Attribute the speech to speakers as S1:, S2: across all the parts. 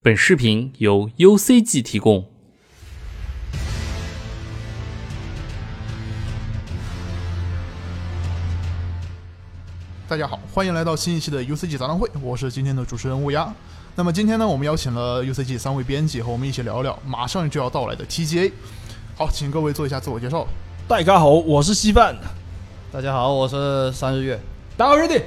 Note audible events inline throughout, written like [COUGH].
S1: 本视频由 UCG 提供。
S2: 大家好，欢迎来到新一期的 UCG 杂谈会，我是今天的主持人乌鸦。那么今天呢，我们邀请了 UCG 三位编辑和我们一起聊聊马上就要到来的 TGA。好，请各位做一下自我介绍。
S3: 大家好，我是稀饭。
S4: 大家好，我是三日月。
S3: 大家 ready？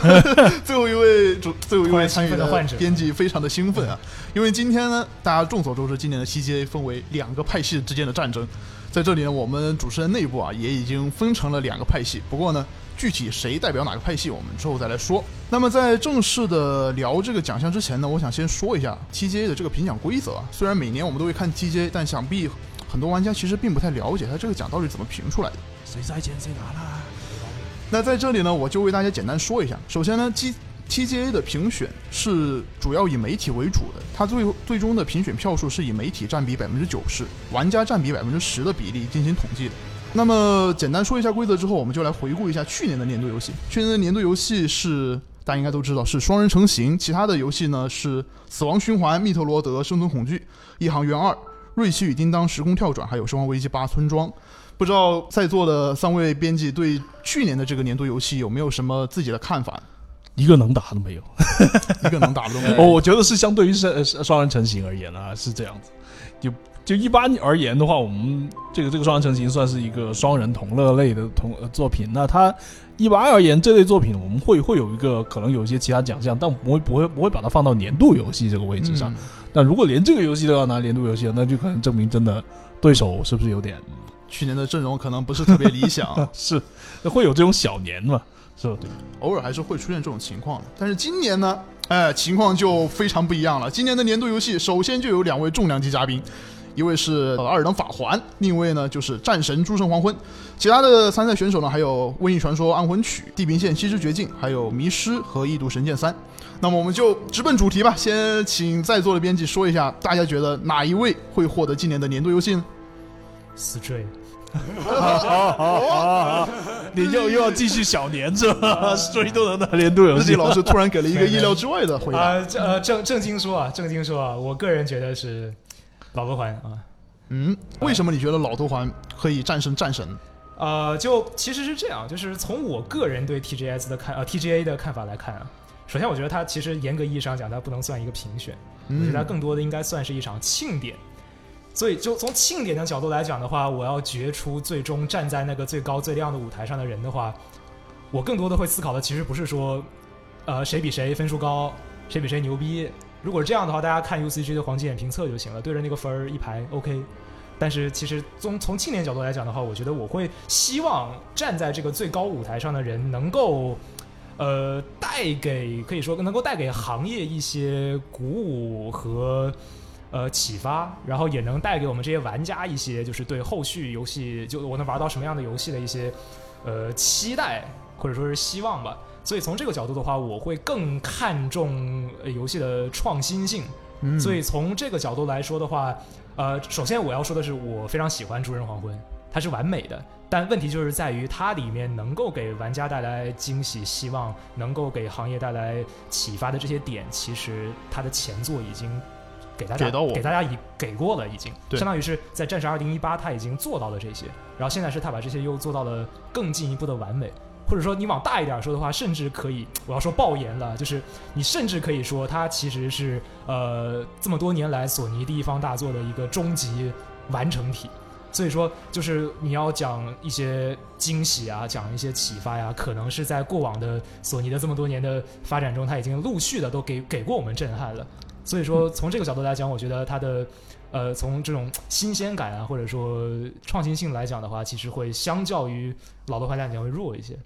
S2: [LAUGHS] 最后一位主，最后一位参与
S5: 突然兴奋地换起来
S2: 编辑非常的兴奋啊，因为今天呢，大家众所周知，今年的 CGA 分为两个派系之间的战争，在这里呢，我们主持人内部啊也已经分成了两个派系，不过呢，具体谁代表哪个派系，我们之后再来说。那么在正式的聊这个奖项之前呢，我想先说一下 TGA 的这个评奖规则啊，虽然每年我们都会看 TGA，但想必很多玩家其实并不太了解它这个奖到底怎么评出来的。
S3: 谁塞钱谁拿啦？
S2: 那在这里呢，我就为大家简单说一下。首先呢，T TGA 的评选是主要以媒体为主的，它最最终的评选票数是以媒体占比百分之九十，玩家占比百分之十的比例进行统计的。那么简单说一下规则之后，我们就来回顾一下去年的年度游戏。去年的年度游戏是大家应该都知道是双人成行，其他的游戏呢是《死亡循环》《密特罗德》《生存恐惧》《一航员二》《瑞奇与叮当》《时空跳转》还有《生化危机八：村庄》。不知道在座的三位编辑对去年的这个年度游戏有没有什么自己的看法？
S3: 一个能打都没有。
S2: 一个能打的都没有。
S3: [LAUGHS] 哦，我觉得是相对于是呃是双人成型而言啊，是这样子。就就一般而言的话，我们这个这个双人成型算是一个双人同乐类的同、呃、作品。那它一般而言，这类作品我们会会有一个可能有一些其他奖项，但我们不会不会把它放到年度游戏这个位置
S2: 嗯
S3: 上。那如果连这个游戏都要拿年度游戏，那就可能证明真的对手是不是有点
S2: 去年的阵容可能不是特别理想
S3: 啊，？是会有这种小年嘛？是吧？
S2: 偶尔还是会出现这种情况的。但是今年呢，哎，情况就非常不一样了。今年的年度游戏首先就有两位重量级嘉宾，一位是呃《二等法环》，另一位呢就是《战神：诸神黄昏》。其他的参赛选手呢，还有《瘟疫传说：暗魂曲》、《地平线：西之绝境》，还有《迷失》和《异度神剑三》。那么我们就直奔主题吧，先请在座的编辑说一下，大家觉得哪一位会获得今年的年度游戏呢？
S5: 死坠，
S3: 你又又要继续小年是吧？谁都能拿年度游
S2: 日
S3: 戏
S2: 记老师突然给了一个意料之外的回
S5: [LAUGHS]
S2: 答。
S5: 啊，这呃正正经说啊，正经说啊，我个人觉得是老头环啊。
S2: 嗯，为什么你觉得老头环可以战胜战神？
S5: 呃，就其实是这样，就是从我个人对 TGS 的看呃 TGA 的看法来看啊，首先我觉得它其实严格意义上讲，它不能算一个评选，
S2: 嗯
S5: 我觉得它更多的应该算是一场庆典。所以，就从庆典的角度来讲的话，我要决出最终站在那个最高最亮的舞台上的人的话，我更多的会思考的其实不是说，呃，谁比谁分数高，谁比谁牛逼。如果是这样的话，大家看 UCG 的黄金眼评测就行了，对着那个分儿一排 OK。但是其实从从庆典角度来讲的话，我觉得我会希望站在这个最高舞台上的人能够，呃，带给可以说能够带给行业一些鼓舞和呃启发，然后也能带给我们这些玩家一些就是对后续游戏就我能玩到什么样的游戏的一些呃期待或者说是希望吧。所以从这个角度的话，我会更看重呃游戏的创新性。
S2: 嗯
S5: 所以从这个角度来说的话，呃，首先我要说的是，我非常喜欢《诸神黄昏》，它是完美的，但问题就是在于它里面能够给玩家带来惊喜、希望，能够给行业带来启发的这些点，其实它的前作已经给大家
S2: 给到我
S5: 大家已给过了，已经
S2: 对
S5: 相当于是在《战神二零一八》它已经做到了这些，然后现在是它把这些又做到了更进一步的完美。或者说你往大一点说的话，甚至可以，我要说爆言了，就是你甚至可以说它其实是呃这么多年来索尼第一方大作的一个终极完成体。所以说，就是你要讲一些惊喜啊，讲一些启发呀、可能是在过往的索尼的这么多年的发展中，它已经陆续的都给给过我们震撼了。所以说，从这个角度来讲，我觉得它的，呃，从这种新鲜感啊，或者说创新性来讲的话，其实会相较于老头环来讲会弱一些。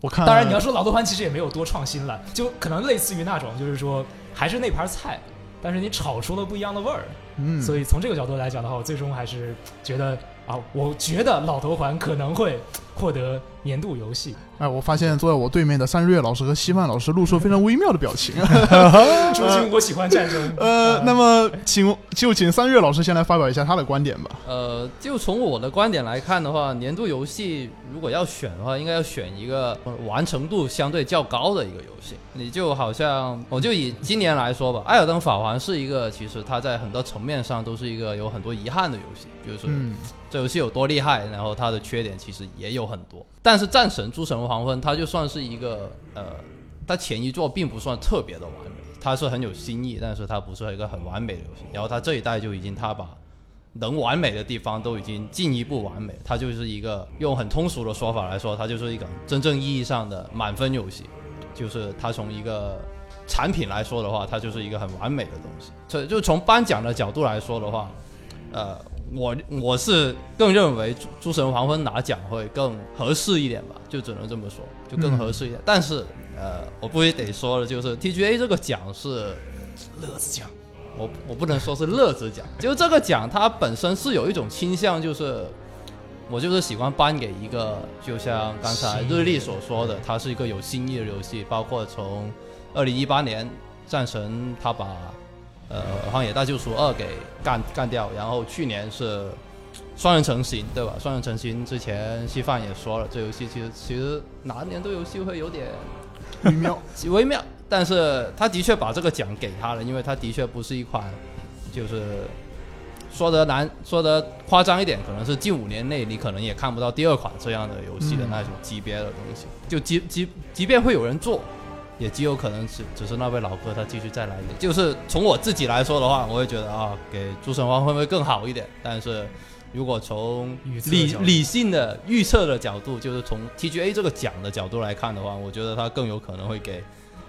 S2: 我看，
S5: 当然，你要说老头环其实也没有多创新了，就可能类似于那种，就是说还是那盘菜，但是你炒出了不一样的味儿。
S2: 嗯，
S5: 所以从这个角度来讲的话，我最终还是觉得啊，我觉得老头环可能会获得年度游戏。
S2: 哎，我发现坐在我对面的三日月老师和稀饭老师露出非常微妙的表
S5: [LAUGHS]
S2: 情。
S5: 朱军，我喜欢战争。嗯
S2: 呃，那么请就请三月老师先来发表一下他的观点吧。
S4: 呃，就从我的观点来看的话，年度游戏如果要选的话，应该要选一个呃完成度相对较高的一个游戏。你就好像，我就以今年来说吧，《艾尔登法环》是一个，其实它在很多层面上都是一个有很多遗憾的游戏，比如说
S2: 嗯，
S4: 这游戏有多厉害，然后它的缺点其实也有很多。但是《战神：诸神黄昏》它就算是一个呃，它前一作并不算特别的完美，它是很有新意，但是它不是一个很完美的游戏。然后它这一代就已经它把能完美的地方都已经进一步完美，它就是一个用很通俗的说法来说，它就是一个真正意义上的满分游戏，就是它从一个产品来说的话，它就是一个很完美的东西。所以就从颁奖的角度来说的话，呃，我我是更认为《诸诸神黄昏》拿奖会更合适一点吧，就只能这么说，就更合适一点。但是呃，我不得说的就是 TGA 这个奖是
S5: 乐子奖，
S4: 我我不能说是乐子奖，就这个奖它本身是有一种倾向，就是我就是喜欢颁给一个，就像刚才日历所说的，它是一个有新意的游戏，包括从二零一八年战神他把呃《荒野大救赎二》给干干掉，然后去年是双人成行，对吧？双人成行之前稀饭也说了，这游戏其实其实拿年度游戏会有点
S2: 微妙。
S4: 极微妙，但是他的确把这个奖给他了，因为他的确不是一款，就是说得难说得夸张一点，可能是近五年内你可能也看不到第二款这样的游戏的那种级别的东西，就即即即便会有人做。也极有可能只只是那位老哥他继续再来一个，就是从我自己来说的话，我会觉得啊，给诸神王会不会更好一点？但是如果从
S5: 预测
S4: 理
S5: 角度
S4: 理性的预测的角度，就是从 TGA 这个奖的角度来看的话，我觉得它更有可能会给《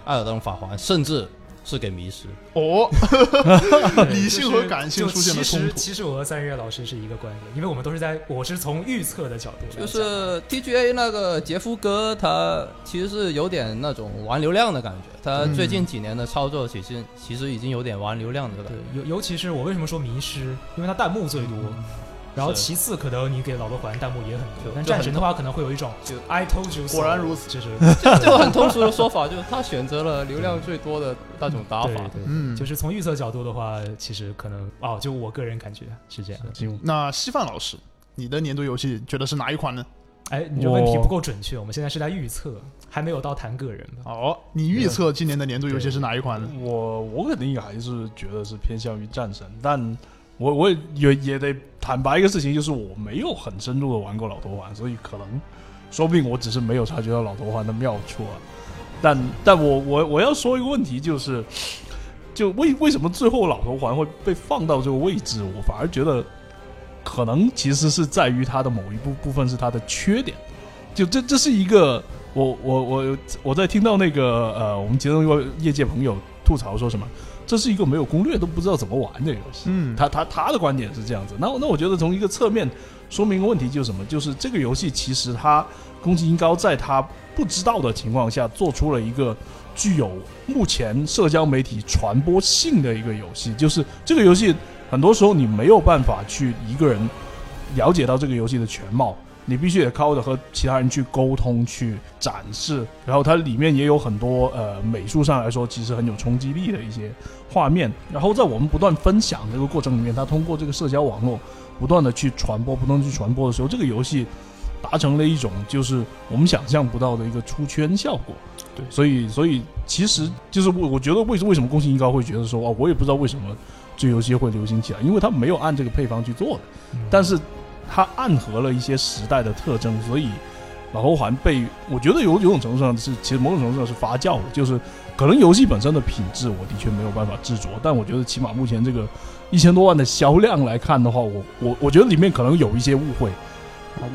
S4: 艾尔登法环》，甚至是给《迷失》。
S2: 哦，理性和
S5: 就是
S2: 感性
S5: 就
S2: 出现了冲
S5: 其实
S2: 突
S5: 其实我和三月老师是一个观点，因为我们都是在我是从预测的角度来讲，
S4: 就是 TGA 那个杰夫哥，他其实是有点那种玩流量的感觉。
S5: 嗯
S4: 他最近几年的操作，其实其实已经有点玩流量的感
S5: 对
S4: 觉。，
S5: 尤尤其是我为什么说迷失，因为它弹幕最多，
S2: 嗯
S5: 然后
S4: 是
S5: 其次可能你给老罗环弹幕也很多
S4: 就，
S5: 但
S4: 就很
S5: 战神的话可能会有一种
S4: 就
S5: I told you，so，
S2: 果然如此
S5: 就是
S3: [LAUGHS]
S4: 就很通俗的说法，就是他选择了流量最多的那种打
S5: 对
S4: 法。
S5: 对，
S2: 嗯，
S5: [LAUGHS] 就是从预测角度的话，其实可能哦，就我个人感觉是这样。
S3: 行，
S2: 那稀饭老师，你的年度游戏觉得是哪一款呢？
S5: 哎，你这问题
S3: 我
S5: 不够准确，我们现在是在预测，还没有到谈个人吧？
S2: 哦，你预测今年的年度游戏是哪一款呢？
S3: 我我肯定还是觉得是偏向于战神，但我我也也也得坦白一个事情，就是我没有很深入的玩过老头环，所以可能说不定我只是没有察觉到老头环的妙处啊。但但我我我要说一个问题，就是就为为什么最后老头环会被放到这个位置？我反而觉得可能其实是在于它的某一部部分是它的缺点，就这这是一个。我我我我在听到那个呃，我们其中一位业界朋友吐槽说什么，这是一个没有攻略都不知道怎么玩的游戏。
S2: 嗯，
S3: 他他他的观点是这样子。那我那我觉得从一个侧面说明一个问题就是什么，就是这个游戏其实它宫崎英高在他不知道的情况下做出了一个具有目前社交媒体传播性的一个游戏，就是这个游戏很多时候你没有办法去一个人了解到这个游戏的全貌。你必须得靠着和其他人去沟通、去展示，然后它里面也有很多呃美术上来说其实很有冲击力的一些画面，然后在我们不断分享这个过程里面，它通过这个社交网络不断的去传播，不断地去传播的时候，这个游戏达成了一种就是我们想象不到的一个出圈效果。
S2: 对
S3: 所以所以其实就是我我觉得为什为什么宫崎英高会觉得说啊，我也不知道为什么这游戏会流行起来，因为他没有按这个配方去做的，
S5: 嗯
S3: 但是它暗合了一些时代的特征，所以。老头环被我觉得有有种程度上是，其实某种程度上是发酵的，就是可能游戏本身的品质，我的确没有办法执着，但我觉得起码目前这个 [LAUGHS] 一千多万的销量来看的话，我我我觉得里面可能有一些误会，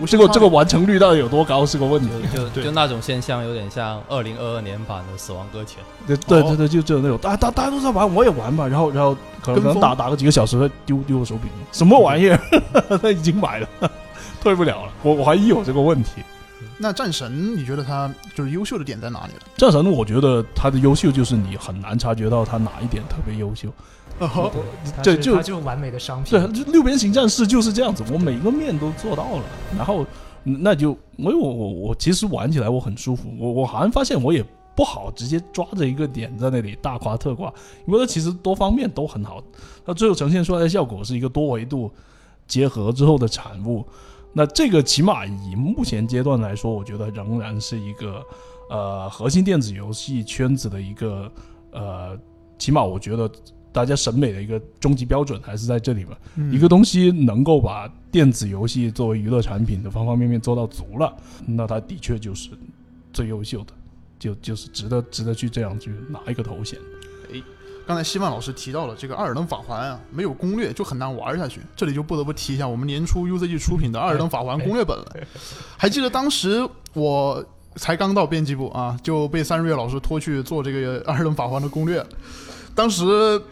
S3: 这个这个完成率到底有多高是个问题。
S4: 就就
S2: 对
S4: 就那种现象，有点像二零二二年版的《死亡搁浅》。
S3: 对对对对，就这种那种，大大大家都在玩，我也玩吧，然后然后可能
S2: 跟
S3: 可
S2: 风
S3: 能打打个几个小时，丢丢个手柄， [LAUGHS] 什么玩意儿？他已经买了，退不了了。我我还疑有这个问题。
S2: 那战神，你觉得它就是优秀的点在哪里了？
S3: 战神，我觉得他的优秀就是你很难察觉到他哪一点特别优秀。
S2: 哦，
S5: 它
S3: 这
S5: 是
S3: 就
S5: 它就完美的商
S3: 对
S5: 品，，
S3: 就六边形战士就是这样子，我每个面都做到了，然后嗯那就因为我我我其实玩起来我很舒服，我我好像发现我也不好直接抓着一个点在那里大夸特夸，因为它其实多方面都很好，它最后呈现出来的效果是一个多维度结合之后的产物。那这个起码以目前阶段来说，我觉得仍然是一个呃核心电子游戏圈子的一个呃，起码我觉得大家审美的一个终极标准还是在这里吧。
S2: 嗯
S3: 一个东西能够把电子游戏作为娱乐产品的方方面面做到足了，那它的确就是最优秀的，就就是值得值得去这样去拿一个头衔。
S2: 刚才希望老师提到了这个《艾尔登法环》啊，没有攻略就很难玩下去。这里就不得不提一下我们年初 UZG 出品的《艾尔登法环》攻略本了。还记得当时我才刚到编辑部啊，就被三瑞老师拖去做这个《艾尔登法环》的攻略。当时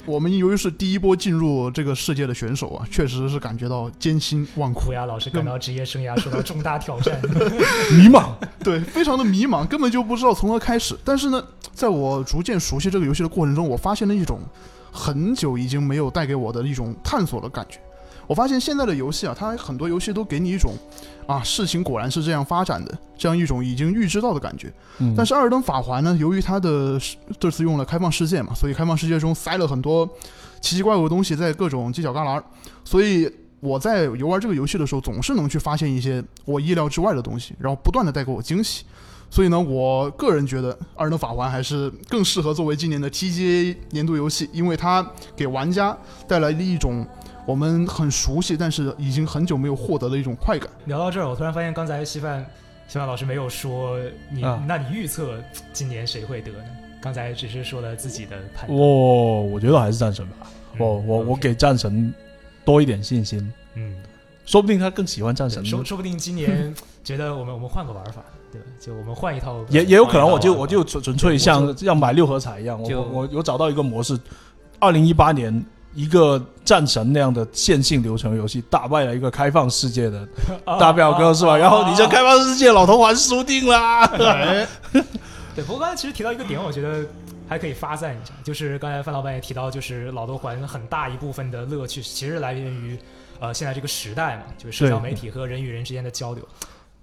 S2: 我们由于是第一波进入这个世界的选手啊，确实是感觉到艰辛万苦，
S5: 虎牙老师感到职业生涯受到重大挑
S3: [LAUGHS]
S5: 战，
S3: 嗯迷茫，
S2: [LAUGHS] 对，非常的迷茫，根本就不知道从何开始。但是呢，在我逐渐熟悉这个游戏的过程中，我发现了一种很久已经没有带给我的一种探索的感觉。我发现现在的游戏啊，它很多游戏都给你一种啊，事情果然是这样发展的，这样一种已经预知到的感觉。
S3: 嗯
S2: 但是《艾尔登法环》呢，由于它的这次用了开放世界嘛，所以开放世界中塞了很多奇奇怪怪的东西在各种犄角旮旯儿，所以我在游玩这个游戏的时候，总是能去发现一些我意料之外的东西，然后不断的带给我惊喜。所以呢，我个人觉得《艾尔登法环》还是更适合作为今年的 TGA 年度游戏，因为它给玩家带来了一种我们很熟悉，但是已经很久没有获得的一种快感。
S5: 聊到这儿，我突然发现刚才稀饭稀饭老师没有说你，
S3: 啊
S5: 那你预测今年谁会得呢？刚才只是说了自己的判断。
S3: 我我觉得还是战神吧，
S5: 嗯
S3: 我我我
S5: OK
S3: 给战神多一点信心，
S5: 嗯，
S3: 说不定他更喜欢战神
S5: 对，说说不定今年觉得我们我们换个玩法，对吧？就我们换一套，
S3: 也也有可能，我就
S4: 好吧
S3: 我就纯纯粹像
S5: 我
S3: 像买六合彩一样，我
S4: 就
S3: 我我找到一个模式，二零一八年一个战神那样的线性流程游戏打败了一个开放世界的大表哥是吧？然后你这
S5: 这
S3: 开放世界老头环输定啦，
S2: 哎，
S5: 对，不过刚才其实提到一个点，我觉得还可以发散一下，就是刚才范老板也提到，就是老头环很大一部分的乐趣其实来源于呃现在这个时代嘛，就是社交
S3: 对
S5: 媒体和人与人之间的交流。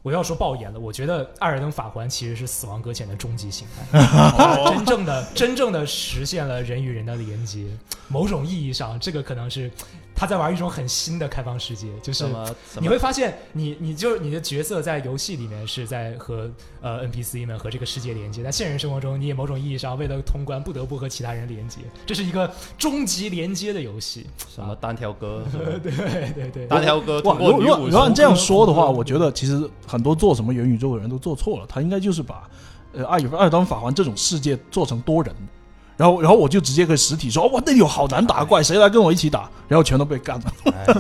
S5: 我要说爆言了，我觉得《艾尔登法环》其实是《死亡搁浅》的终极形态，它真正的真正的实现了人与人的连接。某种意义上，这个可能是他在玩一种很新的开放世界，就是
S4: 什么什
S5: 你
S4: 么
S5: 会发现你，你就是你的角色在游戏里面是在和呃 NPC 们和这个世界连接，在现实生活中，你也某种意义上为了通关不得不和其他人连接，这是一个终极连接的游戏。 [LAUGHS]
S4: 什么单
S3: [LAUGHS]
S4: 挑哥，什么
S5: 对对对，
S4: 单挑哥
S3: [LAUGHS] 啊哇！
S4: 通
S3: 如
S4: 过
S3: 果
S4: 女
S3: 如果
S4: 武
S3: 如果按这样说的话，
S5: 通过
S3: 我觉得其实很多做什么元宇宙的人都做错了，他应该就是把呃《艾尔二当法环》这种世界做成多人。然后，然后我就直接可以实体说，哦哇，那有好难打怪，谁来跟我一起打？然后全都被干了。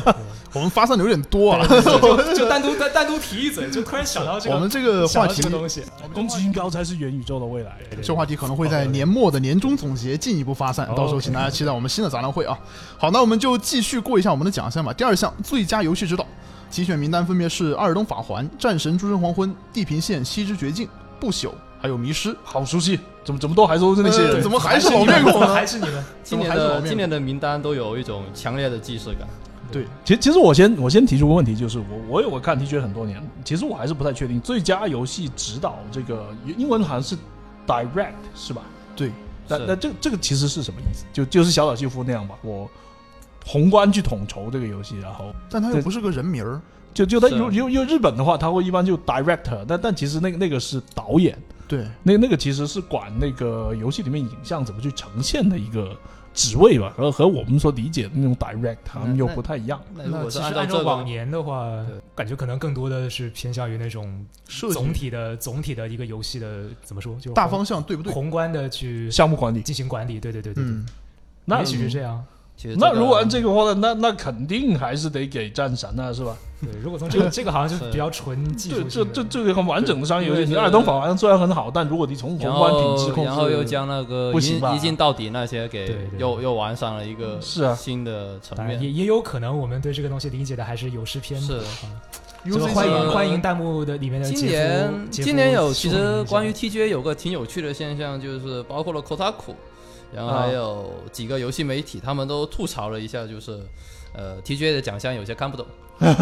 S2: 我们发散的有点多啊。
S5: [LAUGHS] 就就单独单单独提一嘴，就突然想到这
S2: [LAUGHS]
S5: 个
S2: 我们这个
S5: 想
S2: 话
S5: 到这
S2: 题
S5: 个，东西，
S3: 攻击音高才是元宇宙的未来。
S2: 这话题可能会在年末的年终总结进一步发散，
S5: 哦
S2: 到时候请大家期待我们新的展览会啊。好，那我们就继续过一下我们的奖项吧。第二项最佳游戏指导提选名单分别是《艾尔登法环》《战神：诸神黄昏》《地平线：西之绝境》《不朽》还有《迷失》。
S3: 好熟悉，怎么怎么都还都是那些
S2: 呃
S3: 人
S2: 怎。么还
S5: 还
S2: 是
S5: 是
S2: 老
S5: [LAUGHS] 你
S2: 面
S5: 们，
S2: 孔呢
S5: 还？是你们，
S4: 今年
S2: 还是老
S4: 的
S2: 面孔
S4: 今年的名单都有一种强烈的既视感。
S2: 对，
S3: 其实其实我先我先提出个问题，就是我我有我看 T 恤很多年，其实我还是不太确定最佳游戏指导这个英文好像是 direct 是吧？
S2: 对，
S3: 那
S4: 是
S3: 那这这个其实是什么意思？就就是小岛秀夫那样吧，我宏观去统筹这个游戏，然后
S2: 但他又
S3: 对
S2: 不是个人名儿，
S3: 就就他
S4: 是
S3: 有有有日本的话，他会一般就 director，但但其实那个那个是导演，
S2: 对，
S3: 那那个其实是管那个游戏里面影像怎么去呈现的一个职位吧，和和我们所理解的那种 direct 他们又不太一样。
S4: 嗯那如
S5: 那
S4: 果
S5: 其
S4: 是
S5: 实
S4: 按照
S5: 按
S4: 这
S5: 照
S4: 个
S5: 往年的话
S4: 对，
S5: 感觉可能更多的是偏向于那种
S2: 设计
S5: 总体的总体的一个游戏的怎么说，就是
S2: 大
S5: 宏
S2: 方向对不对？
S5: 宏观的去
S3: 项目管理，
S5: 进行管理。对对对对对，
S2: 嗯，
S3: 那
S5: 也许是这样。
S4: 其实
S3: 那如果按
S4: 这
S3: 这个话，那那肯定还是得给战神啊，是吧？
S4: 嗯
S5: 对，如果从这个这个好像就是
S4: 是
S5: 比较纯技
S3: 这
S5: 术
S3: 这
S5: 性的，
S3: 这这个很完整的商业游戏，
S4: 对
S3: 你
S4: 对
S3: 二等法环虽然很好，但如果你从宏
S4: 个然
S3: 观品质
S4: 后
S3: 控制，
S4: 然后又将那个
S3: 不
S4: 一
S3: 行吧
S4: 一镜到底那
S5: 对
S4: 些给
S5: 对对
S4: 又又玩上了一个
S3: 是啊
S4: 新的层
S5: 当然也
S4: 面。
S5: 也有可能我们对这个东西理解的还是有失偏颇。
S4: 是
S5: 啊这个
S2: UCC
S5: 欢
S4: 这
S5: 迎
S4: 个
S5: 欢迎弹幕的里面的
S4: 今
S5: 呃杰夫
S4: 年
S5: 杰夫
S4: 今年有
S5: 说
S4: 其
S5: 明一
S4: 实
S5: 下
S4: 关于 TGA 有个挺有趣的现象，就是包括了 Kotaku，然后
S3: 啊
S4: 还有几个游戏媒体，他们都吐槽了一下，就是。呃 TGA 的奖项有些看不懂。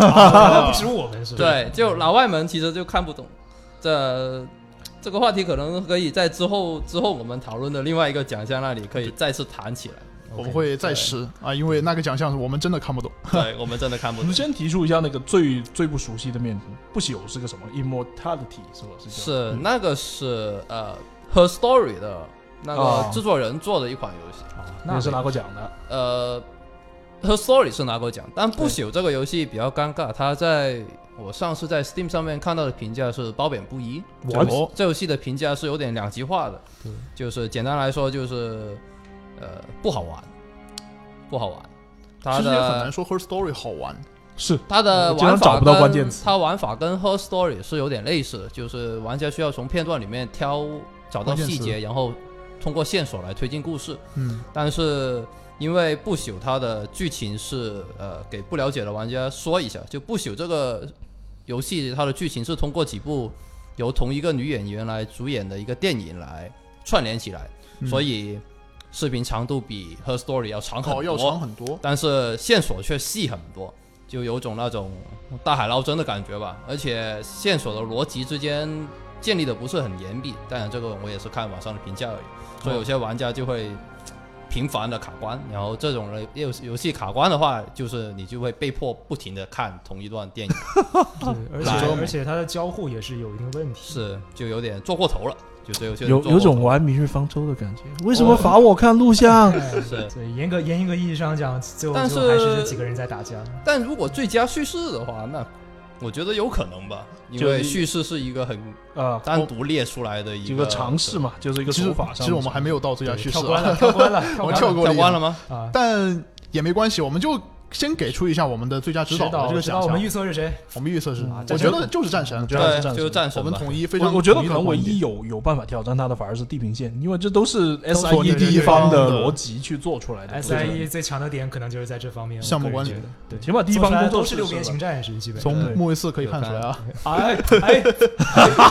S5: 啊不止我们是吧？
S4: 对，就老外们其实就看不懂。这这个话题可能可以在之后之后我们讨论的另外一个奖项那里可以再次谈
S5: [LAUGHS]
S4: 起来。
S2: 我们会再试啊，因为那个奖项我们真的看不懂。
S4: 对我们真的看不
S3: 我
S4: 懂
S3: 们。先提出一下那个最最不熟悉的面不朽是个什么？Immortality 是吧？是叫
S5: 嗯
S4: 是那个是呃，Her Story 的那
S3: 哦
S5: 啊
S4: 个制作人做的一款游戏。
S3: 啊，
S5: 那
S3: 那是拿过奖的。
S4: 呃，Her Story 是拿过奖，但不朽这个游戏比较尴尬，它在我上次在 Steam 上面看到的评价是褒贬不一。
S3: What？
S4: 这这游戏的评价是有点两极化的，
S2: 嗯
S4: 就是简单来说就是呃不好玩，不好玩。它
S2: 其实也很
S4: 的
S2: 难说 Her Story 好玩，
S3: 是
S4: 它的
S3: 我经常
S4: 玩法
S3: 找不到关
S4: 跟
S3: 键词
S4: 它玩法跟 Her Story 是有点类似的，就是玩家需要从片段里面挑找到
S2: 关键词
S4: 细节，然后通过线索来推进故事。
S2: 嗯，
S4: 但是因为不朽它的剧情是呃给不了解的玩家说一下，就不朽这个游戏它的剧情是通过几部由同一个女演员来主演的一个电影来串联起来，
S2: 嗯
S4: 所以视频长度比 Her Story 要长很
S2: 好
S4: 多，
S2: 哦要长很多。
S4: 但是线索却细很多，就有种那种大海捞针的感觉吧。而且线索的逻辑之间建立的不是很严密，当然这个我也是看网上的评价而已，所以有些玩家就会频繁的卡关，然后这种的游游戏卡关的话，就是你就会被迫不停的看同一段电影，
S5: 对而
S4: 来
S5: 且而且它的交互也是有一定问题。
S4: 是就有点做过头了，就这游戏
S3: 有
S4: 做
S3: 有
S4: 过
S3: 种
S4: 头
S3: 玩《明日方舟》的感觉，为什么罚我看录像？
S5: 哎
S4: 是
S5: 对，严格严格意义上讲，最后
S4: 但
S5: 最后还是
S4: 是
S5: 这几个人在打架。
S4: 但如果最佳叙事的话，那我觉得有可能吧，因
S3: 就
S4: 为
S3: 是
S4: 叙事是一个很
S3: [LAUGHS] 啊，
S4: 单独列出来的一
S3: 一个尝试嘛，就是一个
S2: 其实
S3: 手法上的
S2: 其实我们还没有到最佳
S5: 对
S2: 叙事
S5: 跳关
S2: 啊，
S5: 了， [LAUGHS] 跳关了，
S2: 我
S5: 关
S2: 跳
S5: 了
S2: 过
S4: 跳
S2: 了一个
S4: 关了吗？
S5: 啊！
S2: 但也没关系，我们就先给出一下我们的最佳指
S5: 知
S2: 导
S5: 道
S2: 的这个
S5: 知
S2: 奖
S5: 道我
S2: 项
S5: 们。预测是谁？
S2: 我们预测是
S3: 嗯，
S2: 我觉得就是战神
S3: 我，觉得
S4: 对
S3: 是，战
S4: 就是
S3: 神。
S4: 战神
S2: 我
S4: 吧
S2: 们。统一非
S3: 我
S2: 常
S3: 我觉得
S2: 统
S3: 可
S2: 的
S3: 能唯
S2: 观点
S3: 一有有办法挑战它的，反而是地平线，因为这都是
S2: 是
S3: S
S2: 我对
S3: I E
S2: 对对
S3: 第一方的
S2: 对
S3: 逻辑去做出来的。
S5: S I E 最强的点可能就是在这方面，
S2: 项目管理
S5: 我个人觉得对，
S3: 起码第一方工作
S5: 都是
S3: 室
S5: 六
S3: 是
S5: 边
S3: 吧
S5: 形战士，基本上
S2: 从
S3: 对
S2: 木卫四可以看出来啊。
S5: [LAUGHS] 哎哎，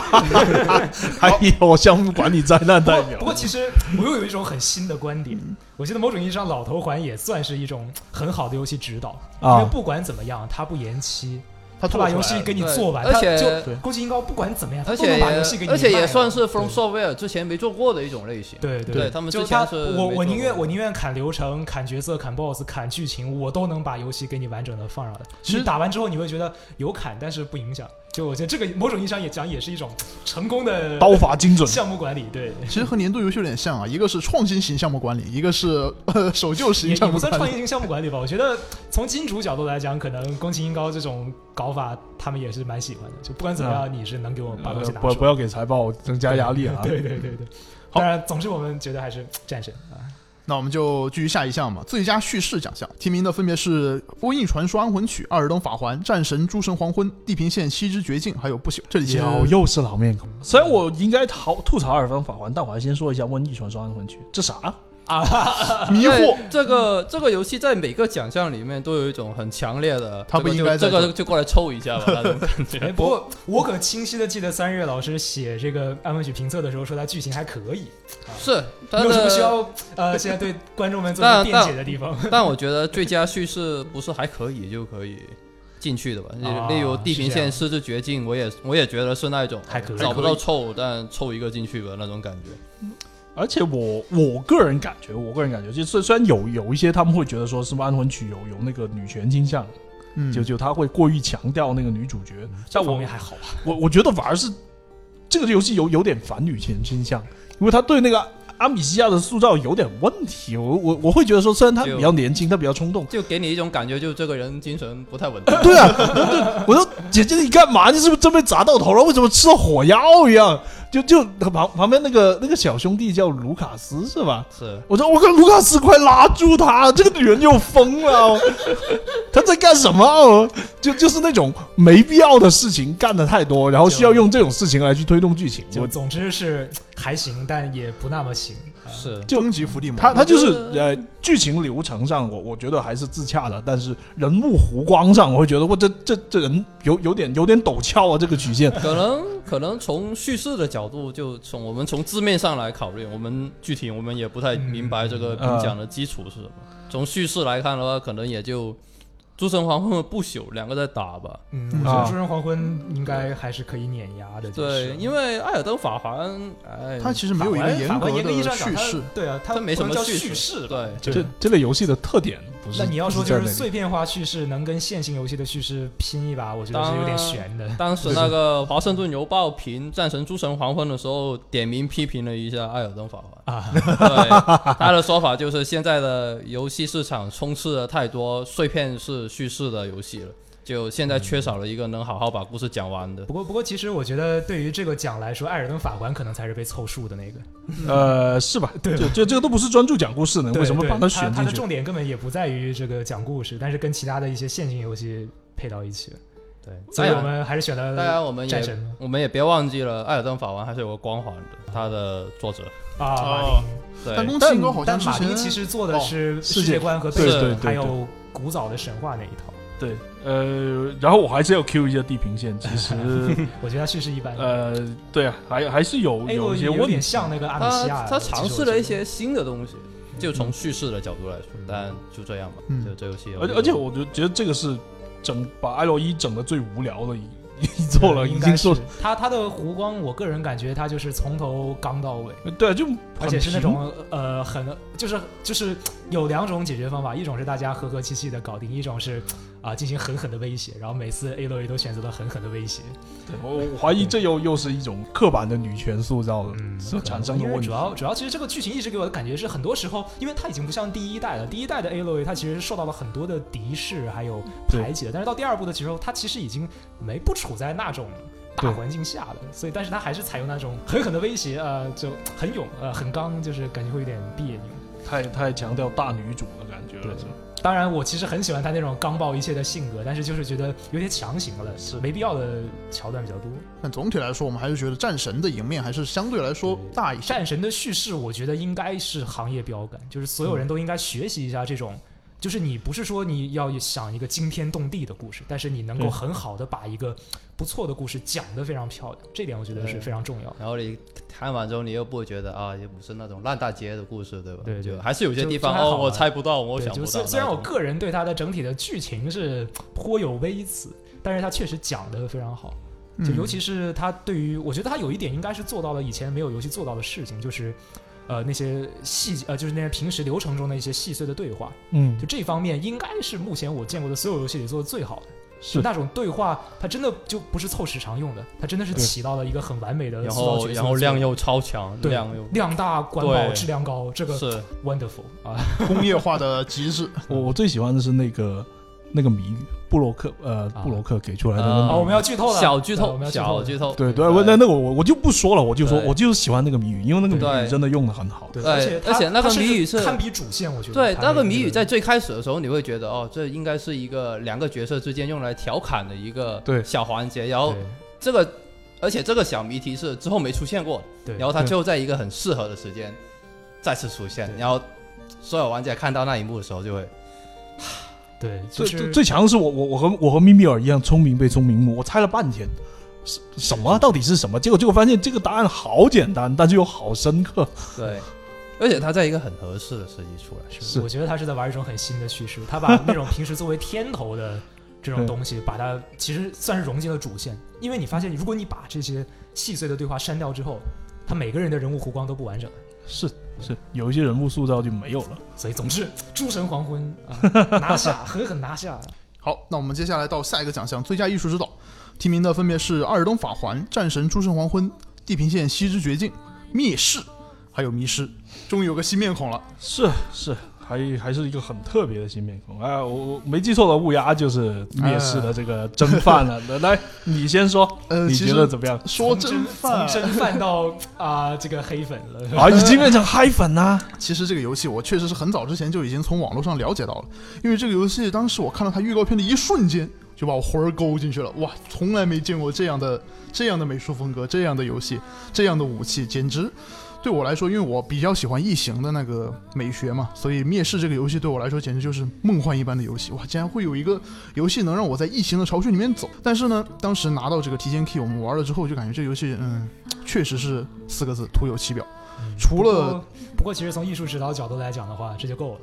S3: 还有项目管理灾难代
S5: 不过
S3: 表
S5: 不。过其实我又有一种很新的观点，我觉得某种意义上《老头环》也算是一种很好的游戏指导，因
S3: 啊
S5: 为不管怎么样，它不延期，
S2: 他
S5: 它
S2: 做
S5: 把
S2: 出
S5: 游
S2: 来
S5: 戏
S2: 了
S5: 给你
S4: 对
S5: 做完，
S4: 而
S5: 它
S4: 且
S5: 就估计应该不管怎么样，它
S4: 而
S5: 都
S4: 且
S5: 能
S4: 也
S5: 把游戏给你
S4: 而且
S5: 卖
S4: 也
S5: 了
S4: 算是 From
S5: 对
S4: Software 之前没做过的一种类型。
S5: 对
S4: 对
S5: 对，
S4: 他们
S5: 就
S4: 之
S5: 他
S4: 前是
S5: 我
S4: 没
S5: 我宁
S4: 做
S5: 愿
S4: 过
S5: 我宁愿砍流程、砍角色、砍 BOSS、砍剧情，我都能把游戏给你完整的放上来。
S2: 其实
S5: 你打完之后，你会觉得有砍，但是不影响。就我觉得这个某种意义上也讲也是一种成功的
S3: 刀法精准，
S5: 项目管理，对。
S2: 其实和年度游戏有点像啊，一个是创新型项目管理，一个是呃守旧
S5: 也
S2: 型
S5: 也
S2: 项
S5: 不
S2: 目
S5: 算创
S2: 管
S5: 新
S2: 理。
S5: 型项目管理吧，我觉得从金主角度来讲，可能宫崎英高这种搞法，他们也是蛮喜欢的。就不管怎么样，你是能给我把东西
S3: 呃
S5: 拿出
S3: 不
S5: 来。
S3: 不要给财报增加压力啊！
S5: 对对对对。
S2: 好
S5: 当然，总之我们觉得还是战神啊，
S2: 那我们就继续下一项嘛，最佳叙事奖项提名的分别是《瘟疫传说：安魂曲》《二尔登法环》《战神：诸神黄昏》《地平线：西之绝境》，还有《不朽》。这里其实
S3: 又又是老面孔。虽然我应该逃吐槽二分法环，但我还先说一下《瘟疫传说：安魂曲》这
S5: 哎
S3: 啥？
S2: 迷惑
S4: 对这个这个游戏在每个奖项里面都有一种很强烈的，
S2: 它不应该在
S4: 这个就
S2: 这
S4: 这个就过来抽一下吧，那种感
S5: [LAUGHS] 哎，
S4: 觉。
S5: 不过我可清晰的记得三月老师写这个安魂曲评测的时候说他剧情还可以，
S4: 是，
S5: 没
S4: 但
S5: 有什么需
S4: 是
S5: 要呃现在对观众们做出辩解的地方。
S4: 但我觉得最佳叙事不是还可以就可以进去的吧？
S5: 啊
S4: 例例如《地平
S5: 是这样
S4: 线：失之绝境》，我也我也觉得是那种
S5: 还可以
S4: 找不到凑，但凑一个进去吧那种感觉。
S3: 而且我我个人感觉，我个人感觉，就虽虽然有有一些他们会觉得说是不是安魂曲有有那个女权倾向，啊
S2: 嗯，
S3: 就就他会过于强调那个女主角，
S5: 这
S3: 但
S5: 方
S3: 我
S5: 面还好吧？
S3: 我我觉得反而是这个游戏有有点反女权倾向，因为他对那个阿米西亚的塑造有点问题。我我我会觉得说，虽然他
S4: 就
S3: 比较年轻，他比较冲
S4: [LAUGHS]
S3: 动，
S4: 就给你一种感觉，就是这个人精神不太
S5: [LAUGHS]
S4: 稳定。
S3: 对啊，我说姐姐你干嘛？你是不是真被砸到头了？为什么吃了火药一样？就就旁旁边那个那个小兄弟叫卢卡斯是吧？
S4: 是，
S3: 我说我靠，卢卡斯快拉住他！这个女人又疯了哦，她在干什么哦？就就是那种没必要的事情干的太多，然后需要用这种事情来去推动剧情。
S5: 就
S3: 我
S5: 总之是还行，但也不那么行。啊
S4: 是
S2: 终极伏地魔。
S3: 他他就是
S4: 我觉得
S3: 呃，剧情流程上我我觉得还是自洽的，但是人物弧光上，我会觉得我这这这人有有点有点陡峭啊，这个曲线。
S4: 可能可能从叙事的角度，就从我们从字面上来考虑，我们具体我嗯们也不太明白这个评奖的基础是什么。从叙事来看的话，可能也就诸神黄昏和不朽两个在打吧。
S5: 嗯，
S2: 嗯
S5: 我觉得
S3: 啊
S5: 《诸神黄昏》应该还是可以碾压的。就是
S4: 对，因为艾尔登法环，
S5: 嗯
S4: 哎，
S2: 它其实没有一
S5: 法
S2: 个
S5: 官
S2: 严
S5: 法官
S2: 格
S5: 严格意义
S2: 的
S5: 上讲
S2: 叙
S5: 它
S2: 事，
S5: 对啊，它
S4: 它没什么
S5: 不能叫
S4: 叙
S5: 叙
S4: 事
S5: 事吧。
S4: 对，
S3: 这这类游戏的特点不是。
S5: 那你要说
S3: 不在
S5: 就
S3: 那
S5: 是
S3: 里
S5: 碎片化叙事能跟线性游戏的叙事拼一把，我觉得是有点悬的。
S4: 当时那个华盛顿邮报评战神诸神黄昏的时候，点名批评了一下艾尔登法环啊，对，他的说法就是现在的游戏市场充斥了太多碎片式叙事的游戏了，就现在缺少了一个能好好把故事讲完的
S5: 不。过，不过，其实我觉得对于这个奖来说，《艾尔登法环》可能才是被凑数的那个。
S3: 呃，是吧？
S5: 对吧
S3: 就就这个都不是专注讲故事呢，
S5: 对
S3: 为什么
S5: 对
S3: 把
S5: 它
S3: 选
S5: 它
S3: 进
S5: 的
S3: 去？
S5: 重点根本也不在于这个讲故事，但是跟其他的一些线性游戏配到一起了。
S4: 对，
S5: 所
S4: 当
S5: 以我
S4: 然，
S5: 们还是选
S4: 当然
S5: 了
S4: 我们
S5: 战
S4: 也
S5: 神嘛
S4: 我们也别忘记了，艾尔登法环还是有个光环的，它的作者
S5: 啊，马
S2: 哦
S5: 丁。
S4: 对
S2: 但宫崎英高好像
S5: 但
S2: 之
S5: 马丁
S2: 前
S5: 其实做的是世界观和
S3: 哦对
S5: 背
S4: 是
S3: 对
S5: 景，
S3: 对，
S5: 还有古早的神话那一套。
S3: 对，呃，然后我还是要 Q 一下地平线，其
S5: [LAUGHS]
S3: 实
S5: 我觉得它叙事一般。
S3: 呃，对啊，还还是有
S5: 哎，
S3: 有
S5: 我
S3: 一些
S5: 有
S3: 问
S5: 点
S3: 题。
S5: 像那个阿米西亚的。
S4: 他他
S5: 啊其实我
S4: 尝试
S5: 觉
S4: 了
S5: 得
S4: 一些新的东西，就从叙事的角度来说，但就这样吧。
S2: 嗯
S4: 就这游戏有
S3: 而
S4: 一
S3: 且
S4: 种，
S3: 而且，我就觉得这个是整把 L 一整的最无聊
S5: [LAUGHS]
S3: 的一一做了，已
S5: 应
S3: 经
S5: 该
S3: 做
S5: 是他他的湖光，我个人感觉他就是从头刚到尾，
S3: 对啊，就很
S5: 而且是那
S3: 平
S5: 种呃很就是就是有两种解决方法，一种是大家和和气气的搞定，一种是啊、进行狠狠的威胁，然后每次 A 罗也都选择了狠狠的威胁，
S3: 对我我怀疑这又又是一种刻板的女权塑造的
S5: 嗯，
S3: 所
S5: 可
S3: 产
S5: 能
S3: 生的
S5: 因为
S3: 问题
S5: 主。要主要其实这个剧情一直给我的感觉是，很多时候因为它已经不像第一代了，第一代的 A 罗伊它其实是受到了很多的敌视还有
S3: 对
S5: 排挤的，但是到第二部的时候，它其实已经没不处在那种。
S3: 对
S5: 大环境下的，所以但是它还是采用那种狠狠的威胁，呃，就很勇，呃，很刚，就是感觉会有点别扭。
S3: 太太强调大女主的感觉了
S5: 对，
S3: 是吧
S5: 当然，我其实很喜欢他那种刚暴一切的性格，但是就是觉得有点强行了，是没必要的桥段比较多。
S2: 但总体来说，我们还是觉得战神的赢面还是相对来说大一些。
S5: 嗯战神的叙事，我觉得应该是行业标杆，就是所有人都应该学习一下这种。就是你不是说你要想一个惊天动地的故事，但是你能够
S3: 对
S5: 很好的把一个不错的故事讲得非常漂亮，这点我觉得是非常重要的。
S4: 然后你看完之后，你又不会觉得啊，也不是那种烂大街的故事，对吧？
S5: 对对
S4: 就还是有些地方
S5: 就就还好
S4: 哦，
S5: 吧
S4: 我猜不到，我
S5: 对，
S4: 想
S5: 就
S4: 不到那
S5: 虽
S4: 种。
S5: 虽然我个人对它的整体的剧情是颇有微词，但是它确实讲得非常好。就
S2: 嗯
S5: 尤其是他对于，我觉得他有一点应该是做到了以前没有游戏做到的事情，就是，呃，那些细呃，就是那些平时流程中的一些细碎的对话，
S3: 嗯
S5: 就，这方面应该是目前我见过的所有游戏里做的最好的。
S3: 是
S5: 那种对话，它真的就不是凑时长用的，它真的是
S3: 对
S5: 起到了一个很完美的
S4: 然
S5: 塑造
S4: 后
S5: 角色的
S4: 然后量
S5: 作
S4: 又超强，
S5: 对
S4: 量又
S5: 用量大管饱
S4: 对
S5: 质量高，这个
S4: 是嗯
S5: wonderful 啊，
S2: 工业化的极致，
S3: 我我最喜欢的是那个那个谜语，布洛克呃
S5: 啊
S3: 布洛克给出来的
S4: 啊
S3: 那
S5: 啊，
S3: 个
S5: 我
S3: 谜语。
S5: 们要剧透了，
S4: 小剧
S5: 对我
S4: 透，
S5: 们要剧
S4: 小
S5: 透了
S4: 剧透。
S3: 对对，我那那个我我就不说了，我就说
S4: 对
S3: 我就是喜欢那个谜语，因为那个谜语
S4: 对
S3: 真的用的很好。
S5: 对，
S4: 对
S5: 而且它
S4: 哎而且那个
S5: 它甚至
S4: 谜语是
S5: 堪比主线，我觉得
S4: 对
S5: 它
S4: 那个
S5: 那
S4: 谜语在最开始的时候，你会觉得哦，这应该是一个两个角色之间用来调侃的一个
S3: 对
S4: 小环节，然后
S5: 对
S4: 这个，而且这个小谜题是之后没出现过的，
S5: 对，
S4: 然后它
S3: 对
S4: 最后在一个很适合的时间再次出现，
S5: 对
S4: 然后所有玩家看到那一幕的时候就会，
S5: 对，就
S3: 最
S5: 是
S3: 最最强的是我我我和我和咪咪尔一样聪明被聪明误，我猜了半天，是什么到底是什么？结果结果发现这个答案好简单，但是又好深刻。
S4: 对， [LAUGHS] 而且它在一个很合适的时机出来，
S3: 是
S5: 我觉得他是在玩一种很新的叙事，他把那种平时作为天头的这种东西，把它其实算是融进了主线。因为你发现，如果你把这些细碎的对话删掉之后，他每个人的人物弧光都不完整了。
S3: 是是，有一些人物塑造就没有了。
S5: 所以，总 [LAUGHS] 之，诸神黄昏啊，拿下，狠狠拿下。
S2: 好，那我们接下来到下一个奖项——最佳艺术指导，提名的分别是《艾尔登法环》《战神：诸神黄昏》《地平线：西之绝境》《灭世》，还有《迷失》。终于有个新面孔了，
S3: 是是，还还是一个很特别的新面孔。哎，我我没记错的，乌鸦就是灭世的这个真犯了。 [LAUGHS] 来来，你先说，
S2: 呃，
S3: 你
S2: 其
S3: 觉
S2: 实
S3: 得怎么样？
S2: 说
S5: 从
S2: 真
S5: 从
S2: 犯，
S5: 真犯到啊、这个黑粉了。
S3: 啊，已经变成啊嗨粉啦！
S2: 其实这个游戏我确实是很早之前就已经从网络上了解到了，因为这个游戏当时我看到它预告片的一瞬间就把我魂儿勾进去了，哇，从来没见过这样的这样的美术风格，这样的游戏，这样的武器，简直对我来说，因为我比较喜欢异形的那个美学嘛，所以《灭世》这个游戏对我来说简直就是梦幻一般的游戏，哇，竟然会有一个游戏能让我在异形的巢穴里面走。但是呢，当时拿到这个提前 key，我们玩了之后就感觉这游戏，嗯，确实是四个字，徒有其表。除
S5: 不
S2: 了
S5: 过，不过其实从艺术指导角度来讲的话，这就够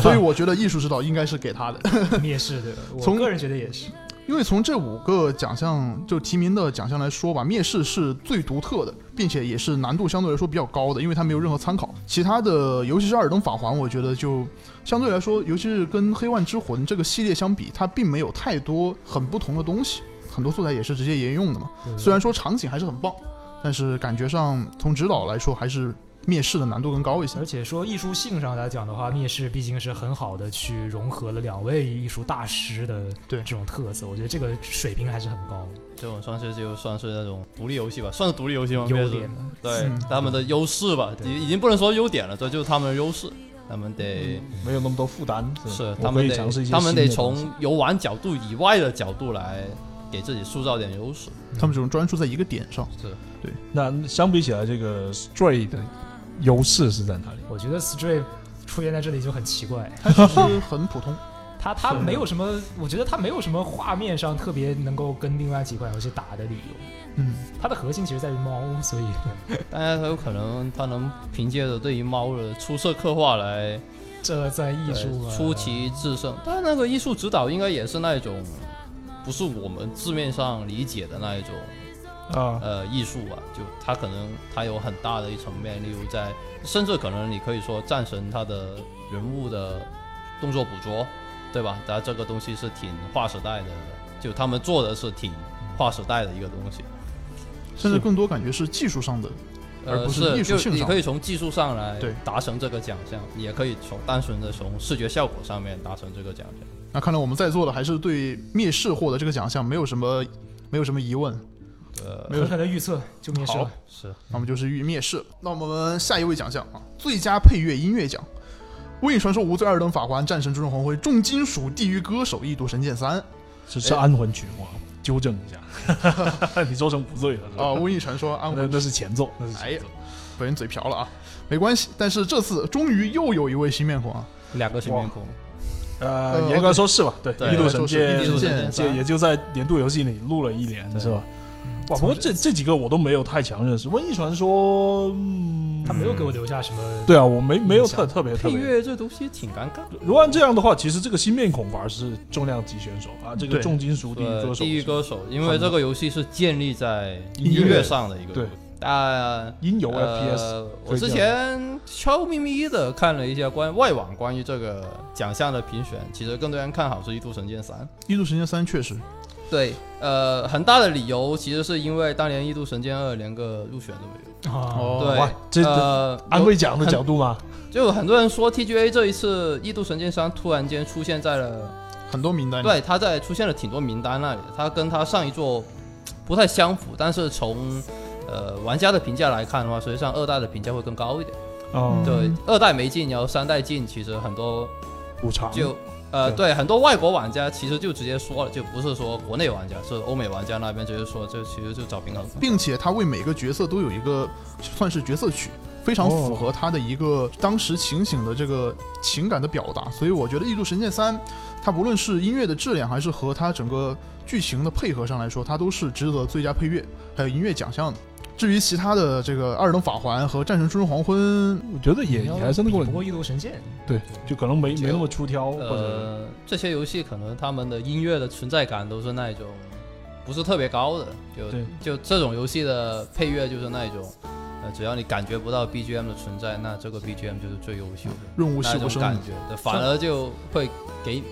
S2: [LAUGHS] 所以我觉得艺术指导应该是给他的， [LAUGHS]
S5: 你也是对吧，我
S2: 从
S5: 个人觉得也是。
S2: 因为从这五个奖项就提名的奖项来说吧，面试是最独特的，并且也是难度相对来说比较高的，因为它没有任何参考。其他的，尤其是《二等法环》，我觉得就相对来说，尤其是跟《黑暗之魂》这个系列相比，它并没有太多很不同的东西，很多素材也是直接沿用的嘛。
S5: 对
S2: 虽然说场景还是很棒，但是感觉上从指导来说，还是面试的难度更高一些
S5: 而。且说艺术性上来讲的话，灭世毕竟是很好的去融合了两位艺术大师的
S2: 对
S5: 这种特色，我觉得这个水平还是很高
S4: 这种算是就算是那种独立游戏吧，算是独立游戏吗
S5: 的，？
S4: 应该
S5: 优
S4: 是
S5: 点的。
S4: 对
S2: 嗯
S4: 他们的优势吧，
S5: 对
S4: 已已经不能说优点了，这就是他们的优势。他们得
S3: 没有那么多负担，
S4: 是
S3: 嗯我
S4: 他
S3: 可
S4: 们
S3: 以
S4: 得
S3: 尝试一些
S4: 他们
S3: 新
S4: 得
S3: 的东西
S4: 从游玩角度以外的角度来给自己塑造点优势。
S2: 他们只能专注在一个点上。
S4: 是
S3: 那相比起来，这个 Stray 的优势是在哪里？
S5: 我觉得 Stray 出现在这里就很奇怪，
S2: 它只是很普通，
S5: 他他没有什么，我觉得他没有什么画面上特别能够跟另外几款游戏打的理由。
S2: 嗯，
S5: 它的核心其实在于猫，
S2: [LAUGHS]
S5: 所以
S4: 当然，他有可能他能凭借着对于猫的出色刻画来
S5: 这在艺术啊
S4: 呃
S3: 啊
S5: 嘛
S4: 出奇制胜。但那个艺术指导应该也是那一种，不是我们字面上理解的那一种
S3: 啊，
S4: 呃艺术吧，就它可能它有很大的一层面，例如在，甚至可能你可以说战神他的人物的动作捕捉，对吧？它这个东西是挺划时代的，就他们做的是挺划时代的一个东西，
S2: 甚至更多感觉是技术上的。嗯而
S4: 呃，
S2: 不是艺术
S4: 就
S2: 性
S4: 你
S2: 上
S4: 可以从技术上来
S2: 对
S4: 达成这个奖项，也可以从单纯的从视觉效果上面达成这个奖项。
S2: 那看来我们在座的还是对灭世获得这个奖项没有什么没有什么疑问。
S4: 呃，
S2: 没有
S5: 狠狠的预测就灭世了
S2: 好。
S4: 是
S2: 那么就是与灭世。那我们下一位奖项啊，最佳配乐音乐奖，《瘟疫传说：无罪二等法环》《战神：诸神黄昏》《重金属地狱歌手》《异度神剑三》
S3: 是是安魂曲吗？纠正一下， [LAUGHS] 你说成不对了是
S2: [LAUGHS] 啊，
S3: 吧
S2: 《瘟疫传说》安
S3: 那
S2: 魂。
S3: 那是前奏，那是
S2: 哎
S3: 前
S2: 呀
S3: 奏。，
S2: 被人嘴瓢了啊，没关系。但是这次终于又有一位新面孔啊，
S4: 两个新面孔，
S2: 呃
S3: 呃，
S4: 哦
S3: 严格来说是吧？对，
S4: 对
S3: 异度
S2: 说
S3: 神
S2: 是
S3: 剑
S2: 异度神嗯剑
S3: 这也就在年度游戏里录了一年，是吧？哇，不过这这几个我都没有太强认识。瘟疫传说，嗯
S5: 他没有给我留下什么
S3: 对啊，我没没有特特别特
S4: 配
S3: 别
S4: 乐这东西挺尴尬。
S3: 如果按这样的话，其实这个新面孔反而是重量级选手啊，这个
S2: 对
S3: 重金属地狱歌
S4: 嗯对，
S3: 手，
S4: 地狱歌手，因为这个游戏是建立在
S3: 音
S4: 音
S3: 乐
S4: 乐上的一个
S3: 对
S4: 游戏，但
S3: 音游 FPS，
S4: 呃，
S3: 可
S4: 我
S3: 以
S4: 之
S3: 这
S4: 前悄咪咪的看了一下关外网关于这个奖项的评选，其实更多人看好是《一度神剑三》。
S2: 《异度神剑三》确实，
S4: 对，呃，很大的理由其实是因为当年《异度神剑二》连个入选都没有。
S5: 啊，
S2: 哦
S3: 哇
S4: 对，
S3: 这
S4: 呃，
S3: 安
S4: 有
S3: 慰奖的角度吗？
S4: 就很多人说 TGA 这一次《异度神剑三》突然间出现在了
S2: 很多名单里。
S4: 对，他在出现了挺多名单那里，他跟他上一座不太相符，但是从呃玩家的评价来看的话，实际上二代的评价会更高一点。
S3: 哦，
S4: 嗯对，二代没进，然后三代进，其实很多
S3: 补偿
S4: 就呃
S3: 嗯对
S4: 对很多外国玩家其实就直接说了，就不是说国内玩家，是欧美玩家那边直接说，就其实就找平衡。
S2: 并且他为每个角色都有一个算是角色曲，非常符合他的一个当时情景的这个情感的表达。所以我觉得《异度神剑三》，它不论是音乐的质量，还是和它整个剧情的配合上来说，它都是值得最佳配乐还有音乐奖项的。至于其他的这个《二等法环》和《战神：诸神黄昏》，
S3: 我觉得也
S5: 你要
S3: 也还是那
S5: 比不过
S3: 个，
S5: 《异度神剑
S3: 对，就可能没没那么出挑，或者
S4: 呃，这些游戏可能他们的音乐的存在感都是那一种不是特别高的，
S3: 对
S4: 就就这种游戏的配乐就是那一种，呃，只要你感觉不到 BGM 的存在，那这个 BGM 就是最优秀的
S2: 润物细
S4: 那
S2: 无
S4: 种
S2: 声。
S4: 感觉对，反而就会给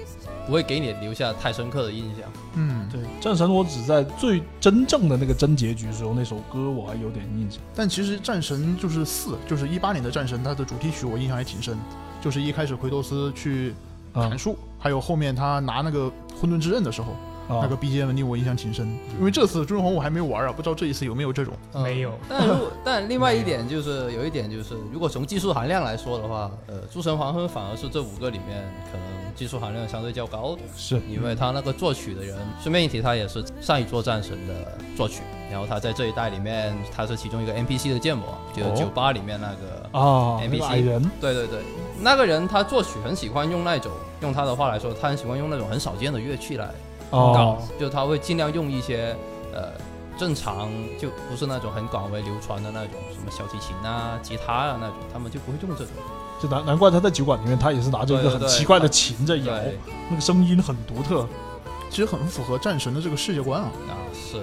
S4: 不会给你留下太深刻的印象。
S2: 嗯，
S3: 对战神，我只在最真正的那个真结局时候那首歌我还有点印象，
S2: 但其实《战神》就是四，就是一八年的《战神》，它的主题曲我印象还挺深，就是一开始奎托斯去
S3: 啊
S2: 砍树，还有后面他拿那个混沌之刃的时候。那
S3: 啊嗯
S2: 个，BGM 令我印象挺深，因为这次《朱人红》我还没玩啊，不知道这一次有没有这种。
S4: 嗯
S5: 没有
S4: 但如果但另外一点就是有一点就是，如果从技术含量来说的话，呃，诸神黄昏反而是这五个里面可能技术含量相对较高的。
S3: 是
S4: 因为他那个作曲的人，顺便一提，他也是上一座战神的作曲，然后他在这一代里面，他是其中一个 NPC 的建模，就是
S3: 哦
S4: 酒吧里面那个，
S3: 啊，那
S4: NPC
S3: 个矮人
S4: 对对对，那个人他作曲很喜欢用那种，用他的话来说，
S3: 啊
S4: 他很喜欢用那种很少见的乐器来搞，
S3: 哦，
S4: 就他会尽量用一些呃正常就不是那种很广为流传的那种什么小提琴啊、吉他啊那种，他们就不会用这种。
S3: 就难难怪他在酒馆里面，他也是拿着一个
S4: 对
S3: 很
S4: 对对
S3: 奇怪的琴在摇，
S4: 对
S3: 那个声音很独特。
S2: 其实很符合战神的这个世界观啊。
S4: 啊，是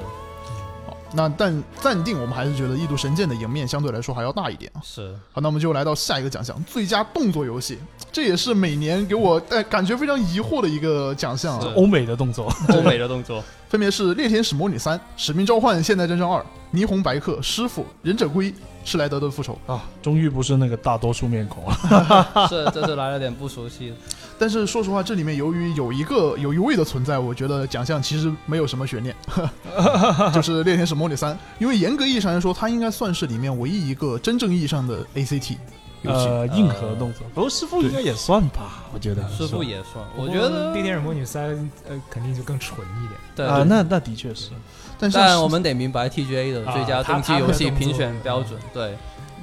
S2: 那但暂定我们还是觉得《异度神剑》的赢面相对来说还要大一点啊。
S4: 是，
S2: 好，那我们就来到下一个奖项——最佳动作游戏，这也是每年给我带感觉非常疑惑的一个奖项啊。
S4: 是
S3: 欧美的动作，
S4: 欧美的动作，
S2: 分别是《猎天使模拟三》《使命召唤：现代战争二》《霓虹白客》《师傅》《忍者龟》《施莱德的复仇》。
S3: 啊，终于不是那个大多数面孔了。
S4: [LAUGHS] 是这次来了点不熟悉的。
S2: 但是说实话，这里面由于有一个有一位的存在，我觉得奖项其实没有什么悬念， [LAUGHS] 就是《猎天使魔女三》，因为严格意义上来说，它应该算是里面唯一一个真正意义上的 ACT 游戏。
S3: 呃，硬核动作，不过师傅应该也算吧，我觉得
S4: 啊师傅
S3: 是吧
S4: 也算，我觉得
S5: 《地电影魔女三》呃肯定就更纯一点。
S4: 对
S3: 啊，那那的确是，
S2: 但是
S4: 但我们得明白 TGA 的
S5: 啊
S4: 最佳
S5: 他
S4: 动机
S5: 他们
S4: 游
S5: 的
S4: 戏
S5: 动
S4: 评
S5: 作
S4: 选标准，对，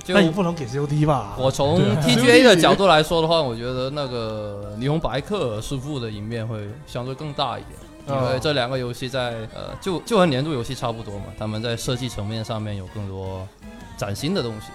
S4: 就
S3: 但也不能给 COD 吧。
S4: 我从
S3: 对
S4: TGA 的角度来说的话，我觉得那个霓虹白客师傅的赢面会相对更大一点。
S3: 哦
S4: 因
S3: 啊
S4: 为这两个游戏在呃，就就和年度游戏差不多嘛，他们在设计层面上面有更多崭新的东西。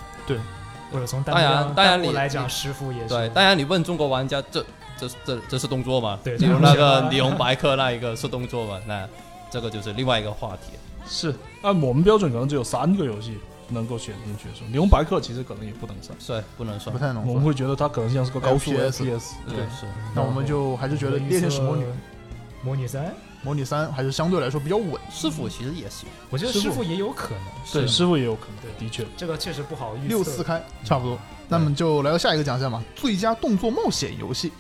S5: 或者从弹
S4: 当然
S5: 幕
S4: 当然
S5: 弹幕
S4: 你
S5: 来
S4: 你
S5: 讲，师傅也是
S4: 对，当然你问中国玩家，这这这这是动作嘛？
S5: 对
S4: 比如那
S5: 这
S4: 个
S5: 是动作啊
S4: 霓虹白客那一个是动作嘛？那这个就是另外一个话题。
S3: 是按我们标准，可能只有三个游戏能够选进去，是吧？红白客其实可能也不能算，
S4: 是不能算
S2: 不，太能
S3: 我
S2: 说
S3: 们会觉得它可能像是个高啊速
S2: FPS
S3: FPS。
S4: 对
S2: 对
S4: 是
S2: 那我们就还是觉得《猎天使魔女》《
S5: 魔女三，
S2: 魔女三》还是相对来说比较稳。
S4: 师傅其实也行，
S5: 我觉得
S3: 师
S5: 师
S3: 傅
S5: 傅也有可能，
S3: 对，
S4: 是
S3: 师傅也有可能，
S5: 对
S3: 的确。
S5: 这个确实不好预测。
S2: 六四开差不多，那么就来到下一个奖项嘛，最佳动作冒险游戏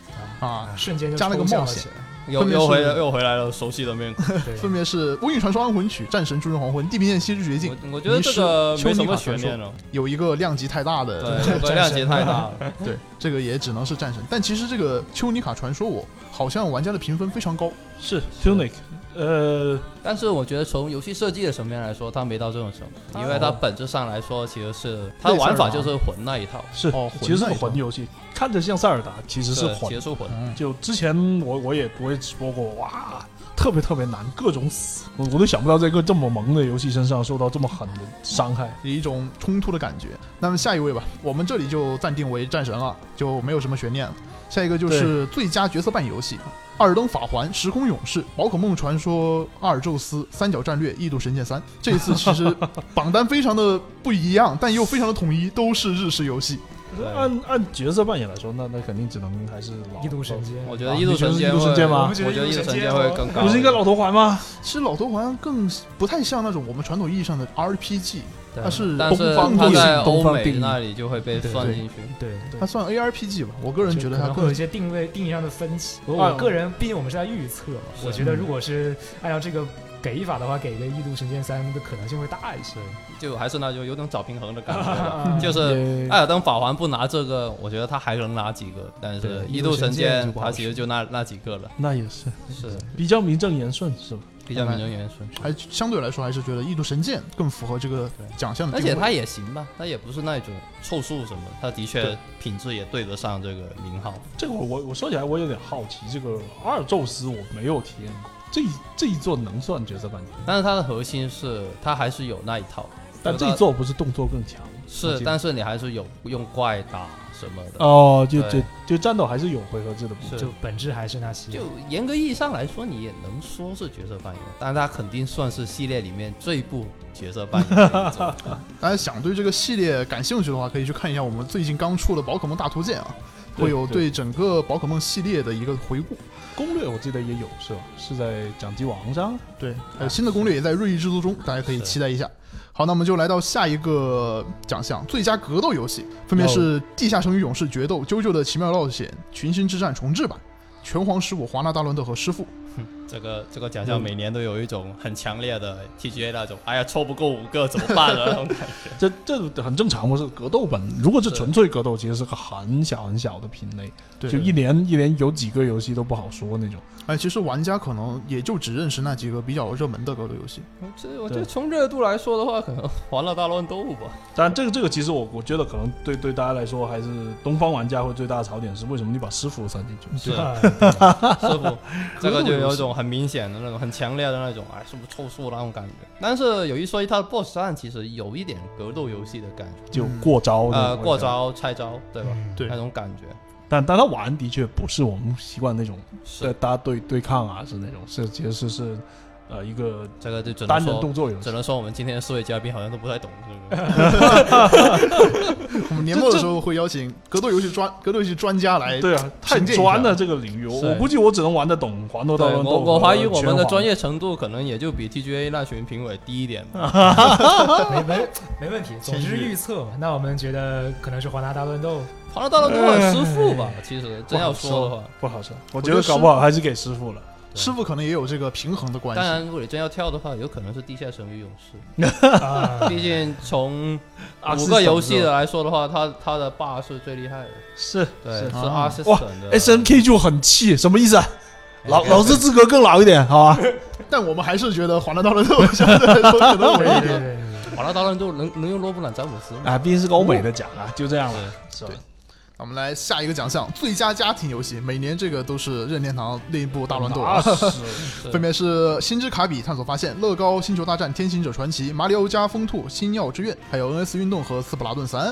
S2: 啊
S5: 啊，，瞬间就
S2: 加了个
S5: 抽象
S2: 冒险
S4: 又
S2: 分别是
S4: 又回又回来了熟悉的面孔。
S5: 起来，
S2: 分
S5: 对，
S2: 别是《瘟疫传说：安魂曲》《战神：诸神黄昏》《地平线：昔日绝境》，
S4: 我我觉得这个没什么悬念了，
S2: 有一个量级太大的
S3: [LAUGHS]
S4: 对，这量级太大了。
S2: 对，这个也只能是战神。但其实这个丘尼卡传说我好像玩家的评分非常高，
S3: 是 Tunic，呃，
S4: [LAUGHS] 但是我觉得从游戏设计的层面来说，它没到这种程
S3: 哦
S4: 度，因为它本质上来说其实是它玩法就是
S3: 啊
S4: 魂那一套，
S3: 是
S2: 哦，
S3: 其实是
S2: 魂
S3: 个
S2: 类的
S3: 魂游戏，看着像塞尔达，其实是嗯
S4: 结
S3: 魂。
S4: 束魂。
S3: 就之前我我也我也说过，哇，特别特别难，各种死，我我都想不到这个这么萌的游戏身上受到这么狠的伤害。
S2: 有一种冲突的感觉。那么下一位吧，我们这里就暂定为战神了，就没有什么悬念了。下一个就是最佳角色扮演游戏，《二登法环》《时空勇士》《宝可梦传说：阿尔宙斯》《三角战略》《异度神剑三》。这一次其实榜单非常的不一样，但又非常的统一，都是日式游戏。
S4: 对
S3: 按按角色扮演来说，那那肯定只能还是老
S5: 异度神剑，
S4: 我觉得
S3: 啊
S4: 异度神剑
S3: 你觉得异度神
S4: 会，
S3: 剑吗
S4: 我觉得异度神剑会更高。
S3: 不是应该老头环吗？
S2: 其实老头环更不太像那种我们传统意义上的 RPG，
S5: 对
S2: 它是
S4: 但是
S2: 东
S4: 它
S2: 方
S4: 在
S3: 东
S4: 欧
S3: 方
S4: 美
S3: 定义
S4: 那里就会被算进去。
S5: 对对
S2: 它。算 ARPG 吧，我个人觉得
S5: 就可
S2: 它
S5: 能会有
S2: 更哎
S5: 一些定位定义上的分歧。我
S3: 啊
S5: 我个人，毕竟我们是在预测嘛，
S4: 是
S5: 我觉得
S2: 嗯
S5: 如果是按照这个给法的话，给个《异度神剑三》的可能性会大一些。
S4: 就还是那就有种找平衡的感觉
S2: 嗯
S3: [LAUGHS]
S4: 吧。
S5: 啊
S4: 就是
S3: 也
S4: 艾尔登法环不拿这个，我觉得他还能拿几个，但是
S3: 对
S4: 异
S3: 异度
S4: 度神
S3: 神剑
S4: 剑
S3: 就不好
S4: 他
S3: 说
S4: 其实就那那几个了，
S3: 那也是
S4: 是
S3: 比较名正言顺，是吧？
S4: 比较名正言顺。
S2: 还相对来说还是觉得《异度神剑》更符合这个奖
S3: 嗯
S2: 项的
S4: 而
S2: 定
S4: 且
S2: 位。
S4: 他也行吧，他也不是那种凑数什么，他的确品质也对得上这个名号。
S3: 这个我我我说起来我有点好奇，这个阿尔宙斯我没有体验过，这一这一座能算角色扮演？
S4: 但是它的核心是，它还是有那一套，
S3: 但这一座不是动作更强？我
S4: 是
S3: 记，得
S4: 但是你还是有用怪打什么的。
S3: 哦，就就
S4: 对
S3: 就战斗还是有回合制的部
S2: 嗯
S3: 分。
S4: 是
S5: 就本质还是那些。 [LAUGHS]
S4: 就严格意义上来说，你也能说是角色扮演，但它肯定算是系列里面最不角色扮
S3: [LAUGHS]
S4: 演的一种。
S2: 大家想对这个系列感兴趣的话，可以去看一下我们最近刚出的《宝可梦大图鉴》啊，
S3: 对
S2: 会有
S3: 对
S2: 对整个宝可梦系列的一个回顾。
S3: 攻略我记得也有是吧？是在掌机王上，
S2: 对，
S5: 啊
S2: 还有新的攻略也在锐意制作中，大家可以期待一下。好，那我们就来到下一个奖项——最佳格斗游戏，分
S5: 哦
S2: 别是《地下城与勇士决斗》《啾啾的奇妙冒险》《群星之战重置版》《拳皇十五华纳大乱斗和师傅》。
S4: 这个这个
S3: 嗯
S4: 奖项每年都有一种很强烈的 TGA 那种，哎呀，凑不够五个怎么办啊了那
S3: [LAUGHS]
S4: 种感觉。
S3: 这这很正常，不是格斗本。如果是
S4: 是
S3: 纯粹格斗，其实是个很小很小的品类，
S2: 对
S3: 就一年一年有几个游戏都不好说那种。
S2: 哎，其实玩家可能也就只认识那几个比较热门的格斗游戏。
S4: 其实我觉得从热度来说的话，可能《欢乐大乱斗》吧。
S3: 但这个这个其实我我觉得可能对对大家来说，还是
S4: 嗯
S5: [LAUGHS]
S3: 东方玩家会最大的槽点是为什么你把师傅算进去？
S4: 是
S5: 啊
S3: [LAUGHS]
S4: 师傅，这个就有一种很明显的那种很强烈的那种，哎，是不是凑数那种感觉？但是有一说一，它的 BOSS 战其实有一点格斗游戏的感觉，
S3: 就过招的、
S4: 呃，过，招拆招，对吧？
S5: 嗯
S2: 对
S4: 那种感觉
S3: 但但他玩的确不是我们习惯那种对
S4: 是
S3: 大家对对抗啊，是那种是其实是是呃一个
S4: 这个就只能
S3: 单人动
S4: 说，
S3: 作游戏
S4: 只。能说我们今天的四位嘉宾好像都不太懂
S3: [LAUGHS]
S4: 这个。
S2: 我们年末的时候会邀请格斗游戏专 [LAUGHS] 格斗游戏专家来，
S3: 对啊，太
S2: 沉浸一下
S3: 专了这个领域，我
S4: 是
S3: 我估计我只能玩得懂黄豆大
S4: 对
S3: 乱斗
S4: 我我
S3: 和
S4: 怀疑我们
S3: 拳
S4: 的
S3: 皇
S4: 专业程度可能也就比 TGA 那群评委低一点吧。
S5: 没没没问题，总之是预测嘛。那我们觉得可能是华纳大乱
S2: [LAUGHS]
S5: 斗，
S4: 庞德大乱斗很师傅吧，其实真要说的话，
S3: 哎不好说，我
S2: 我
S3: 觉
S2: 觉
S3: 得
S2: 得
S3: 搞
S2: 师
S3: 不好还是给师傅了。
S2: 师傅可能也有这个平衡的关
S4: 当
S2: 系。
S4: 然如果你真要跳的话，有可能是地下神与勇士。
S5: 啊
S3: 哎
S4: 毕竟从
S3: 阿斯
S4: 啊五
S3: 神
S4: 个游戏
S3: 啊是吧
S4: 的来说的话，他他的霸是最厉害的，
S3: 是
S4: 对，
S3: 是
S4: 是
S2: 啊
S4: 阿斯
S3: 哇哎
S4: 神的
S3: S N K 就很气，什么意思啊？老
S4: 哎
S3: 老子资格更老一 [LAUGHS] 点，好吧？
S2: 但我们还是觉得《华纳大乱斗》相对来说可能
S5: 对
S2: 稳
S5: 对
S2: 一
S5: 对
S2: 点。
S5: 对对，
S4: 瓦拉达伦就能能用罗布朗詹姆
S3: [LAUGHS]
S4: 斯吗？
S3: 啊，毕竟是个欧美的奖啊，就这样了，是吧
S2: 对？我们来下一个奖项，最佳家庭游戏，每年这个都是任天堂内部大乱斗
S3: [LAUGHS]
S2: 啊。
S4: 是
S2: 分别是《星之卡比探索发现》《乐高星球大战：天行者传奇》《马里奥加风兔》《星耀之愿》，还有 NS 运动和《斯普拉顿三》。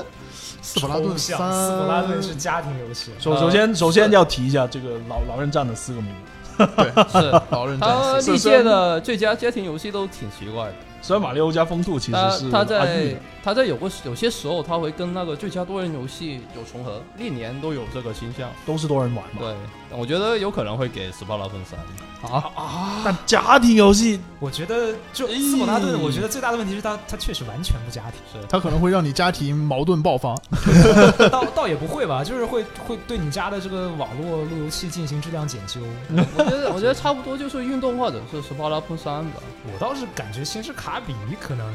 S2: 斯普拉顿
S5: 抽
S2: 三
S5: 象，斯普拉顿是家庭游戏，
S3: 首
S4: 呃
S3: 首先首
S4: 是
S3: 先要提一下这个老老人站的四个名字，
S4: 是。
S2: [LAUGHS] 老人
S4: 他 [LAUGHS]
S2: 战士，
S4: 历届的最佳家庭游戏都挺奇怪的，
S3: 虽然马里奥加风度其实
S4: 他
S3: 是
S4: 他
S3: 阿玉
S4: 在
S3: 的
S4: 他在有个有些时候他会跟那个最佳多人游戏有重合，历年都有这个倾向。
S3: 都是多人玩嘛，
S4: 对，我觉得有可能会给斯巴拉分
S3: [LAUGHS]
S4: 三。
S3: 但家庭游戏
S5: 我觉得就
S3: 哎
S5: 斯普拉顿，我觉得最大的问题是他他确实完全不家庭，
S4: 是，
S2: 他可能会让你家庭矛盾爆发。
S5: 倒倒也不会吧，就是会会对你家的这个网络路由器进行质
S2: [LAUGHS]
S5: 量检修。
S4: 我觉得我觉得差不多就是运动或者是斯巴拉分三吧。
S5: 我倒是感觉星之卡比可能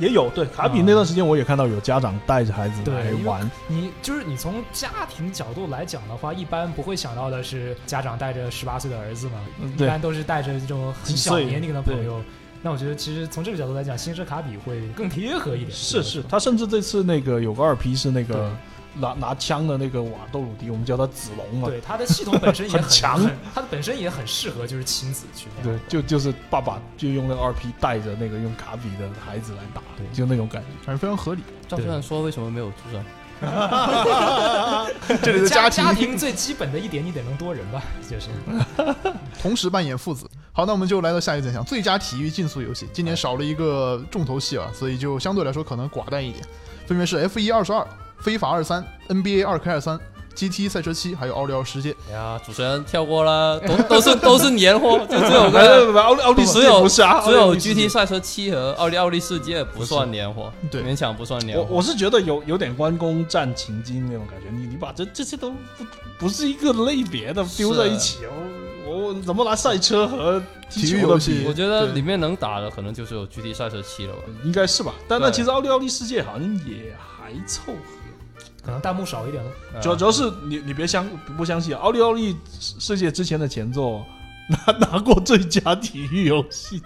S3: 也有对卡比那段时间我也看到有家长带着孩子
S5: 对
S3: 来
S5: 因为
S4: 哎
S3: 玩，
S5: 你就是你从家庭角度来讲的话，一般不会想到的是家长带着十八岁的儿子嘛，
S3: 嗯
S5: 一
S3: 对
S5: 般都是带着这种很
S3: 几
S5: 小
S3: 岁
S5: 年龄的朋友。那我觉得其实从这个角度来讲，星之卡比会更贴合一点。
S3: 是是，他甚至这次那个有个二批是那个
S5: 对
S3: 拿拿枪的那个瓦豆鲁迪，我们叫他子龙啊嘛，
S5: 对它的系统本
S3: [LAUGHS]
S5: 身也
S3: 很强
S5: 很它的本身也很适合就是亲子去那样
S3: 对，就就是爸爸就用那个二批带着那个用卡比的孩子来打，
S5: 对
S3: 就那种感觉。
S2: 反正非常合理。
S4: 赵先生说为什么没有出声？
S2: 这里的
S5: 家
S2: 庭
S5: 庭最基本的一点，你得能多人吧，就是
S2: 同时扮演父子。好，那我们就来到下一个奖项，最佳体育竞速游戏。今年少了一个重头戏啊，所以就相对来说可能寡淡一点。分别是 F 一二十二、非法二三、NBA 二 K 二三、GT 赛车七，还有奥利奥
S3: [LAUGHS]
S2: 世界。
S4: 哎呀，主持人跳过了，都都是都是年货，就只有
S3: 来 [LAUGHS] 来
S4: 个
S3: 来，奥利奥利
S4: 只
S3: 斯
S4: 有
S3: 不是啊，
S4: 只有
S3: 奥利奥利斯
S4: GT 赛车七和奥利奥利世界不算年货，
S2: 对
S4: 勉强不算年
S3: 我
S4: 货。
S3: 我是觉得有有点关公战秦京那种感觉，你你把这这些都不不是一个类别的丢在一起，哦我我我怎么拿赛车和踢
S2: 体育
S3: 球的
S2: 游戏
S3: 比？
S4: 我觉得
S2: 对
S4: 里面能打的可能就是有 GT 赛车七了吧。
S3: 应该是吧？但那
S4: 对
S3: 其实奥利奥利世界好像也还凑合，呃
S5: 可能弹幕少一点了。
S4: 嗯
S3: 主要主要是你你别相不相信啊奥利奥利世界之前的前作拿拿过最佳体育游戏，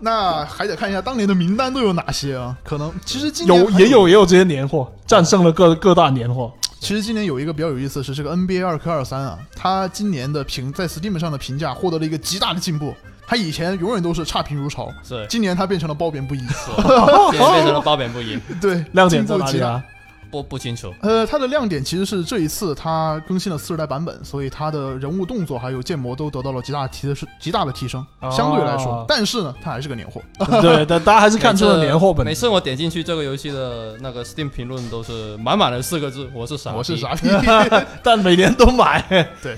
S2: 那还得看一下当年的名单都有哪些啊？可能其实今年
S3: 有
S2: 还
S3: 也有，也有这些年货，战胜了各各大年货。
S2: 其实今年有一个比较有意思的是这个 NBA 二 K 二三啊，它今年的评在 Steam 上的评价获得了一个极大的进步。它以前永远都是差评如潮，
S3: [LAUGHS]
S4: 是，
S2: 今年它变成了褒贬不一。
S4: 现在变成了褒贬不一，
S2: 对，
S3: 亮点在
S2: 进步
S3: 哪
S2: 极
S3: 里
S2: 大
S3: 啊？
S4: 不不清楚。
S2: 呃，它的亮点其实是这一次它更新了四十代版本，所以它的人物动作还有建模都得到了极大的提升，极大的提升。
S3: 哦
S2: 相对来说，但是呢，它还是个年货。
S3: 对，但大家还是看出了年货本
S4: 每
S3: 质。
S4: 次我点进去这个游戏的那个 Steam 评论都是满满的四个字：我是傻， [LAUGHS]
S2: 我是
S4: 傻。
S2: 傻逼，
S3: 但每年都买，
S2: 对，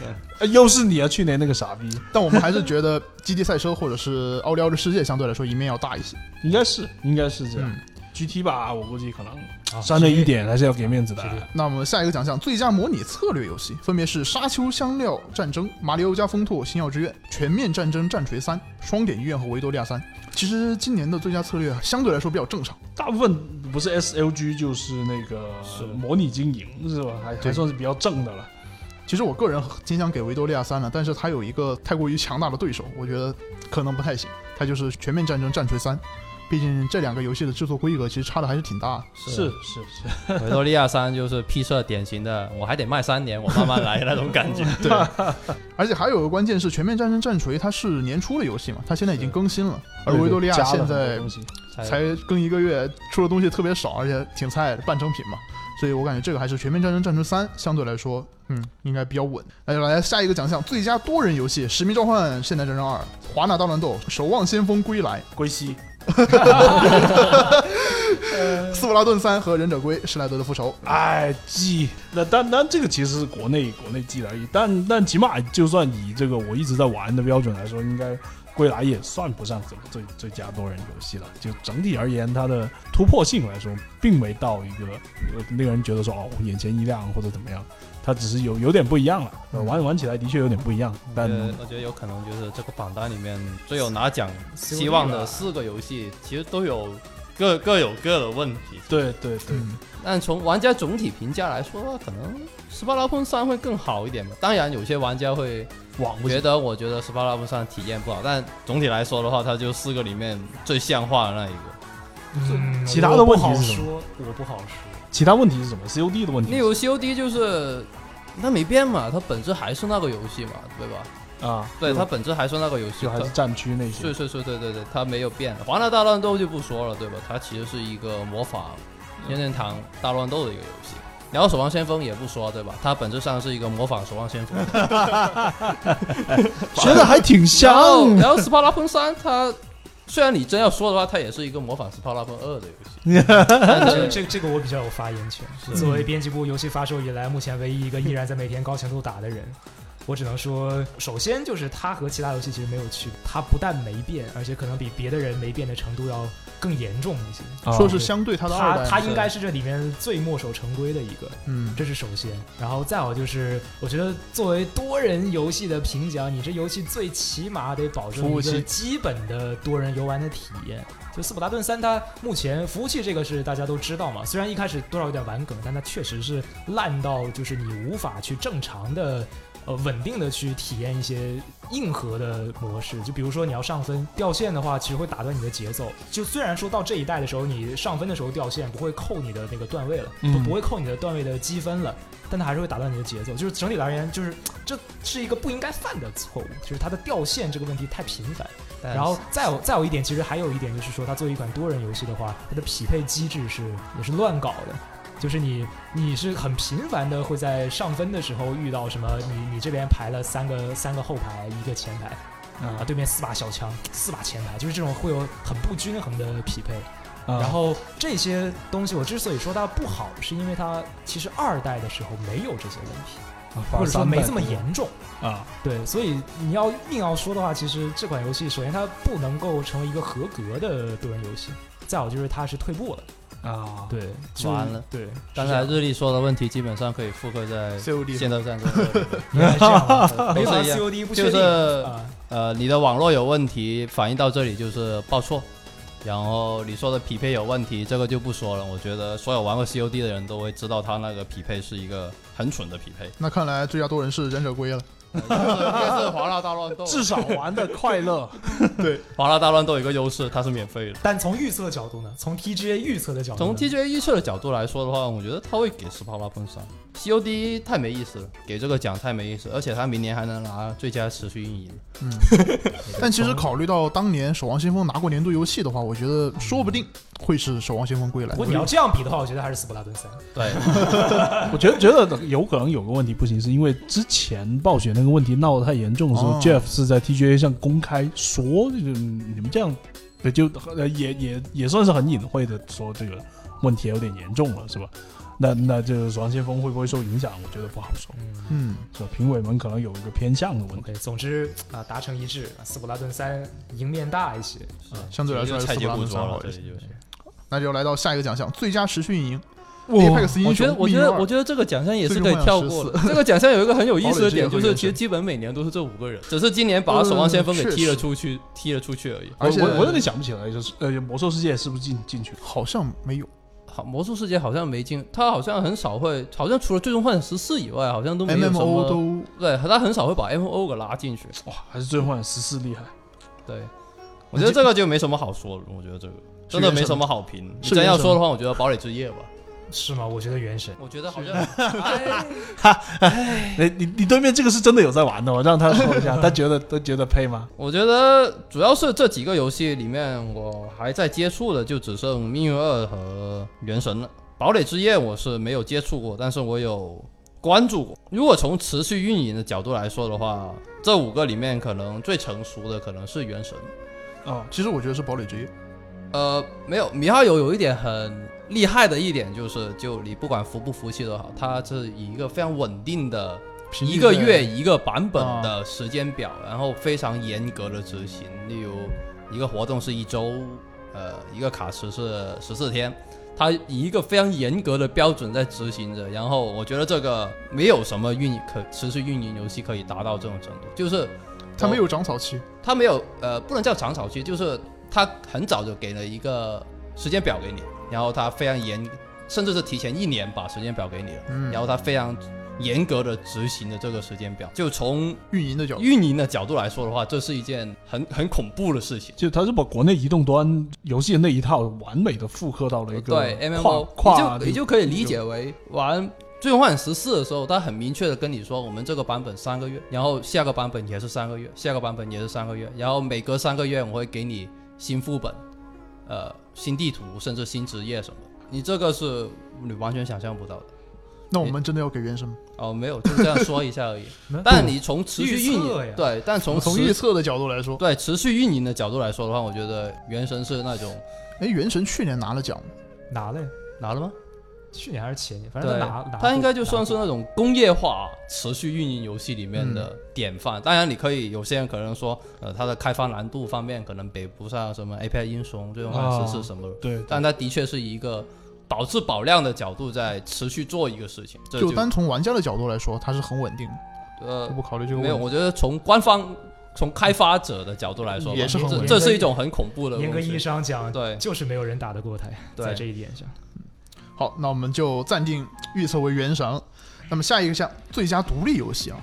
S3: 又是你啊！去年那个傻逼，
S2: [LAUGHS] 但我们还是觉得《基地赛车》或者是《奥利奥的世界》相对来说赢面要大一些。
S3: 应该是应该是这样
S2: 嗯。
S3: GT 吧，我估计可能
S5: 啊
S3: 三的一点还是要给面子的。
S5: 是的
S2: 那我们下一个奖项，最佳模拟策略游戏分别是《沙丘香料战争》《马里奥加风兔：星耀之愿》《全面战争战锤三》《双点医院》和《维多利亚三》。其实今年的最佳策略啊相对来说比较正常。
S3: 大部分不是 SLG 就是那个
S4: 是
S3: 模拟经营是吧？还还
S2: 对
S3: 算是比较正的了。
S2: 其实我个人挺想给维多利亚三了，但是它有一个太过于强大的对手，我觉得可能不太行。它就是《全面战争：战锤三》，毕竟这两个游戏的制作规格其实差的还是挺大的。
S3: 是是是，
S4: 维多利亚三就是 P 社典型的，我还得卖三年，我慢慢来那种感
S3: [LAUGHS]
S4: 觉。
S2: 对，而且还有个关键是，《全面战争战锤》它是年初的游戏嘛，它现在已经更新了，而维多利亚
S3: 加了
S2: 现
S3: 很多
S2: 在
S3: 东西
S4: 才
S2: 才更一个月，出的东西特别少，而且挺菜的半成品嘛。所以我感觉这个还是《全面战争战争三》相对来说，嗯，应该比较稳。来来，下一个奖项，最佳多人游戏《使命召唤：现代战争二》《华纳大乱斗》《守望先锋归来
S3: 归西，》
S2: 《斯普拉顿三》和《忍者龟：施莱德的复仇》。
S3: 哎，记那但但这个其实是国内国内记的而已，但但起码就算以这个我一直在玩的标准来说，应该归来也算不上什么最最佳多人游戏了。就整体而言，它的突破性来说，并没到一个呃令人觉得说哦眼前一亮或者怎么样，它只是有有点不一样了，呃玩玩起来的确有点不一样，但
S4: 呃，我觉得有可能就是这个榜单里面最有拿奖希望的四个游戏，其实都有各各有各的问题。
S3: 对对对，
S2: 嗯
S4: 但从玩家总体评价来说，可能《斯巴达碰三》会更好一点吧。当然，有些玩家会
S3: 网不
S4: 觉
S3: 行
S4: 得我觉得《斯巴达碰三》体验不好，但总体来说的话，它就四个里面最像话的那一个。
S5: 嗯，
S3: 其他的
S5: 我不
S3: 问题
S5: 好
S3: 是什么
S5: 说，我不好说。
S3: 其他问题是什么？COD 的问题
S4: 例如 COD 就是它没变嘛，它本质还是那个游戏嘛，对吧？
S3: 啊，
S4: 对，
S3: 就
S4: 它本质还是那个游戏，
S3: 就还
S4: 它
S3: 是战区那些 [LAUGHS]
S4: 是，是是，对对对，它没有变。华纳大乱斗就不说了，对吧？它其实是一个模仿任天堂大乱斗的一个游戏。然后守望先锋也不说，对吧？它本质上是一个模仿守望先锋。
S3: 觉得还挺
S4: 然后
S3: 像，
S4: 然后斯巴达喷三，它虽然你真要说的话，它也是一个模仿斯巴达喷二的游戏。
S2: [LAUGHS]
S4: 但
S5: 这个
S4: 是
S5: 这个这个我比较有发言权。作为编辑部游戏发售以来，目前唯一一个依然在每天高强度打的人，我只能说，首先就是它和其他游戏其实没有区别，它不但没变，而且可能比别的人没变的程度要更严重一些。
S4: 哦
S2: 说是相对它的二
S5: 它
S2: 代，
S5: 它应该是这里面最墨守成规的一个，
S2: 嗯，
S5: 这是首先。然后再有就是，我觉得作为多人游戏的评奖，你这游戏最起码得保证
S3: 服务
S5: 一
S3: 器
S5: 个基本的多人游玩的体验。就《斯普达顿三》，它目前服务器这个是大家都知道嘛，虽然一开始多少有点玩梗，但它确实是烂到就是你无法去正常的。呃，稳定的去体验一些硬核的模式，就比如说你要上分掉线的话，其实会打断你的节奏。就虽然说到这一代的时候，你上分的时候掉线不会扣你的那个段位了，
S3: 嗯
S5: 不不会扣你的段位的积分了，但它还是会打断你的节奏。就是整体而言，就是这是一个不应该犯的错误，就是它的掉线这个问题太频繁。然后再有再有一点，其实还有一点就是说，它作为一款多人游戏的话，它的匹配机制是也是乱搞的。就是你，你是很频繁的会在上分的时候遇到什么你，你这边排了三个三个后排，一个前排，啊，对面四把小枪，四把前排，就是这种会有很不均衡的匹配。
S3: 啊
S5: 然后这些东西，我之所以说它不好，是因为它其实二代的时候没有这些问题，或者说没这么严重。
S3: 啊，
S5: 对，所以你要硬要说的话，其实这款游戏首先它不能够成为一个合格的多人游戏，再有就是它是退步了，
S3: 啊，
S5: 对，就是
S4: 完了，
S5: 对，
S4: 刚
S5: 是这
S4: 才
S5: 样
S4: 日历说的问题，基本上可以复刻在
S5: 啊
S2: COD
S4: 现代战争二里面。
S5: 应该是这样吧
S4: 都
S5: 没
S4: 是
S5: 法
S4: 一样
S5: COD 不确
S4: 就
S5: 定
S4: 是
S5: 啊，
S4: 呃，你的网络有问题，反映到这里就是报错。然后你说的匹配有问题，这个就不说了。我觉得所有玩过 COD 的人都会知道，他那个匹配是一个很蠢的匹
S5: [LAUGHS]
S4: 配。 [LAUGHS]
S2: 那看来最佳多人是忍者龟了。
S4: 呃这是华纳大乱斗，
S3: 至少玩的快乐。
S4: 华纳大乱斗有一个优势，它是免费的。
S5: 但从预测角度呢，从 TGA 预测的角度
S4: 从
S5: 呢，
S4: TGA 预测的角度来说的话，我觉得他会给斯帕拉碰三。COD 太没意思了，给这个奖太没意思，而且他明年还能拿最佳持续运营。
S2: [LAUGHS] 但其实考虑到当年《守望先锋》拿过年度游戏的话，我觉得说不定会是《守望先锋归来
S5: 不》过。你要这样比的话，我觉得还是斯普拉顿三。
S4: 对，
S3: 我觉得觉得有可能有个问题不行，是因为之前暴雪那个问题闹得太严重的时候、
S2: 哦
S3: j e f f 是在 TGA 上公开说，就是你们这样，对，就呃也也也算是很隐晦的说这个问题有点严重了，是吧？那那就是双先锋会不会受影响？我觉得不好说，
S5: 嗯
S2: 嗯，
S3: 是吧？评委们可能有一个偏向的问题。
S5: ，OK，总之啊，达成一致，斯普拉顿三赢面大一些。
S2: 相对来说还是
S4: 菜
S2: 斯普
S4: 鸡
S2: 拉
S4: 不
S2: 顿
S4: 说
S2: 三
S4: 了
S2: 好，
S4: 这
S2: 一
S4: 里
S2: 些。
S4: 就是。
S2: 那就来到下一个奖项，最佳持续运营。Apex 英
S4: 我觉得，
S2: 雄，
S4: 我觉得，我
S2: 我
S4: 觉得这个奖项也是可以跳过的。这个奖项有一个很有意思的点，呃
S2: 堡垒之夜和
S4: 就是其实基本每年都是这五个人，只是今年把守望先锋给踢了出去，踢了出去而已。
S3: 我
S2: 而且
S3: 我我有点想不起来，就是呃，魔兽世界是不是进进去了？
S2: 好像没有。
S4: 好，魔兽世界好像没进，他好像很少会，好像除了最终幻想十四以外，好像都没有什
S2: MMO
S4: 么。
S2: 都
S4: 对，他很少会把 M O 给拉进去。
S3: 哇，还是最后十四厉害。
S4: 对，我觉得这个就没什么好说的，我觉得这个。真的没什么好评。
S2: 是
S4: 你真
S2: 原
S4: 要
S2: 神
S4: 说的话，我觉得《堡垒之夜》吧，
S5: 是吗？我觉得原神
S4: 我觉得好像， [LAUGHS] 哎
S3: 你哎你你对面这个是真的有在玩的，我让他说一下，他觉得他觉得配吗？
S4: 我觉得主要是这几个游戏里面，我还在接触的就只剩《命运二》和《原神》了。《堡垒之夜》我是没有接触过，但是我有关注过。如果从持续运营的角度来说的话，这五个里面可能最成熟的可能是《原神》。
S3: 哦，
S2: 其实我觉得是堡垒之夜，
S4: 呃，没有，米哈游有一点很厉害的一点就是，就你不管服不服气都好，它是以一个非常稳定的
S2: 平
S4: 一
S2: 均
S4: 个
S2: 在
S4: 月一个版本的时间表，然后非常严格的执行。例如，一个活动是一周，呃，一个卡池是十四天，它以一个非常严格的标准在执行着。然后，我觉得这个没有什么运可持续运营游戏可以达到这种程度，就是
S2: 它没有长草期，
S4: 它没有呃，不能叫长草期，就是它很早就给了一个时间表给你，然后它非常严，甚至是提前一年把时间表给你了，
S2: 嗯
S4: 然后它非常严格的执行的这个时间表。就从
S2: 运营的角度，
S4: 运营的角度来说的话，这是一件很很恐怖的事情。
S3: 就他是把国内移动端游戏的那一套完美的复刻到了一个
S4: 对
S3: 跨
S4: M M O，你
S3: 跨
S4: 就你就可以理解为玩。最终幻想十四的时候，它很明确的跟你说，我们这个版本三个月，然后下个版本也是三个月，下个版本也是三个月，然后每隔三个月我会给你新副本，呃，新地图，甚至新职业什么的。你这个是你完全想象不到的。
S2: 那我们真的要给原神吗？
S4: 哦，没有，就这样说一下而已
S5: 嗯。
S4: 但你从持续运
S5: 预测
S4: 营
S5: 呀，
S4: 对，但从
S2: 从
S4: 持
S2: 预测的角度来说，
S4: 对持续运营的角度来说的话，我觉得《原神》是那种
S2: 哎，原神去年拿了奖，
S5: 拿了呀，
S4: 拿了吗？
S5: 去年还是前年，反正
S4: 对
S5: 他拿拿，，
S4: 它应该就算是那种工业化持续运营游戏里面的典范。当然，你可以有些人可能说，呃，它的开发难度方面可能比不上什么 API 英雄、最终幻十四什么
S2: 哦
S4: 的，
S3: 对，
S4: 但它的确是一个保质保量的角度在持续做一个事情。这
S2: 就单从玩家的角度来说，它是很稳定的。
S4: 呃
S2: 我不考虑这个
S4: 没有，
S2: 问题，
S4: 我觉得从官方、从开发者的角度来说吧，
S2: 也是很
S4: 这
S2: 稳
S4: 这是一种很恐怖的
S5: 严格
S4: 东
S5: 意义
S4: 西。
S5: 上讲，
S4: 对
S5: 就是没有人打得过他，
S4: 对
S5: 在这一点上，
S2: 好，那我们就暂定预测为原神。那么下一个项最佳独立游戏啊，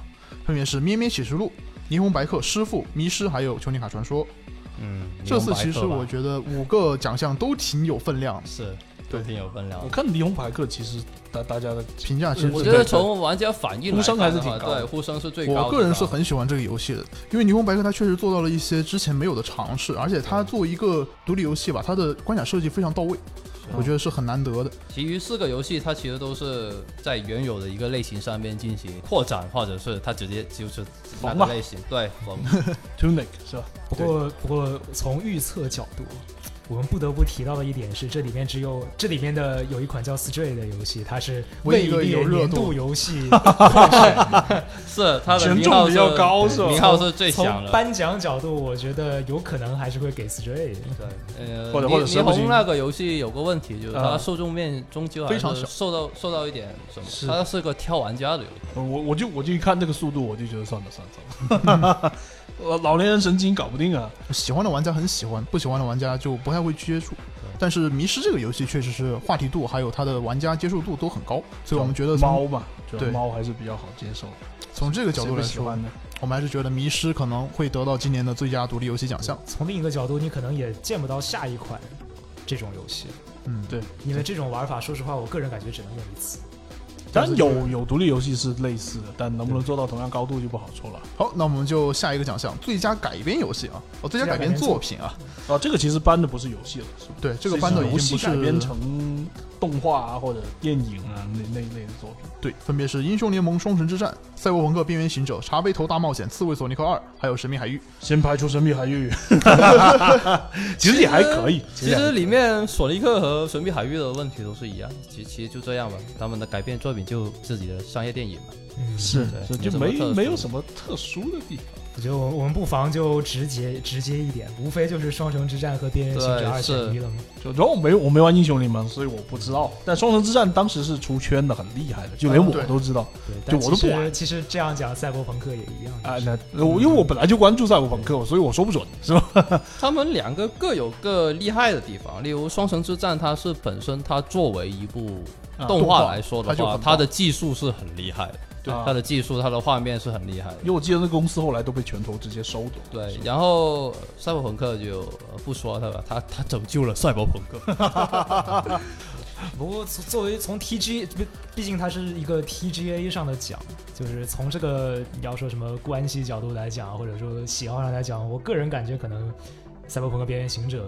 S2: 分别是《咩咩启示录》。霓虹白客、师傅、迷失，还有《丘尼卡传说》，
S4: 嗯，
S2: 这次其实
S4: 明白
S2: 我
S4: 吧
S2: 觉得五个奖项都挺有分量，
S4: 是都挺有分量的
S3: 我。看霓虹白客其实大大家的
S2: 评价其实
S4: 我
S2: 是
S4: 觉得从玩家反应来
S3: 呼声还是
S4: 看的话
S3: 挺高的
S4: 对，呼声是最高的。啊
S2: 我个人是很喜欢这个游戏的，因为《霓虹白客》它确实做到了一些之前没有的尝试，而且
S4: 嗯
S2: 它作为一个独立游戏吧，它的关卡设计非常到位，我
S4: 啊
S2: 觉得是很难得的。
S4: 其余四个游戏它其实都是在原有的一个类型上面进行扩展，或者是它直接就是那
S3: 缝
S4: 个
S3: 吧
S4: 类型。对，
S3: [LAUGHS]
S4: 缝
S3: Tunic 是吧？
S5: 不过不过从预测角度。我们不得不提到的一点是，这里面只有这里面的有一款叫《Stray》的游戏，它是
S2: 唯一
S5: 位
S2: 一个
S5: 列
S2: 有热
S5: 年
S2: 度
S5: 度游戏
S4: 是它的
S3: 权
S4: 名
S3: 重
S4: 号
S3: 比
S4: 是
S3: 较
S4: [LAUGHS]
S3: 高是吧？
S4: 名号是最
S5: [LAUGHS]
S4: 强
S5: 从
S4: 的。
S5: 颁奖角度，我觉得有可能还是会给 Stray。对，
S4: 呃，
S3: 或者
S4: 霓
S3: 或者
S4: 霓
S3: 神不
S4: 虹
S3: 行
S4: 那个游戏有个问题，就是它
S3: 嗯
S4: 受众面终究还
S2: 非常
S4: 是
S2: 小
S4: 受到受到一点什么，
S3: 是
S4: 它是个挑玩家的游戏。
S3: 嗯我我就我就一看这个速度，我就觉得算了算了算了，
S4: [LAUGHS]
S3: [LAUGHS] 老老年人神经搞不定啊！
S2: 喜欢的玩家很喜欢，不喜欢的玩家就不太会去接触。但是《迷失》这个游戏确实是话题度还有它的玩家接受度都很高，所以我们觉得
S3: 猫
S2: 从
S3: 嘛，觉得
S2: 对
S3: 猫还是比较好接受的。
S2: 从这个角度来
S3: 谁不喜
S2: 说
S3: 欢，呢，
S2: 我们还是觉得《迷失》可能会得到今年的最佳独立游戏奖项。
S5: 从另一个角度，你可能也见不到下一款这种游戏，
S2: 嗯，
S3: 对，
S5: 因为这种玩法，说实话，我个人感觉只能用一次。
S3: 当然有有独立游戏是类似的，但能不能做到同样高度就不好说了。
S2: 好，那我们就下一个奖项，最佳改编游戏啊，哦，最佳
S5: 最佳
S2: 改
S5: 改
S2: 编
S5: 编
S2: 作
S5: 作
S2: 品啊，
S3: 啊，这个其实搬的不是游戏了，是吧
S2: 对，这个
S3: 是
S2: 翻的
S3: 游戏改
S2: 是
S3: 编成动画啊或者电影啊那那那类的作品。
S2: 对，分别是《英雄联盟：双城之战》《赛博朋克：边缘行者》《茶杯头大冒险》《刺猬索尼克二》，还有《神秘海域》。
S3: 先排除神秘海 [LAUGHS] 域，其实也还可以。
S4: 其实里面索尼克和神秘海域的问题都是一样，其其实就这样吧。他们的改编作品就自己的商业电影嘛。
S5: 嗯，
S3: 是
S4: 对
S3: 是
S4: 没
S3: 就没
S4: 什么特殊
S3: 没有什么特殊的地方。
S5: 我觉得我我们不妨就直接直接一点，无非就是《双城之战》和《边缘行者
S4: 对
S5: 二选
S4: 是
S5: 一》了嘛。
S3: 就然后我没我没玩英雄联盟，所以我不知道。但双城之战当时是出圈的，很厉害的，就连
S5: 嗯
S3: 我
S2: 对
S3: 都知道。
S5: 对，但
S3: 我都
S5: 其
S3: 不
S5: 实
S3: 玩
S5: 其实这样讲，赛博朋克也一样。
S3: 啊、
S5: 就是
S3: 那我因为我本来就关注赛博朋克，所以我说不准，是
S4: [LAUGHS]
S3: 吧？
S4: 他们两个各有各厉害的地方，例如《双城之战》，它是本身它作为一部
S3: 啊
S4: 动
S2: 动
S4: 画
S2: 画
S4: 来说
S2: 它
S4: 的
S2: 就
S4: 话，
S2: 很
S4: 它
S2: 棒
S4: 的技术是很厉害的，
S3: 对
S4: 它的技术、它的画面是很厉害的。
S3: 因为我记得那公司后来都被拳头直接收走。
S4: 对，然后呃赛博朋克就呃不说他吧，他他拯救了赛博朋克。
S5: 不过作作为从 TG，毕毕竟它是一个 TGA 上的奖，就是从这个你要说什么关系角度来讲，或者说喜好上来讲，我个人感觉可能《赛博朋克：边缘行者》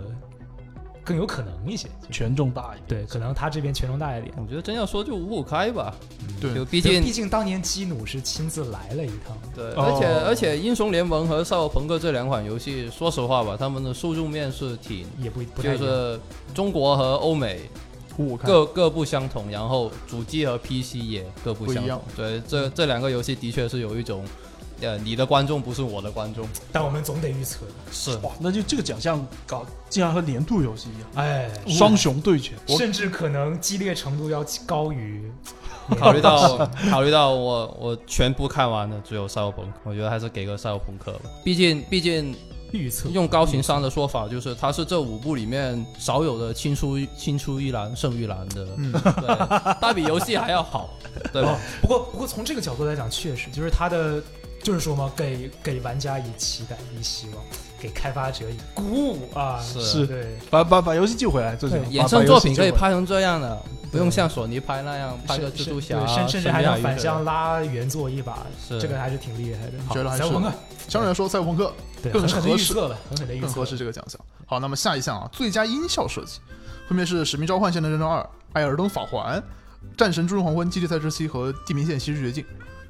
S5: 更有可能一些。就是
S3: 权重大一点，
S5: 对，可能他这边权重大一点。
S4: 我觉得真要说就五五开吧，
S2: 对
S4: 就毕
S5: 就
S4: 竟
S5: 毕竟当年基努是亲自来了一趟，
S4: 对，
S3: 哦
S4: 而且而且英雄联盟和赛博朋克这两款游戏，说实话吧，他们的受众面是挺，
S5: 也不不太
S4: 就
S5: 一样
S4: 是中国和欧美
S2: 我看
S4: 各各不相同，然后主机和 PC 也各不
S2: 不
S4: 相
S2: 一
S4: 同
S2: 样。
S4: 对，这这两个游戏的确是有一种，呃，你的观众不是我的观众，
S5: 但我们总得预测。
S4: 是
S3: 哇，那就这个奖项搞竟然和年度游戏一样，
S5: 哎，
S3: 双雄对决，
S5: 甚至可能激烈程度要高于
S4: 考虑到 [LAUGHS] 考虑到我我全部看完的只有赛博朋克，我觉得还是给个赛博朋克吧。毕竟毕竟
S5: 预测。
S4: 用高情商的说法，就是它是这五部里面少有的青出青出于蓝胜于蓝的，
S2: 嗯
S4: 对，它比游戏还要好，对
S2: 哦
S4: 吧？
S5: 不过不过从这个角度来讲，确实就是他的，就是说嘛，给给玩家以期待，以希望，给开发者以鼓舞啊，
S4: 是
S3: 是
S5: 对，
S3: 把把把游戏救回来，这是
S5: 对
S4: 衍生作品可以，拍成这样的，不用像索尼拍那样拍个
S5: 甚
S4: 蜘蛛
S5: 甚
S4: 侠啊，
S5: 对甚甚至
S4: 神
S5: 还
S4: 秘海
S5: 能
S4: 域
S5: 反
S4: 之类的
S5: 向拉原作一把，
S4: 是
S5: 这个还是挺厉害的。
S2: 觉得还
S5: 咱
S2: 是
S5: 文哥，
S2: 相对来说，赛博朋克
S5: 对，
S2: 更
S5: 狠狠
S2: 合
S5: 的预
S2: 适
S5: 测了，狠狠的预测
S2: 更
S5: 了，
S2: 合适这个奖项。好，那么下一项啊，最佳音效设计，分别是《使命召唤：现代战争二》《艾尔登法环》《战神：诸神黄昏》《基地赛之息》和《地平线：西之绝境》。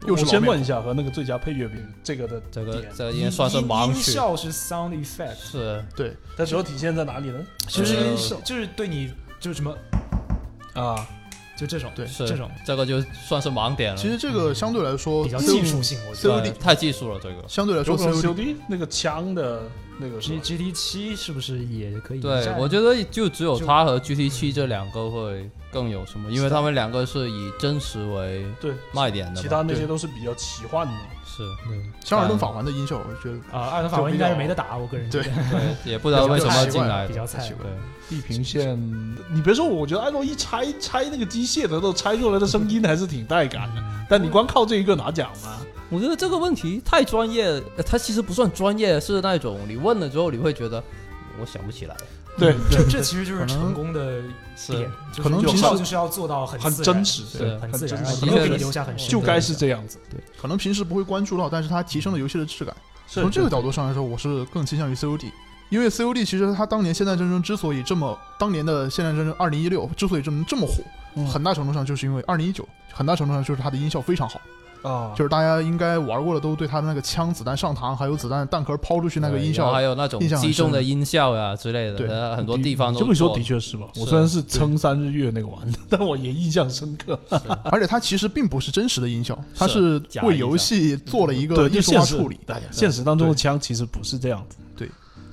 S2: 又
S3: 我
S2: 是老
S3: 先
S2: 面
S3: 问一下和那个最佳配乐比这个的
S4: 这个
S3: 点，
S4: 这个
S5: 音。
S4: 应该算是
S5: 音
S4: 盲
S5: 音
S4: 区，
S5: 效是 sound effect，
S4: 是
S3: 它主要体现在哪里呢？
S5: 就是
S4: 呃
S5: 就是对你就是什么
S3: 啊，
S5: 就这种
S2: 对
S4: 是
S5: 这种
S4: 这个就算是盲点了，
S2: 其实这个相对来说
S5: 比较
S2: COD
S5: 技术性，我觉得。
S4: 对太技术了这个。
S2: 相对来说
S3: 说
S2: COD
S3: COD 那个枪的那个是
S5: G
S3: 吧
S5: G D 七是不是也可以一
S4: 对
S5: 战？，
S4: 我觉得就只有它和 GT 七这两个会更有什么，因为他们两个是以真实为
S3: 对，
S4: 卖点的嘛。
S3: 其他那
S2: 对
S3: 些都是比较奇幻的。
S5: [LAUGHS]
S4: 是，
S5: 嗯
S2: 《艾
S3: 啊
S2: 尔登法环》的音效，我觉得
S5: 啊，二等法
S2: 就
S5: 官
S2: 比
S5: 应该是
S2: 较
S5: 没得打，我个人觉
S2: 对
S5: 得
S4: 对，也不知道为什么要进来
S5: 比
S4: 的。
S5: 较菜
S2: 太奇。怪了。
S4: 对，
S3: 地平线，你别说，我觉得艾诺一拆拆那个机械的，都拆出来的声音还是挺带感的。
S2: 嗯
S3: 但你光靠这一个拿奖吗？
S4: 我觉得这个问题太专业，呃它其实不算专业，是那种你问了之后你会觉得我想不起来，
S3: 对，
S2: 嗯
S5: 这这其实就是
S2: 可能
S5: 成功的点，就是
S2: 可能
S5: 音
S2: 平
S5: 效
S2: 时
S5: 就是要做到很
S3: 很
S5: 自然
S3: 真，实，
S4: 对
S5: 很自然，
S3: 很真
S5: 然后
S3: 实
S5: 你
S4: 的
S5: 给你
S4: 确是
S5: 留下很深的
S3: 就该
S5: 印
S3: 是
S5: 象
S3: 这样子。
S2: 可能平时不会关注到，但是它提升了游戏的质感。
S3: 是
S2: 从这个角度上来说，我是更倾向于 COD，因为 COD 其实它当年《现代战争》之所以这么，当年的《现代战争2016》之所以这么这么火，
S3: 嗯
S2: 很大程度上就是因为2019，很大程度上就是它的音效非常好，
S3: 啊，
S2: 就是大家应该玩过的都对它的那个枪子弹上膛，还有子弹弹壳抛出去那个
S4: 对
S2: 音
S4: 然后
S2: 效
S4: 还，有那种
S2: 印象很
S4: 击中
S2: 深
S4: 的音效呀之类
S2: 对
S4: 的，呃很多地方都
S3: 这么一说
S4: 做
S3: 的确是吧？我
S4: 是
S3: 虽然是撑三日月那个玩的，但我也印象深刻。
S2: 而且它其实并不是真实的音效，它是
S4: 假
S2: 为
S4: 音效
S2: 游戏做了一个
S3: 对，就
S2: 艺术
S3: 现
S2: 化
S3: 实
S2: 处理，，
S3: 对现实当中的枪其实不是这样子。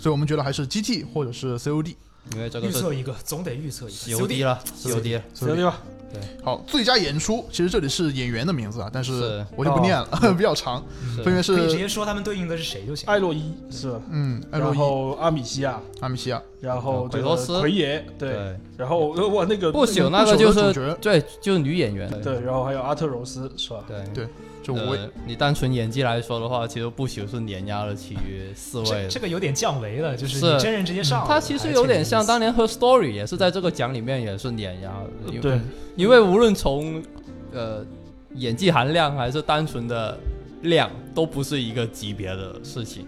S2: 所以我们觉得还是 GT 或者是 COD。
S4: 因为这
S5: 预
S4: 个是
S5: 测一个，总得预测一个。
S4: 有敌了，有敌了。
S3: 行对吧？
S2: 好，最佳演出其实这里是演员的名字啊，但是
S4: 是哦
S2: 我就不念了， [LAUGHS] 比较长，
S4: 是
S2: 分别
S5: 可以直
S2: 是
S5: 接说他们对应的是谁就行。
S3: 艾洛伊是吧？
S2: 嗯，艾洛
S3: 然
S2: 伊、
S3: 后阿米西亚，
S2: 阿米西亚，
S3: 然后这
S4: 啊奎
S3: 个
S4: 托斯
S3: 奎爷，对，
S4: 对，
S3: 然后呃我那个
S4: 不朽那
S2: 不朽
S4: 个就
S2: 的主
S4: 是
S2: 角
S4: 对，就是女演员。
S3: 对，然后还有阿特柔斯是吧？
S4: 对。
S2: 就五位。
S4: 呃你单纯演技来说的话，其实不朽是碾压了其余四位
S5: 这
S4: 的
S5: 这。个有点降维了，就是
S4: 是
S5: 你真人直接上了。哎
S4: 他其实有点像当
S5: 年
S4: 年《Her Story》，也是在这个奖里面也是碾压的，因为
S3: 对，
S4: 因为无论从呃演技含量还是单纯的量，都不是一个级别的事情。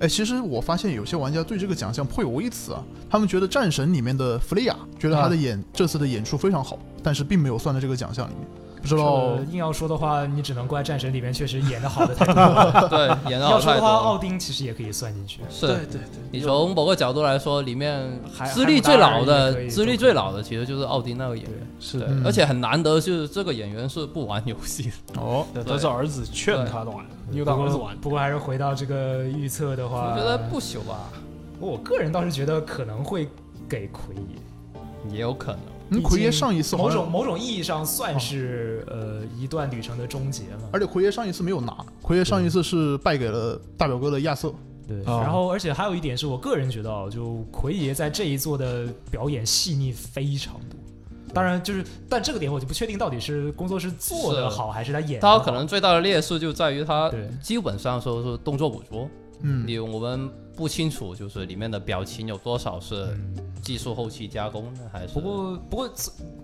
S2: 哎，其实我发现有些玩家对这个奖项颇有微词啊，他们觉得《战神》里面的弗雷亚，觉得他的演、这次的演出非常好，但是并没有算在这个奖项里面。不知道
S5: 硬要说的话，你只能怪战神里面确实演的好的太多了。
S4: 对，演的
S5: 要
S4: 好
S5: 说
S4: 太
S5: 的
S4: 多
S5: 话，奥
S4: 了。
S5: 丁其实也可以算进去。
S3: 对
S4: 是
S3: 对
S4: 你
S3: 对，
S4: 从某个角度来说，里面
S5: 还
S4: 资历最老
S5: 还不达人也可
S4: 的、
S5: 以
S4: 资历最老的其实就是奥丁那个演员。
S3: 是
S4: 对
S3: 的，，
S2: 嗯
S4: 而且很难得，就是这个演员是不玩游戏
S5: [LAUGHS]
S4: 的。
S2: 哦，
S3: 对他是儿子劝他的玩，因为他
S5: 不
S3: 儿子
S5: 过
S3: 玩，
S5: 不过还是回到这个预测的话，
S4: 我觉得不朽吧，
S5: 我个人倒是觉得可能会给奎爷。
S4: 也有可能。
S2: 嗯，奎爷上一次好
S5: 某种
S2: 像，啊
S5: 某种意义上算是、呃一段旅程的终结嘛。
S2: 而且奎爷上一次没有拿，奎爷上一次是败给了大表哥的亚瑟。
S5: 对，
S2: 啊
S3: 哦
S5: 然后而且还有一点是我个人觉得啊，就奎爷在这一座的表演细腻非常多，当然就是，但这个点我就不确定到底是工作室做的好还是他演的
S4: 它
S5: 好。
S4: 可能最大的劣势就在于它
S5: 对
S4: 基本上说是动作捕捉，
S2: 嗯
S4: 你我们不清楚就是里面的表情有多少是技术后期加工的，还是
S5: 嗯不过不过，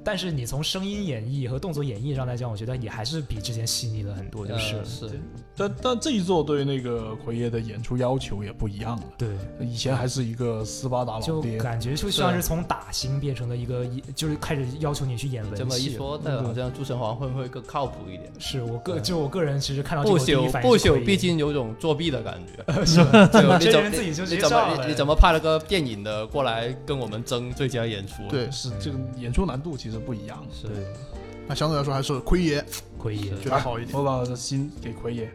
S5: 但是你从声音演绎和动作演绎上来讲，我觉得也还是比之前细腻了很多，
S4: 呃
S5: 就是了、
S4: 是
S3: 但但这一作对那个奎爷的演出要求也不一样了，
S5: 对，
S3: 以前还是一个斯巴达老
S5: 就
S3: 爹，
S5: 感觉就是像是从打星变成了一个，就是开始要求你去演文戏。
S4: 这么一说，
S5: 对
S4: 但好像诸神黄昏会更靠谱一点。
S5: 是我个
S4: 对
S5: 就我个人其实看到这
S4: 嗯不
S5: 个我第一
S4: 朽
S5: 反应
S4: 不
S5: 是奎
S4: 朽，
S5: 爷
S4: 毕竟有种作弊的感觉。
S5: [LAUGHS] 是吧
S4: 对吧你
S5: 这
S4: 怎
S5: 人自己就直
S4: 你
S5: 接
S4: 怎
S5: 上
S4: 么
S5: 来
S4: 你你怎么派了个电影的过来跟我们争最佳演出？
S2: 对，
S3: 是这个演出难度其实不一样。
S4: 是
S5: 对
S2: 那相对来说还是奎爷
S5: 奎爷
S2: 觉得好一点。
S3: 我把心给奎爷，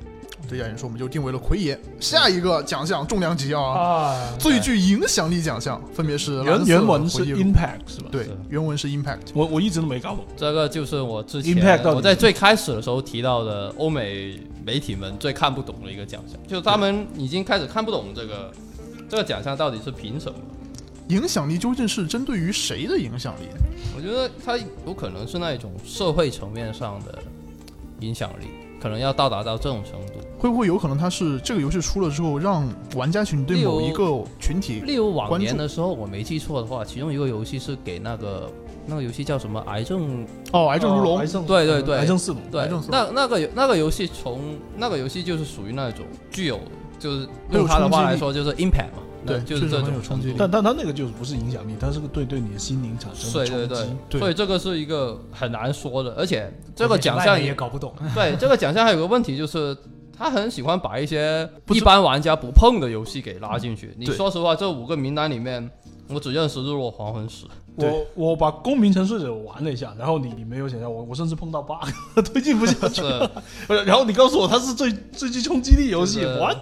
S2: 这家人说我们就定为了奎爷。下一个奖项重量级啊，
S5: 啊，
S2: 最具影响力奖项分别是蓝
S3: 原
S2: 色
S3: 原文是
S2: 回忆录
S3: Impact 是吧？哦
S2: 对，原文是 Impact。
S3: 我我一直都没搞懂。
S4: 这个就是我之
S3: Impact
S4: 前
S3: 到底
S4: 我在最开始的时候提到的欧美媒体们最看不懂的一个奖项，就是他们已经开始看不懂这个这个奖项到底是凭什么。
S2: 影响力究竟是针对于谁的影响力？
S4: 我觉得它有可能是那一种社会层面上的影响力，可能要到达到这种程度。
S2: 会不会有可能它是这个游戏出了之后，让玩家群对
S4: 例如
S2: 某一个群体？
S4: 例如往
S2: 关
S4: 年
S2: 注
S4: 的时候，我没记错的话，其中一个游戏是给那个那个游戏叫什么癌症？
S2: 哦，癌症如龙
S3: 癌，症
S4: 对对对
S3: 癌症四龙，
S4: 对
S2: 癌症四，
S4: 那那个游那个游戏从那个游戏就是属于那种具有就是
S2: 很有
S4: 用他的
S2: 冲击
S4: 话来
S2: 力
S4: 说就是 impact 嘛，
S2: 对
S4: 那哎
S2: 确
S4: 就是
S2: 实
S4: 这
S2: 很有
S4: 种
S2: 冲
S4: 程
S2: 击
S4: 度
S2: 力。
S3: 但但他那个就是不是影响力，它是个对对你的心灵产生的
S4: 对
S3: 冲
S4: 对
S3: 击。
S2: 对
S4: 对，所以这个是一个很难说的，而且这个奖项
S5: 外媒也搞不懂，
S4: 对这个奖项还有个问题就是，他很喜欢把一些
S2: 不知
S4: 一般玩家不碰的游戏给拉进去。你
S2: 对
S4: 说实话，这五个名单里面，我只认识《日落黄昏时》，
S3: 我我把《公民沉睡者》玩了一下，然后你你没有想象我，我甚至碰到 bug [LAUGHS] 推进不下去，
S4: 是
S3: 不是然后你告诉我它是最最具冲击力游戏
S4: 就是
S3: 玩，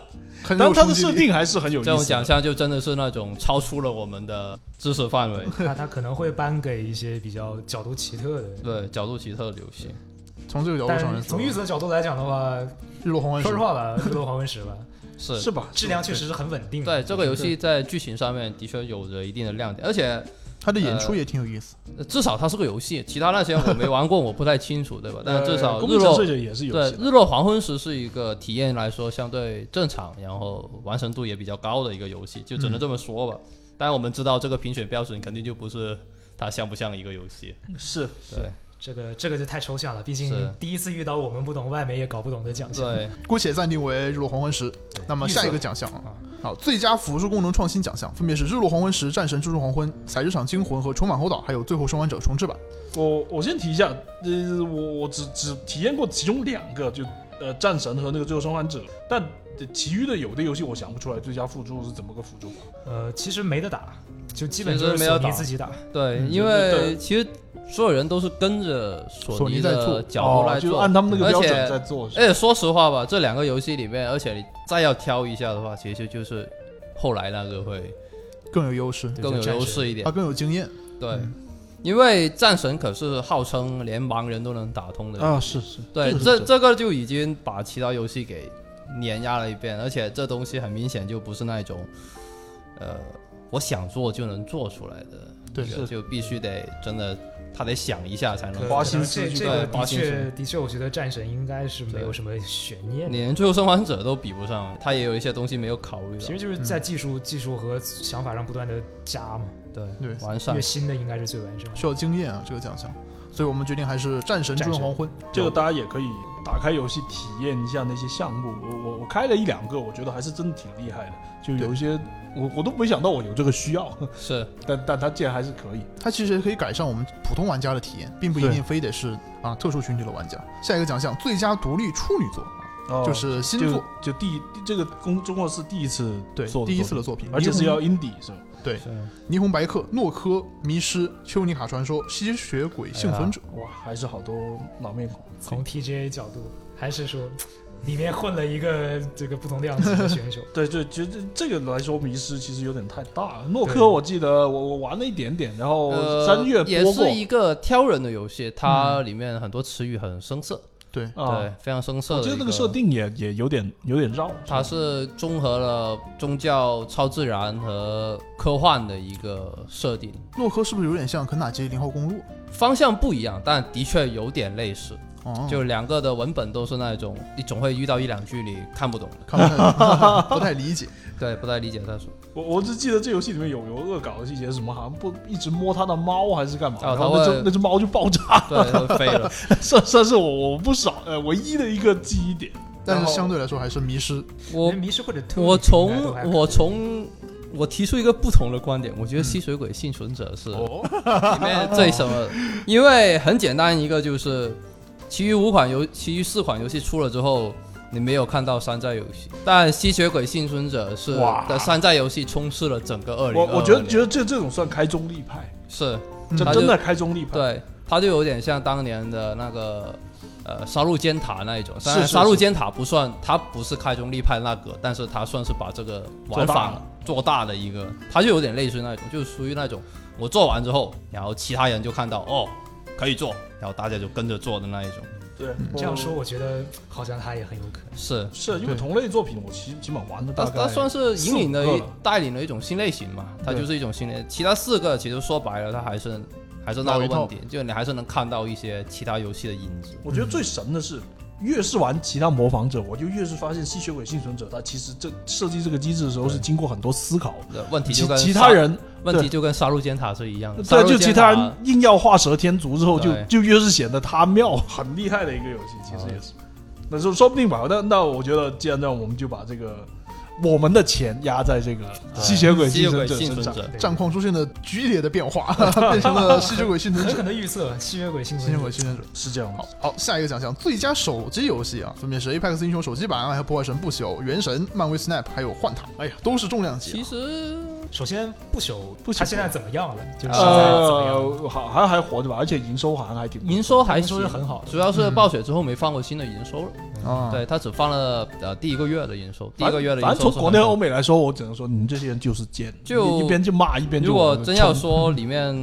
S2: 很
S3: 但
S2: 有
S3: 它
S2: 冲
S3: 的
S2: 击
S3: 设
S2: 力。
S3: 定还是很有意
S4: 这种
S3: 思
S4: 奖
S3: 的。
S4: 项就真的是那种超出了我们的知识
S3: [LAUGHS]
S4: 范围，
S5: 他他可能会颁给一些比较角度奇特的。
S4: 对角度奇特的游戏。
S2: 从这个角度
S5: 但
S2: 上来
S5: 是
S2: 说
S5: 从，玉子的角度来讲的话，
S2: 日落黄昏时
S5: 说实，话吧，《日落黄昏时》吧，
S4: [LAUGHS] 是
S3: 是吧？
S5: 质量确实是很稳
S3: 嗯
S5: 定的。
S4: 对这个游戏在剧情上面的确有着一定的亮点，而且
S2: 他的演出也挺有意思。
S4: 呃至少它是个游戏，其他那些我没玩过，我不太清楚，对
S3: [LAUGHS]
S4: 吧？但至少
S3: 呃公
S4: 日
S3: 民沉
S4: 落
S3: 睡者也是游
S4: 对
S3: 戏的，
S4: 日落黄昏时是一个体验来说相对正常，然后完成度也比较高的一个游戏，就只能这么说
S3: 嗯
S4: 吧。当然我们知道这个评选标准肯定就不是它像不像一个游戏，
S3: 是
S4: 对
S5: 这个这个就太抽象了，毕
S4: 是
S5: 竟第一次遇到我们不懂、外媒也搞不懂的奖项。
S4: 对，
S2: 姑且暂定为日落黄昏时。那么下一个奖项啊
S5: 啊，
S2: 好，最佳辅助功能创新奖项分别是日落黄昏时、战神蜘蛛黄昏、彩之场惊魂和重返猴岛，还有最后生还者重置版。
S3: 我我先提一下，呃，我我只只体验过其中两个，就呃战神和那个最后生还者，但呃其余的有的游戏我想不出来最佳辅助是怎么个辅助法。
S5: 呃，其实没得打，就基本
S4: 其
S5: 就
S4: 实
S5: 是
S4: 没得
S5: 索尼
S4: 打
S5: 自己打。
S4: 对，
S3: 嗯
S4: 因
S3: 对
S4: 为其实所有人都是跟着索
S2: 索尼在做
S4: 的角度
S3: 哦
S4: 来
S3: 就是
S4: 做，
S3: 按他们那个
S4: 而
S3: 标
S4: 且
S3: 准在做。是吧
S4: 而且说实话吧，这两个游戏里面，而且你再要挑一下的话，其实就是后来那个会
S2: 更有优势，
S5: 对
S4: 更有
S5: 就战
S4: 优
S5: 神
S4: 势一点
S2: 他。
S3: 啊
S2: 更有经验。
S4: 对，
S3: 嗯
S4: 因为战神可是号称连盲人都能打通的游戏
S3: 啊，是是，
S4: 对，
S3: 是
S4: 这
S3: 是
S4: 这个就已经把其他游戏给碾压了一遍，而且这东西很明显就不是那种，呃，我想做就能做出来的，
S2: 对
S4: 这个
S3: 是
S4: 就必须得真的他得想一下才
S5: 可
S4: 能
S3: 花
S4: 做。
S3: 心思
S5: 这
S3: 去
S5: 这
S4: 干
S5: 个
S4: 花
S5: 的
S4: 心
S5: 确的确，我觉得战神应该是没
S4: 对
S5: 有什么悬念
S4: 你
S5: 的。
S4: 连最后生还者都比不上，他也有一些东西没有考虑
S5: 其实
S4: 到。
S5: 就是在技术、技术和想法上不断的加嘛，
S4: 对，
S2: 对，
S4: 完善
S5: 越。新的应该是最完整的。
S2: 需要经验啊，这个奖项。所以我们决定还是战神
S5: 战
S2: 追
S5: 神
S2: 黄昏。
S3: 这个大家也可以打开游戏体验一下那些项目。我我我开了一两个，我觉得还是真的挺厉害的。就有一些我我都没想到我有这个需要，
S4: 是
S3: 但但它竟然还是可以。
S2: 它其实也可以改善我们普通玩家的体验，并不一
S3: 对
S2: 定非得是啊特殊群体的玩家。下一个奖项最佳独立处女作，
S3: 哦
S2: 就是新
S3: 就
S2: 作，
S3: 就第一这个公中国是第一次
S2: 对，
S3: 做的
S2: 第一次
S3: 作
S2: 的作品
S3: 品，，而且是
S2: 霓虹
S3: 要 indie 是吧？
S4: 是，
S2: 霓虹白客、诺科、迷失、丘尼卡传说、吸血鬼幸存者。
S3: 哇，还是好多老面孔。。
S5: 从 TGA 角度，还是说里面混了一个这个不同量级
S4: [LAUGHS]
S5: 的选手
S3: 对对，觉得这个来说迷失其实有点太大了。诺
S5: 对
S3: 科我记得我我玩了一点点，然后
S4: 呃
S3: 三月
S4: 也
S3: 播过
S4: 是一个挑人的游戏，它里面很多词语很生涩，
S2: 对，
S3: 啊
S4: 对，，非常生涩的
S3: 我
S4: 一。
S3: 觉得那个设定也也有点有点绕，
S4: 它是综合了宗教、超自然和科幻的一个设定，
S2: 洛克是不是有点像肯塔基零号公路？
S4: 方向不一样，但的确有点类似。
S2: 哦，
S4: 就两个的文本都是那种你总会遇到一两句你看不懂的，
S2: 看不太不太理解。
S4: 对，不太理解他说。
S3: 我我只记得这游戏里面有有恶搞的细节，什么好像不一直摸它的猫还是干嘛，
S4: 哦
S3: 然后那
S4: 它
S3: 只
S4: 会
S3: 那只猫就爆炸， [LAUGHS]
S4: 啊对，会飞 [LAUGHS] 了。
S3: 算算是我我不少呃唯一的一个记忆点。
S2: 但是
S3: 然后
S2: 相对来说还是迷失。
S4: 我
S5: 连迷失或者特
S4: 我
S5: 定应该都还可
S4: 从
S5: 以
S4: 我从我提出一个不同的观点，我觉得吸血鬼幸存者是
S2: 哦，
S4: 里面最什么的，因为很简单一个就是，其余五款游，其余四款游戏出了之后。你没有看到山寨游戏，但《吸血鬼幸存者》是
S3: 哇
S4: 的山寨游戏充斥了整个二零。
S3: 我我觉得觉得这这种算开宗立派，
S4: 是
S3: 这
S4: 它嗯啊就
S3: 真的开宗立派。
S4: 对，它就有点像当年的那个呃杀戮尖塔那一种，当
S3: 是
S4: 然
S3: 是
S4: 杀
S3: 是
S4: 戮尖塔不算，它不是开宗立派那个，但是它算是把这个
S3: 做
S4: 玩
S3: 大
S4: 法
S3: 了
S4: 做大的一个，它就有点类似于那种，就是属于那种我做完之后，然后其他人就看到哦可以做，然后大家就跟着做的那一种，
S3: 对，我
S4: 嗯
S5: 这样说，我觉得好像他也很有可能。
S4: 是。
S3: 是啊因为
S2: 对
S3: 同类作品，我其实基本玩的
S4: 它
S3: 大
S4: 它
S3: 概
S4: 算是引领了
S3: 四五
S4: 一
S3: 个了
S4: 带领了一种新类型嘛，它
S3: 对
S4: 就是一种新类。其他四个其实说白了，它还是还是那
S2: 老
S4: 个
S2: 一套
S4: 问题，就你还是能看到一些其他游戏的影子。
S3: 我觉得最神的是，越是玩其他模仿者，我就越是发现吸血鬼幸存者，他其实这设计这个机制的时候是经过很多思考。
S4: 的问题
S3: 其
S4: 就跟
S3: 其
S4: 杀
S3: 他人，
S4: 问题就跟杀戮尖塔是一样的。杀
S3: 对，
S4: 戮
S3: 就
S4: 尖
S3: 其他人硬要画蛇添足之后，就
S4: 对
S3: 就越是显得他妙，很厉害的一个游戏，其实也
S4: 啊
S3: 是。那就说不定吧，那那我觉得，既然这样，我们就把这个我们的钱压在这个吸血鬼
S4: 吸
S3: 幸
S4: 血
S3: 存
S4: 鬼
S3: 者
S4: 幸
S3: 身
S4: 存
S3: 上。
S4: 者，
S5: 对
S2: 战况出现了剧烈的变化，变成了吸血鬼幸存
S5: 很
S2: 者
S5: 可。能预测吸血鬼幸
S2: 吸血
S5: 存
S2: 鬼
S5: 者
S2: 幸存者。
S3: 是这样的
S2: 好，好，下一个奖项最佳手机游戏啊，分别是 Apex 英雄手机版，还有破坏神不朽、原神、漫威 Snap，还有幻塔。哎呀，都是重量级
S4: 其
S2: 啊。
S4: 实
S5: 首先不朽，
S3: 不朽
S5: 他现在怎么样了？
S4: 哦
S5: 就是现在怎么样了？
S3: 呃，好，好像还活着吧，而且营收好像还挺。
S4: 营收还
S5: 营收
S4: 行
S5: 是很好的
S4: 主要是嗯暴雪之后没放过新的营收了。
S2: 啊，
S4: 对，他只放了呃第一个月的营收，第一个月的营
S3: 反
S4: 收
S3: 正
S4: 是
S3: 从
S4: 很
S3: 国内
S4: 好
S3: 欧美来说，我只能说你们这些人就是贱，一
S4: 就
S3: 一边就骂一边就。
S4: 如果真要，说里面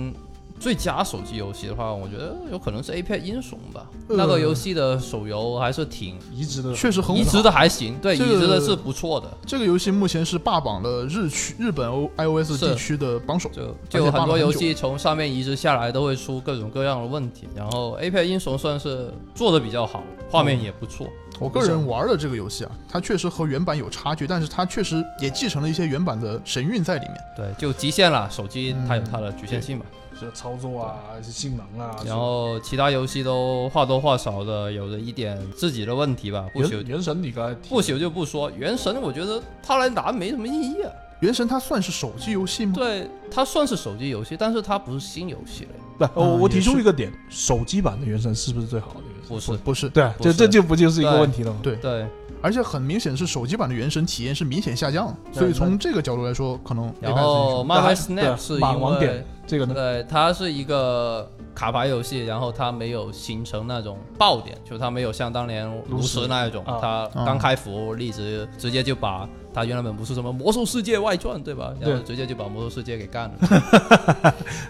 S4: 最佳手机游戏的话，我觉得有可能是《A 片英雄》吧。
S2: 呃
S4: 那个游戏的手游还是挺
S3: 移植的
S2: 确实很
S4: 移植
S2: 好。
S4: 的还行，对，移
S2: 这个
S4: 植的是不错的。
S2: 这个游戏目前是霸榜了日区、日本 O iOS
S4: 是
S2: 地区的榜首。
S4: 就
S2: 且
S4: 就有
S2: 放
S4: 很
S2: 了
S4: 多
S2: 很
S4: 游
S2: 久
S4: 戏从上面移植下来都会出各种各样的问题，然后 A 片英雄算是做的比较好，画面也不错。
S2: 我个人玩了这个游戏啊，它确实和原版有差距，但是它确实也继承了一些原版的神韵在里面。
S4: 对，就极限了，手机它有它的局限性嘛。
S3: 是操作啊，是性能啊，
S4: 然后其他游戏都或多或少的有着一点自己的问题吧。不
S3: 原
S4: 朽
S3: 原神你刚才提
S4: 不朽就不说，原神我觉得它来拿没什么意义啊。
S2: 原神它算是手机游戏吗？
S4: 对，它算是手机游戏，但是它不是新游戏了。
S3: 不，呃我
S2: 嗯
S3: 我提
S2: 也
S3: 出
S2: 是
S3: 一个点，手机版的原神是不是最好的原神？
S4: 不是，
S2: 不是，
S3: 对啊，
S4: 不
S3: 这
S4: 是
S3: 这就不就是一个
S4: 对
S3: 问题了吗？
S2: 对
S4: 对。
S2: 而且很明显是手机版的原神体验是明显下降，所以从这个角度来说，可能
S4: 然后漫威
S3: 对啊
S4: Snap 是
S3: 马
S4: 因
S3: 王
S4: 为
S3: 点这个呢，
S4: 对，它是一个卡牌游戏，然后它没有形成那种爆点，就它没有像当年炉石那一种，
S3: 啊
S4: 它刚开服立直直接就把它原本不是什么魔兽世界外传对吧？然后
S3: 对
S4: 直接就把魔兽世界给干了。 [LAUGHS]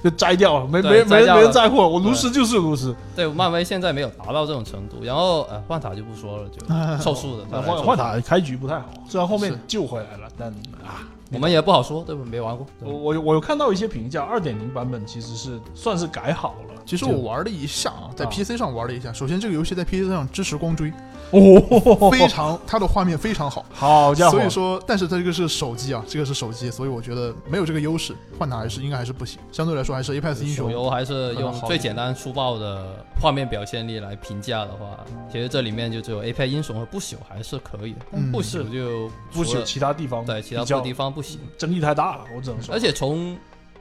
S3: 就摘掉了，没
S4: 对
S3: 没人没
S4: 摘
S3: 人
S4: 掉了
S3: 没人在乎了，我
S4: 对
S3: 炉石就是炉石，
S4: 对，漫威现在没有达到这种程度，然后呃，幻塔就不说了，就凑数的。它来
S3: 换
S4: 凑
S3: 换
S4: 数，
S3: 塔开局不太好，虽然后面
S2: 是
S3: 救回来了，但啊，
S4: 我们也不好说，对吧？没玩过。
S3: 我我我有看到一些评价，二点零版本其实是算是改好了。
S2: 其实我玩了一下啊，在
S3: 啊
S2: PC 上玩了一下。首先，这个游戏在 PC 上支持光追，
S3: 哦，
S2: 非常它的画面非常好。
S3: [LAUGHS] 好家伙，
S2: 所以说，但是它这个是手机啊，这个是手机，所以我觉得没有这个优势，换塔还是应该还是不行。相对来说，还是 Apex 英
S4: 手
S2: 雄
S4: 游啊还是用最简单粗暴的画面表现力来评价的话，其实这里面就只有 A 派英雄和不朽还是可以的，
S2: 嗯
S4: 不朽就
S3: 不
S4: 除
S3: 朽
S4: 了
S3: 其他地方
S4: 对其他
S3: 比较
S4: 地方不行，
S3: 争议太大了，我只能说。
S4: 而且从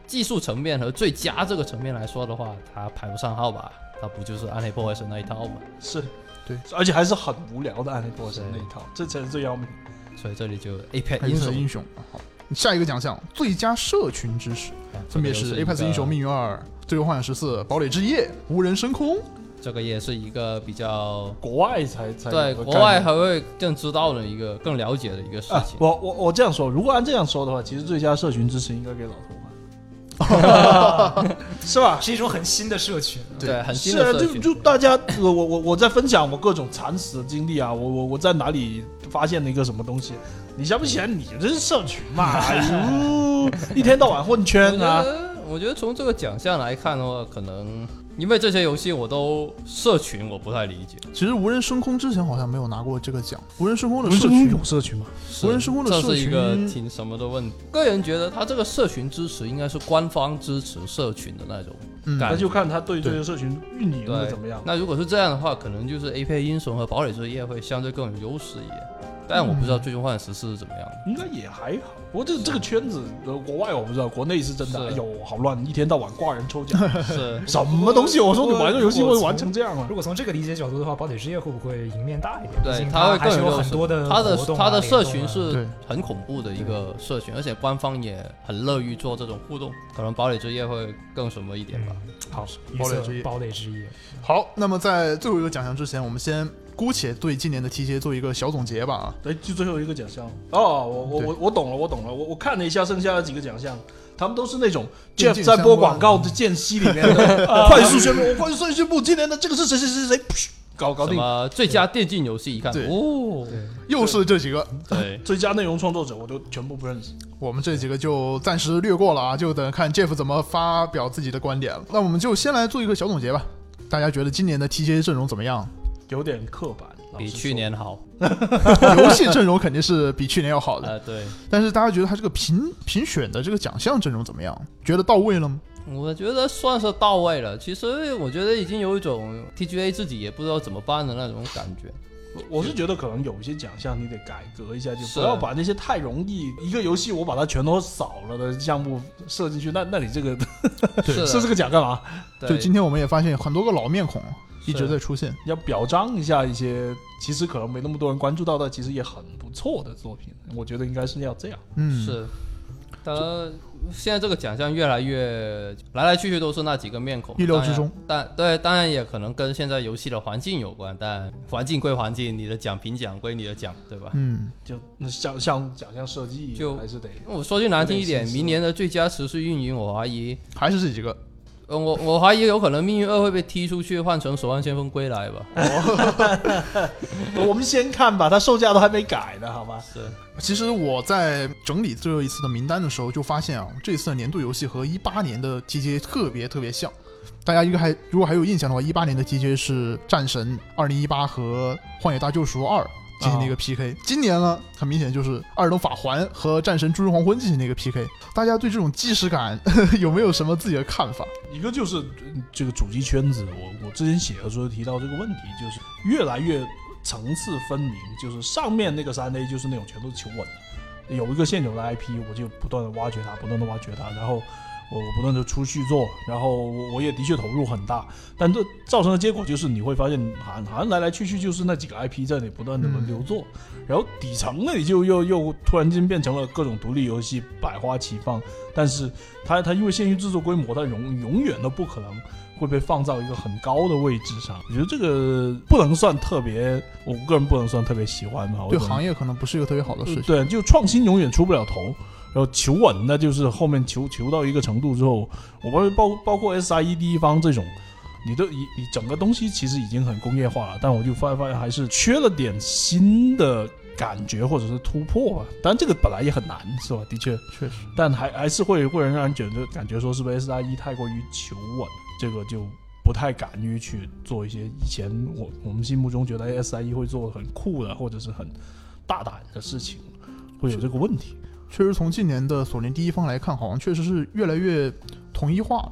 S4: 技术层面和最佳这个层面来说的话，它排不上号吧？它不就是暗黑破坏神那一套嘛？
S3: 是，
S2: 对，
S3: 而且还是很无聊的暗黑破神
S4: 是
S3: 那一套，这才是最要命。
S4: 所以这里就 A 派
S2: Apex
S4: 英雄
S2: 英雄。啊好，下一个奖项最佳社群支持，
S4: 啊
S2: 分别
S4: 这
S2: 是
S4: 个又
S2: Apex 英雄、
S4: 一
S2: 命运二、最后幻想十四、堡垒之夜、无人升空。
S4: 个，这个也是一个比较
S3: 国外才才
S4: 对
S3: 有个
S4: 国
S3: 概
S4: 外
S3: 念
S4: 还会更知道的一个、更了解的一个事
S3: 啊
S4: 情。
S3: 我我我这样说，如果按这样说的话，其实最佳社群支持应该给老头环，是吧？
S5: 是一种很新的社群。
S2: 对
S4: 对，很新
S3: 是
S4: 的
S3: 啊，
S4: 社
S3: 就
S4: 群。
S3: 就大家，呃我我我我在分享我各种惨死的经历啊，我我我在哪里发现了一个什么东西，你想不起来，你这是社群嘛？
S4: [LAUGHS]
S3: 哎呦，一天到晚混
S4: 我
S3: 圈
S4: 觉
S3: 啊，
S4: 得，我觉得从这个奖项来看的话，可能因为这些游戏我都社群我不太理解，
S2: 其实无人升空之前好像没有拿过这个奖，无人升空的
S3: 是
S2: 社群
S3: 有社群吗？
S2: 无人时空的
S4: 这
S2: 社
S4: 是一个
S2: 群
S4: 挺什么的问题。个人觉得他这个社群支持应该是官方支持社群的那种。
S2: 嗯
S4: 感
S3: 那就看他对这
S2: 对
S3: 个社群运营的
S4: 对，
S3: 怎么样。
S4: 那如果是这样的话，可能就是 A P 英雄和堡垒之夜会相对更有优势一点，但我不
S2: 嗯
S4: 知道最终幻十四是怎么样
S2: [LAUGHS]
S4: 的。
S3: 应该也还好，不过这这个圈子，呃，国外我不知道，国内是真的，哎
S4: 是
S3: 呦，好乱，一天到晚挂人抽
S4: [LAUGHS]
S3: 奖，
S4: 是，
S3: 什么东西？我说你玩个游戏
S5: 我
S3: 会
S5: 从
S3: 玩成这样了
S5: 如，果从这个理解角度的话，堡垒之夜会不会赢面大一点？毕
S4: 对
S5: 竟，
S4: 它
S5: 它
S4: 会
S5: 还
S4: 更
S5: 是有
S4: 有
S5: 很多的
S4: 他的
S5: 活动啊
S4: 他的
S5: 联
S4: 社
S5: 动
S4: 群
S5: 啊
S4: 是
S2: 对
S4: 很恐怖的一个社群，而且官方也很乐于做这种互动，可能堡垒之夜会更什么一点吧。
S5: 嗯好，
S2: 堡垒
S5: 预测
S2: 之夜
S5: 堡垒之夜，
S2: 好，那么在最后一个奖项之前，我们先姑且对今年的 TGA 做一个小总结吧啊。
S3: 哎，就最后一个奖项哦，我我
S2: 对
S3: 我我懂了，我懂了，我我看了一下剩下的几个奖项，他们都是那种
S2: 电
S3: Jeff
S2: 竞
S3: 在播
S2: 相关
S3: 广告的间隙里面 [LAUGHS] 的啊快速宣布，我快速宣布今年的这个是谁谁谁谁谁，噗 [LAUGHS] 搞
S5: 嗯
S3: 搞
S4: 什
S3: 定。
S4: 么最佳电竞游戏一看，
S2: 对
S4: 哦，
S2: 又是这几个，
S4: 对，
S3: 最佳内容创作者我都全部不认识，
S2: 我们这几个就暂时略过了啊，就等看 Jeff 怎么发表自己的观点了。那我们就先来做一个小总结吧。大家觉得今年的 TGA 阵容怎么样？
S3: 有点刻板，老
S4: 比
S3: 实
S4: 去
S3: 说
S5: [LAUGHS]
S4: 年好。 [LAUGHS]
S2: 游戏阵容肯定是比去年要好的，
S4: 呃，对，
S2: 但是大家觉得他这个评评选的这个奖项阵容怎么样？觉得到位了吗？
S4: 我觉得算是到位了。其实我觉得已经有一种 TGA 自己也不知道怎么办的那种感觉。
S3: 我是觉得可能有一些奖项你得改革一下，就是不
S4: 啊
S3: 要把那些太容易一个游戏我把它全都扫了的项目设进去，那那你这个 [LAUGHS]
S4: 是
S3: 设
S4: 啊
S3: 这
S4: 的，
S3: 个奖干嘛？
S2: 就
S4: 对，
S2: 今天我们也发现很多个老面孔一直
S4: 是
S2: 在出现。
S3: 要表彰一下一些其实可能没那么多人关注到，但其实也很不错的作品。我觉得应该是要这样。
S2: 嗯，
S4: 是，他现在这个奖项越来越来来去去都是那几个面孔，
S2: 意料
S4: 当然
S2: 之中。
S4: 但对，当然也可能跟现在游戏的环境有关，但环境归环境，你的奖评奖归你的奖，对吧？
S2: 嗯，
S3: 就那像像奖项设计，
S4: 就
S3: 还是得
S4: 我说句难听一
S3: 有点
S4: 点，
S3: 心思
S4: 明年的最佳持续运营，我怀疑，
S2: 还是这几个。
S4: 呃，我我怀疑有可能《命运二》会被踢出去，换成《守望先锋归来》吧。
S2: 哎
S3: 我们先看吧，它售价都还没改呢，好吗？
S4: 是，
S2: 其实我在整理最后一次的名单的时候，就发现啊，这次的年度游戏和一八年的 TGA 特别特别像。大家应该还如果还有印象的话，一八年的 TGA 是《战神二零一八》和《荒野大救赎二》进行了一个 PK，、今年呢，很明显就是《二等法环》和《战神：诸神黄昏》进行了一个 PK。大家对这种即视感 [LAUGHS] 有没有什么自己的看法？
S3: 一个就是嗯这个主机圈子，我我之前写的时候提到这个问题，就是越来越层次分明，就是上面那个三 A 就是那种全都是求稳的，有一个现有的 IP，我就不断的挖掘它，不断的挖掘它，然后我我不断的出续作，然后我我也的确投入很大，但这造成的结果就是你会发现，好像好像来来去去就是那几个 IP 在你不断的轮流做，然后底层那里就又又突然间变成了各种独立游戏百花齐放，但是它它因为限于制作规模，它永永远都不可能会被放到一个很高的位置上。我觉得这个不能算特别，我个人不能算特别喜欢吧。我
S2: 对
S3: 可能
S2: 行业可能不是一个特别好的事情。
S3: 对，就创新永远出不了头。然后求稳，那就是后面求求到一个程度之后，我包包包括 SIE 第一方这种，你都你你整个东西其实已经很工业化了，但我就发发现还是缺了点新的感觉或者是突破吧。但这个本来也很难，是吧？的确，
S2: 确实，
S3: 但还还是会会让人觉得感觉说是不是 SIE 太过于求稳，这个就不太敢于去做一些以前我我们心目中觉得哎 SIE E 会做很酷的或者是很大胆的事情，会有这个问题。
S2: 确实从今年的索尼第一方来看，好像确实是越来越统一化，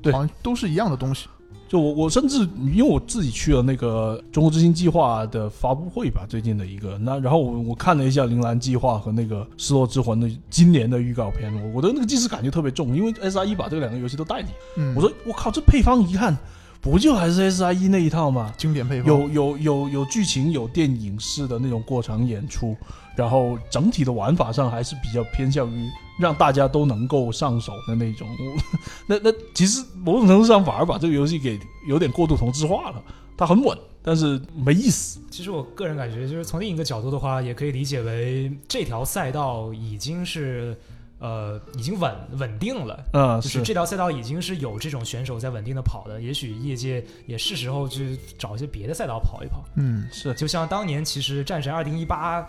S3: 对
S2: 好像都是一样的东西。
S3: 就我我甚至因为我自己去了那个中国之星计划的发布会吧，最近的一个那，然后我我看了一下《铃兰计划》和那个《失落之魂》的今年的预告片，我我的那个既视感就特别重，因为 SIE 把这两个游戏都带进来。
S2: 嗯，
S3: 我说我靠，这配方一看不就还是 SIE 那一套吗？
S2: 经典配方
S3: 有有有有剧情，有电影式的那种过场演出，然后整体的玩法上还是比较偏向于让大家都能够上手的那种。我那那其实某种程度上反而把这个游戏给有点过度同质化了，它很稳，但是没意思。
S5: 其实我个人感觉，就是从另一个角度的话，也可以理解为这条赛道已经是呃已经稳稳定了。
S3: 嗯，
S5: 就是是这条赛道已经是有这种选手在稳定的跑的，也许业界也是时候去找一些别的赛道跑一跑。
S2: 嗯，
S3: 是，
S5: 就像当年其实战神二零一八，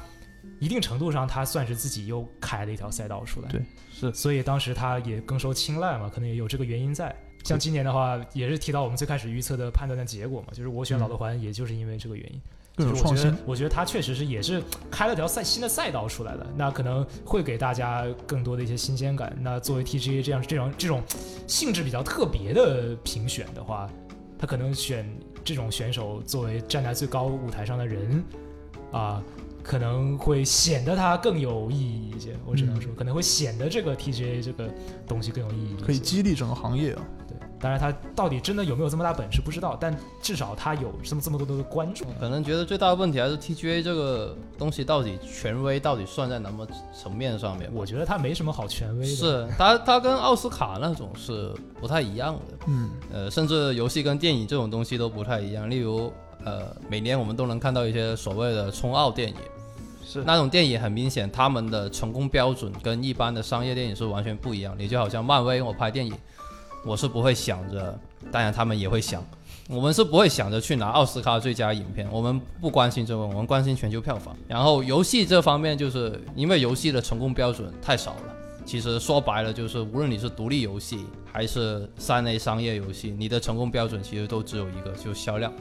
S5: 一定程度上他算是自己又开了一条赛道出来，
S2: 对
S3: 是
S5: 所以当时他也更受青睐嘛，可能也有这个原因在。像今年的话，也是提到我们最开始预测的判断的结果嘛，就是我选老德环，也就是因为这个原因。
S2: 各种
S5: 就是
S2: 创
S5: 我
S2: 新
S5: 觉得，我觉得他确实是也是开了条赛新的赛道出来的，那可能会给大家更多的一些新鲜感。那作为 TGA 这样这种这种性质比较特别的评选的话，他可能选这种选手作为站在最高舞台上的人啊。可能会显得它更有意义一些，我只
S2: 嗯
S5: 能说，可能会显得这个 TGA 这个东西更有意义一些。
S2: 可以激励整个行业啊。
S5: 对，当然他到底真的有没有这么大本事不知道，但至少他有这么这么多的观众。
S4: 可能觉得最大的问题还是 TGA 这个东西到底权威到底算在哪么层面上面吧？
S5: 我觉得他没什么好权威的。
S4: 是它它跟奥斯卡那种是不太一样的，
S2: 嗯，
S4: 呃，甚至游戏跟电影这种东西都不太一样。例如，呃，每年我们都能看到一些所谓的冲奥电影，
S3: 是
S4: 那种电影很明显，他们的成功标准跟一般的商业电影是完全不一样。你就好像漫威，我拍电影，我是不会想着，当然他们也会想，我们是不会想着去拿奥斯卡最佳影片，我们不关心这个，我们关心全球票房。然后游戏这方面，就是因为游戏的成功标准太少了。其实说白了，就是无论你是独立游戏还是三 A 商业游戏，你的成功标准其实都只有一个，就是销量。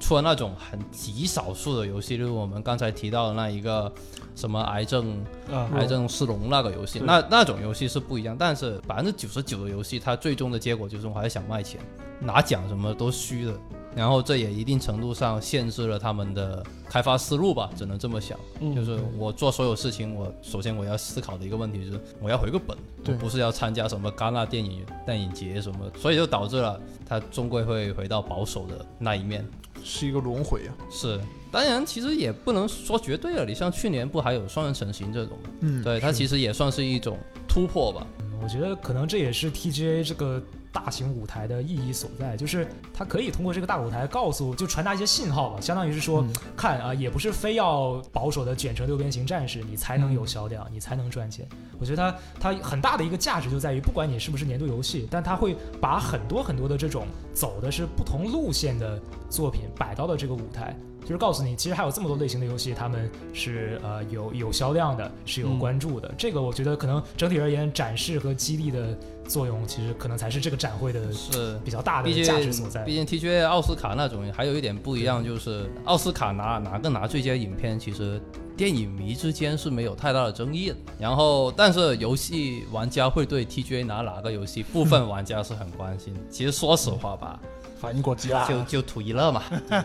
S4: 除了那种很极少数的游戏，例如我们刚才提到的那一个什么癌症
S3: 啊，
S4: 癌症是龙那个游戏，那那种游戏是不一样。但是百分之九十九的游戏，它最终的结果就是我还是想卖钱，拿奖什么都虚的。然后这也一定程度上限制了他们的开发思路吧，只能这么想。
S3: 嗯
S4: 就是我做所有事情，我首先我要思考的一个问题就是我要回个本，我
S2: 对
S4: 不是要参加什么戛纳电影电影节什么，所以就导致了它终归会回到保守的那一面。
S2: 是一个轮回啊。
S4: 是，当然其实也不能说绝对了。你像去年不还有双人成行这种吗？
S2: 嗯，
S4: 对，它其实也算是一种突破吧。
S5: 我觉得可能这也是 TGA 这个大型舞台的意义所在，就是它可以通过这个大舞台告诉，就传达一些信号吧，相当于是
S4: 嗯
S5: 说，看啊，也不是非要保守的卷成六边形战士，你才能有销量，你才能赚钱。我觉得它它很大的一个价值就在于，不管你是不是年度游戏，但它会把很多很多的这种走的是不同路线的作品摆到了这个舞台。就是告诉你，其实还有这么多类型的游戏，他们是呃有有销量的，是有
S3: 嗯
S5: 关注的。这个我觉得可能整体而言，展示和激励的作用，其实可能才是这个展会的
S4: 是，
S5: 比较大
S4: 毕
S5: 的
S4: 竟
S5: 价值所在。
S4: 毕竟 TGA 奥斯卡那种还有一点不一样，就是奥斯卡拿拿个拿最佳影片，其实电影迷之间是没有太大的争议的。然后，但是游戏玩家会对 TGA 拿哪个游戏，部分玩家是很关心。其实说实话吧，
S3: 反应过激
S5: 嗯
S3: 啦，
S4: 就就图一
S5: [LAUGHS]
S4: 乐嘛。对，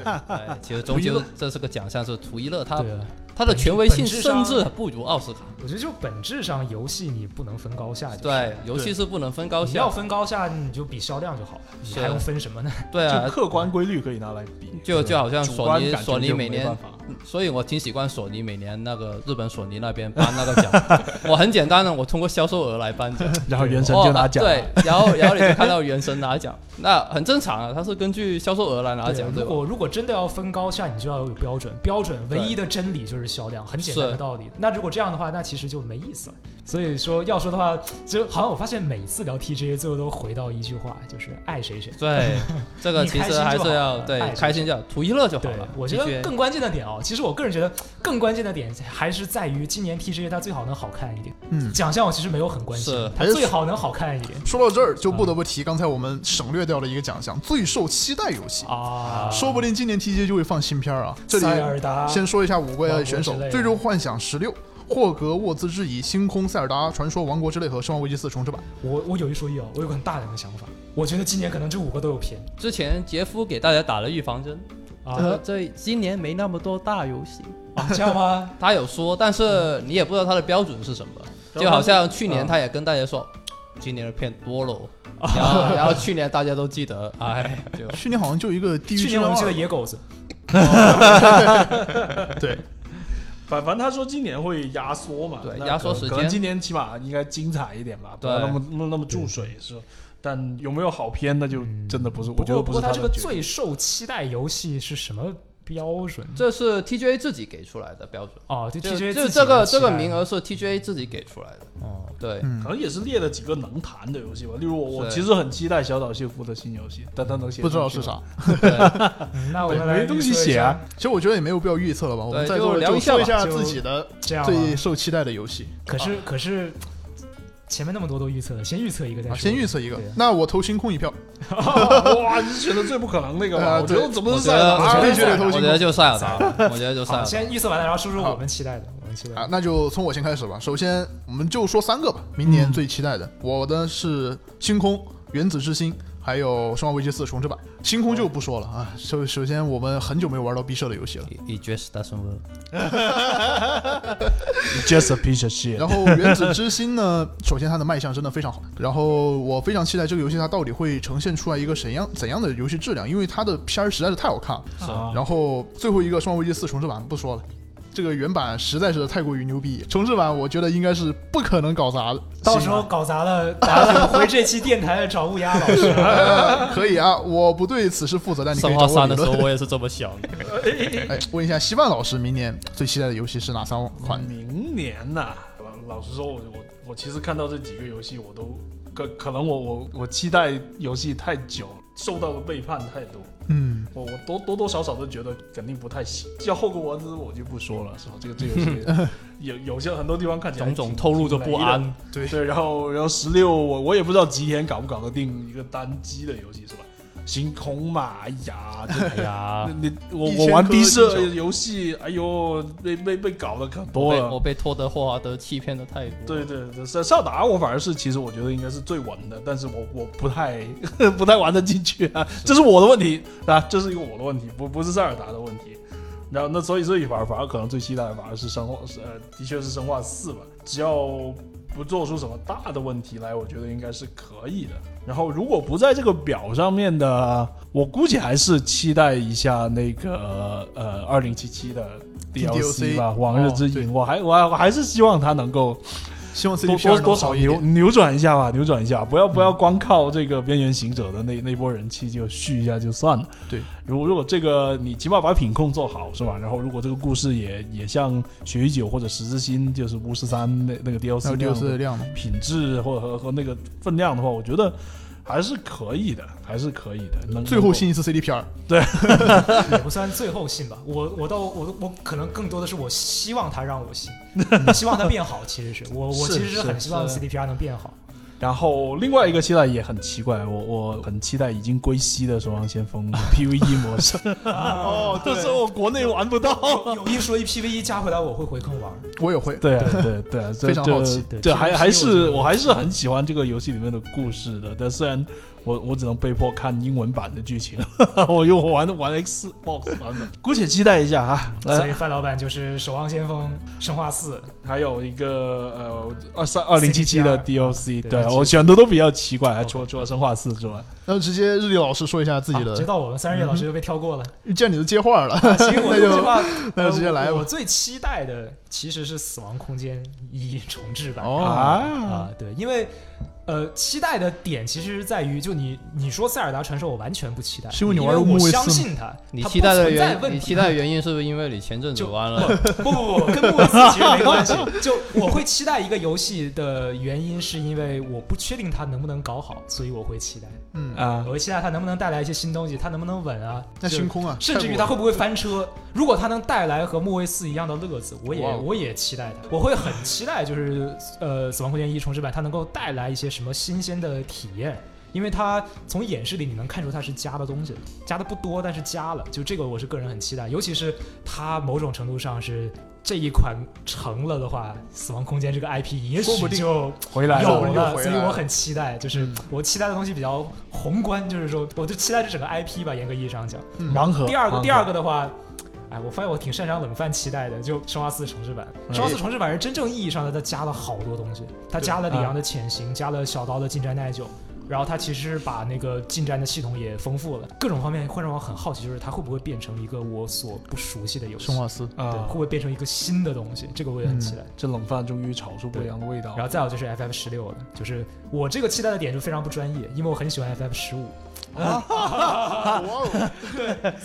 S4: 其实终
S2: 图一
S4: 究
S2: 乐
S4: 这是个奖项，是图一乐，它
S5: 对啊，
S4: 它的权威性
S5: 本质
S4: 甚
S5: 上
S4: 至不如奥斯卡。
S5: 我觉得就本质上，游戏你不能分高下、就是。
S4: 对，，游戏是不能分高
S5: 你要
S4: 下。
S5: 分高下，你就比销量就好了，你
S4: 是
S5: 还用分什么呢？
S4: 对啊
S3: 就，客观规律可以拿来比，
S4: 就是就好像
S3: 主
S4: 索
S3: 观
S4: 尼
S3: 感觉
S4: 索尼
S3: 就
S4: 每
S3: 没
S4: 年
S3: 办法
S4: 所以我挺喜欢索尼每年那个日本索尼那边颁那个奖，我很简单的，我通过销售额来颁奖，
S3: 然后原神就拿奖
S4: 哦
S3: 了，
S4: 对，然后然后你就看到原神拿奖，那很正常啊，它是根据销售额来拿
S5: 对啊
S4: 奖，对
S5: 如
S4: 吧？
S5: 果如果真的要分高下，你就要有标准，标准唯一的真理就是销量，很简单的
S4: 是
S5: 道理。那如果这样的话，那其实就没意思了。所以说要说的话，就好像我发现每次聊 TGA 最后都回到一句话，就是爱谁谁。
S4: 对，这个
S5: 你
S4: 其
S5: 开
S4: 实
S5: 心
S4: 还
S5: 就是好
S4: 要
S5: 了
S4: 对
S5: 爱
S4: 开心就好，图一乐就好
S5: 对
S4: 了。，
S5: 我觉
S4: TGA
S5: 得更关键的点哦，其实我个人觉得更关键的点还是在于今年 TGA 它最好能好看一点。
S2: 嗯，
S5: 奖项我其实没有很关心
S4: 是，
S5: 它最好能好看一点
S2: 说到这儿就
S5: 嗯
S2: 不得不提刚才我们省略掉了一个奖项——最受期待游戏。
S5: 啊。
S2: 说不定今年 TJ 就会放新片儿啊！这
S5: 塞尔
S2: 里
S5: 达
S2: 先说一下五
S5: 王
S2: 位
S5: 国
S2: 选手
S5: 之泪：啊
S2: 《最终幻想十六》、《霍格沃兹之遗》、《星空塞尔达传说：王国之泪》和《生化危机四重置版
S5: 我我有一说一哦，我有个很大胆的想法，我觉得今年可能这五个都有偏
S4: 之前杰夫给大家打了预防针，呃
S5: 啊
S4: [LAUGHS] 这今年没那么多大游戏，
S5: 啊，这样吗？
S4: 他有说，但是你也不知道他的标准是什么。就好像去年他也跟大家说，今年的片多了，然后然后去年大家都记得，哎，就》。
S2: 去年好像就一个《地狱
S5: 去
S2: 之
S5: 年我
S2: 门
S5: 们记得
S2: 二
S5: 野狗子，
S2: 对，
S3: 反反正他说今年会压缩嘛，
S4: 对
S3: 那
S4: 压缩
S3: 可
S4: 时间
S3: 可能今年起码应该精彩一点吧，不要
S4: 对
S3: 那么那么那么注水是。但有没有好片，那就真的不是，我
S5: 不
S3: 觉得
S5: 过
S3: 不是
S5: 不过
S3: 他
S5: 它这
S3: 的
S5: 个
S3: 决定。
S5: 最受期待游戏是什么标准？
S4: 这是 TGA 自己给出来的标准。
S5: 哦，就
S4: 啊就
S5: TGA
S4: 就
S5: 自己
S4: 这个
S5: 的期
S4: 这个
S5: 待
S4: 名额是 TGA 自己给出来的，
S5: 哦，
S4: 对，
S2: 嗯
S3: 可，能也是列了几个能谈的游戏吧。例如我，我
S4: 是
S3: 其实很期待小岛秀夫的新游戏，但他能写
S2: 不知道
S3: 进
S2: 是
S3: 去吗 [LAUGHS]
S2: 啥。。
S4: 对
S5: 嗯那我们
S3: 对
S5: 来
S3: 没东西
S5: 预测一
S3: 写啊
S5: 下
S2: 其实我觉得也没有必要预测了吧，我们
S4: 对
S2: 再
S4: 就
S2: 做
S4: 聊一下
S2: 说一
S4: 吧
S2: 下
S5: 就
S2: 自己的
S5: 这样吧
S2: [LAUGHS]
S5: 啊
S2: 最受期待的游戏。
S5: 可是可是前面那么多都预测了，先预测一个再
S2: 啊，
S5: 说。
S2: 先预测一个
S5: 对啊，
S2: 那我投星空一票。
S3: 哇，你是选的最不可能那个吧？
S2: 呃
S3: 我觉得
S2: 对
S3: 怎么
S4: 我
S3: 都
S4: 觉
S3: 是塞
S4: 得
S3: 尔达
S2: 啊
S4: 我
S2: 必
S4: 觉
S2: 须得
S4: 得
S2: 投
S4: 我
S2: 进
S4: 觉得就塞尔达了，我觉得就塞
S5: 好，
S4: 尔达了。
S5: 先预测完了，然后说说
S2: 好
S5: 我们期待的，我们期待
S2: 啊
S5: 的，。
S2: 那就从我先开始吧。首先，我们就说三个吧。明
S5: 嗯
S2: 年最期待的，我的是《星空》《原子之心》，还有《生化危机四重置版》。星空就不说了啊。首首先，我们很久没有玩到毕设的游
S5: [LAUGHS]
S2: 戏了。
S4: It just doesn't work。
S3: just a piece of shit。
S2: 然后，《原子之心》呢， [LAUGHS] 首先它的卖相真的非常好。然后，我非常期待这个游戏它到底会呈现出来一个怎样怎样的游戏质量，因为它的片儿实在是太好看了。
S3: 啊
S2: 然后最后一个《生化危机四》重置版不说了，这个原版实在是太过于牛逼，重置版我觉得应该是不可能搞砸的。
S5: 到时候搞砸了，咱们回这期电台找乌鸦老师。
S2: 呃可以啊，我不对此事负责，但你可
S4: 生
S2: 以
S4: 化
S2: 找我
S4: 三
S2: 理
S4: 的时候
S2: 论。
S4: 我也是这么想的。
S2: 哎，问一下希望老师，明年最期待的游戏是哪三款？
S3: 明年呐、老老实说，我我我其实看到这几个游戏，我都可可能我我我期待游戏太久，受到的背叛太多，
S2: 嗯，
S3: 我我多多多少少都觉得肯定不太行。像《后宫王子》我就不说了，是吧？这个这个游
S4: [LAUGHS]
S3: 戏有有些很多地方看起来
S4: 种种
S3: 挺
S4: 透露着不。
S3: 挺雷的
S4: 安。
S2: 对
S3: 对，然后然后十六，我我也不知道吉田搞不搞得定一个单机的游戏，是吧？星空嘛，哎呀，这
S4: 哎呀，
S3: 你你我
S2: 一
S3: 我
S2: 千
S3: 玩
S2: 颗
S3: 逼
S2: 地
S3: 社
S2: 球
S3: 游戏，哎呦，被被被搞得可
S4: 我
S3: 多
S4: 被
S3: 了
S4: 我。被托德霍华德欺骗的太多。
S3: 对对对，塞少达我反而是，其实我觉得应该是最稳的，但是我我不太 [LAUGHS] 不太玩得进去啊，这是我的问题啊，这是一个我的问题，不不是塞尔达的问题。然后那所以所以反而反而可能最期待的反而是生化，是呃，的确是生化四吧，只要不做出什么大的问题来，我觉得应该是可以的。然后如果不在这个表上面的，我估计还是期待一下那个呃二零七七的 DLC
S2: DLC
S3: 吧，《往日之
S2: 哦对
S3: 影》我还我还我还是希望它能够
S2: 希望 CDP
S3: 多
S2: 二
S3: 多
S2: 能
S3: 多
S2: 好
S3: 少
S2: 一
S3: 扭
S2: 点。嗯
S3: 扭转一下吧，扭转一下，不要不要光靠这个边缘行者的那那波人气就续一下就算了。
S2: 对，
S3: 如果如果这个你起码把品控做好是吧？然后如果这个故事也也像《血与酒》或者《十字星》，就是巫师三那那个 DLC
S2: 还有
S3: 那样
S2: DLC
S3: 的
S2: 的量呢？
S3: 品质或和和那个分量的话，我觉得还是可以的，还是可以的。能
S2: 最后信一次 CDP 二，
S5: [LAUGHS] 也不算最后信吧。我我倒我都我可能更多的是我希望他让我信，希望他变好。其实是我我
S3: 是
S5: 其实
S3: 是
S5: 很希望
S4: 是
S5: CDPR 能变好。
S3: 然后另外一个期待也很奇怪，我我很期待已经归西的《守望先锋》PVE 模
S2: [LAUGHS]
S3: 式，
S5: 哦，
S3: [LAUGHS] 这是我国内玩不到。
S5: 有一说一，PVE 加回来我会回坑玩。
S2: 我也会。
S3: 对啊对啊 [LAUGHS] 对啊，这
S2: 非常好奇
S3: 这
S5: 对
S3: 这还
S5: 这个游戏
S3: 还
S5: 我觉
S3: 是
S5: 得
S3: 我还嗯是很喜欢这个游戏里面的故事的，但虽然我我只能被迫看英文版的剧情， [LAUGHS] 我又玩玩 Xbox 版本，姑且期待一下啊。
S5: 所以
S3: 来，
S5: 范老板就是《守望先锋》《生化四》，
S3: 还有一个呃二三二零七七
S5: CDPR
S3: 的 DLC，对啊
S5: 对
S3: 我选的都比较奇怪，啊，除了除了生化四之外，
S2: 那就直接日历老师说一下自己
S5: 啊直
S2: 的，
S5: 到我们三十页老师就被挑过
S2: [LAUGHS]
S5: 了。
S2: 见你的接话了，
S5: 所以
S2: 那
S5: 啊我说实
S2: 就
S5: 话，
S2: 那就直接来
S5: 呃我
S2: 吧
S5: 我。最期待的其实是《死亡空间一》重置版。
S2: 哦，
S3: 啊，
S4: 嗯
S5: 啊，对，因为呃，期待的点其实在于，就你你说塞尔达传说，我完全不期待，
S2: 是因为你
S5: 因
S2: 玩
S5: 为
S2: 了木
S5: 我
S2: 卫
S5: 相
S2: 四吗
S5: 信它，
S4: 你
S5: 它
S4: 期
S5: 不
S4: 待的
S5: 存在
S4: 原
S5: 问
S4: 你
S5: 题
S4: 期待的原因是不是因为你前阵子玩了？
S5: [LAUGHS] 不不不，跟木卫斯其实没关系。就我会期待一个游戏的原因，是因为我不确定它能不能搞好，所以我会期待。
S2: 嗯，
S3: 啊
S5: 我会期待它能不能带来一些新东西，它能不能稳啊？
S2: 那
S5: 就
S2: 星空啊，
S5: 甚至于
S2: 太
S5: 它
S2: 过
S5: 会不会翻车？如果它能带来和木卫四一样的乐子，我也
S2: 哇哦
S5: 我也期待它。我会很期待，就是呃，《死亡空间一》重置版它能够带来一些什么新鲜的体验。因为它从演示里你能看出它是加的东西的，加的不多，但是加了，就这个我是个人很期待，尤其是它某种程度上是这一款成了的话，《死亡空间》这个 IP 也
S2: 说不
S5: 许
S2: 定
S5: 就
S3: 回来
S5: 有
S2: 说不
S3: 了
S2: 定。
S5: 了，
S2: 回
S5: 所
S2: 来
S5: 以
S2: 了嗯
S5: 我很期待，就是我期待的东西比较宏观，就是说，我就期待这整个 IP 吧，严格意义上讲。
S2: 嗯
S3: 盲盒
S5: 第二
S3: 盲
S5: 个，
S3: 盒
S5: 第二个的话，哎，我发现我挺擅长冷饭期待的，就《生化四》重置版，
S3: 嗯
S5: 《生化四》重置版是真正意义上的，它加了好多东西，它加了
S3: 对
S5: 里昂的潜行，加了小刀的近战耐久，然后它其实是把那个近战的系统也丰富了，各种方面会让我很好奇，就是它会不会变成一个我所不熟悉的游戏
S2: 生，化四，
S5: 对，
S3: 啊嗯
S5: 会不，会变成一个新的东西？这个我也很期待。
S3: 这冷饭终于炒出不一样的味道。
S5: 然后再有就是 FF 十六了，就是我这个期待的点就非常不专业，因为我很喜欢 FF 十五，
S2: 哇
S5: [LAUGHS]
S2: 哦，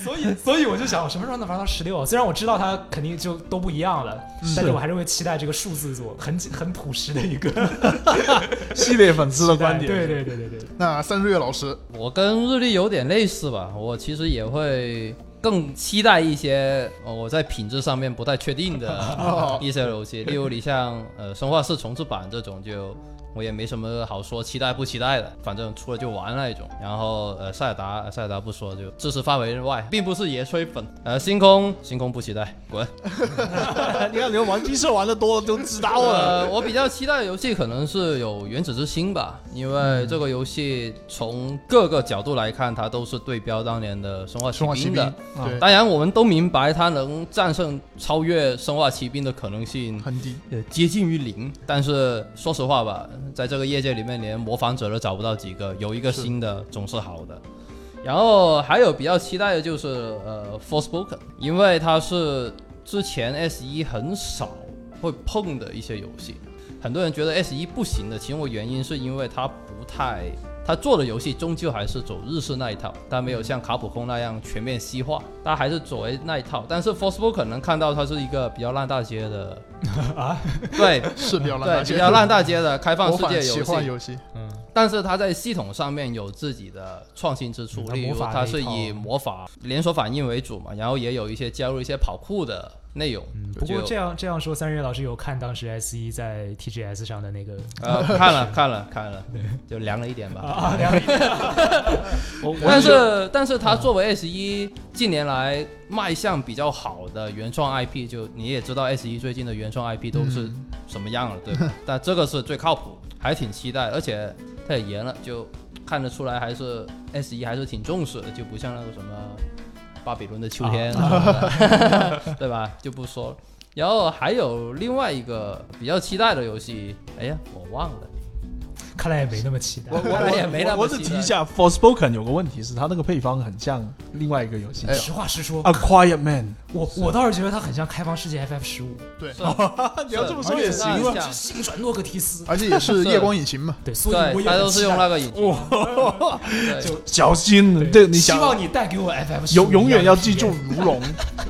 S5: 所以所以我就想我什么时候能玩到十六？啊虽然我知道它肯定就都不一样了，
S4: 嗯
S5: 但是我还是会期待这个数字做很很朴实的一个
S3: 系列粉丝的观点，
S5: [LAUGHS] 对对对对对，
S2: 那三瑞月老师，
S4: 我跟日历有点类似吧，我其实也会更期待一些呃我在品质上面不太确定
S2: [LAUGHS] 哦
S4: 的一些游戏，例如你像呃《生化四重置版》这种就。我也没什么好说，期待不期待的，反正出了就玩那一种。然后呃，塞尔达，呃塞尔达不说，就知识范围之外，并不是野吹粉。呃，星空，星空不期待，滚。
S3: [LAUGHS] 你看你们玩 P 社玩的多了，都知道了。
S4: 呃，我比较期待的游戏可能是有《原子之心》吧，因为
S2: 嗯
S4: 这个游戏从各个角度来看，它都是对标当年的《
S5: 啊
S4: 生化奇
S2: 生化奇
S4: 兵》
S2: 兵
S4: 的。，
S2: 对，
S4: 当然，我们都明白它能战胜、超越《生化奇兵》的可能性
S2: 很低，
S4: 呃接近于零。但是说实话吧，在这个业界里面，连模仿者都找不到几个，有一个
S2: 是
S4: 新的总是好的。然后还有比较期待的就是呃《Forspoken》，因为它是之前 S 一很少会碰的一些游戏。很多人觉得 S 一不行的，其中原因是因为它不太，它做的游戏终究还是走日式那一套，它没有像卡普空那样全面西化，它还是走那一套。但是 Forspoken 能看到它是一个比较烂大街的啊，对
S2: 是比较烂
S4: 对，
S2: 大
S4: 比
S2: 街，
S4: 较烂大街的开放
S2: 模
S4: 世
S2: 仿
S4: 界
S2: 奇
S4: 游
S2: 幻
S4: 戏，
S2: 游戏，
S5: 嗯，
S4: 但是它在系统上面有自己的创新之处
S5: 嗯，它
S4: 例如
S5: 魔法
S4: 它
S5: 那一
S4: 是以
S5: 套
S4: 魔法连锁反应为主嘛，然后也有一些加入一些跑酷的内容。
S5: 嗯不
S4: 就
S5: 过这样这样说，三月老师有看当时 S 一在 TGS 上的那个
S4: 呃，看了看了看了，就凉了一点吧。
S5: 啊，两
S4: [LAUGHS]
S5: 个
S3: 我我
S4: 但是，但是它作为 S 一近年来卖相比较好的原创 IP，就你也知道 S 一最近的原创 IP 都是什么样了， [LAUGHS] 对吧？但这个是最靠谱，还挺期待，而且它也严了，就看得出来还是 S 一还是挺重视的，就不像那个什么巴比伦的秋天，啊 [LAUGHS] 对吧？就不说了。然后还有另外一个比较期待的游戏，哎呀，我忘了，
S5: 看来也没那么期待
S3: 我。
S4: 看来也没那
S3: 我
S4: 么
S3: 我
S4: 期
S3: 只
S4: 待
S3: 提一下，Forspoken 有个问题是，它那个配方很像另外一个游戏叫《
S5: 实话实
S4: 哎
S5: 说，
S3: A Quiet Man
S5: 我我倒是觉得它很像开放世界 FF 十五，
S2: 对，
S4: 是吧
S3: [LAUGHS] 你要这么说也行
S4: 啊
S3: 啊
S4: 是
S3: 吧
S4: 那像
S5: 性转诺克提斯，
S2: [LAUGHS] 而且也是
S4: [LAUGHS] 是
S2: 夜光引擎嘛，
S5: 对，所以我
S4: 对，
S5: 也
S4: 它
S5: 很
S4: 都是
S5: 期
S4: 用
S5: 待
S4: 那个引擎。对》，
S3: 小心，
S5: 对
S3: 这你
S5: 希
S3: 想
S5: 望你带给我 FF 十五
S3: 永永远要记住如龙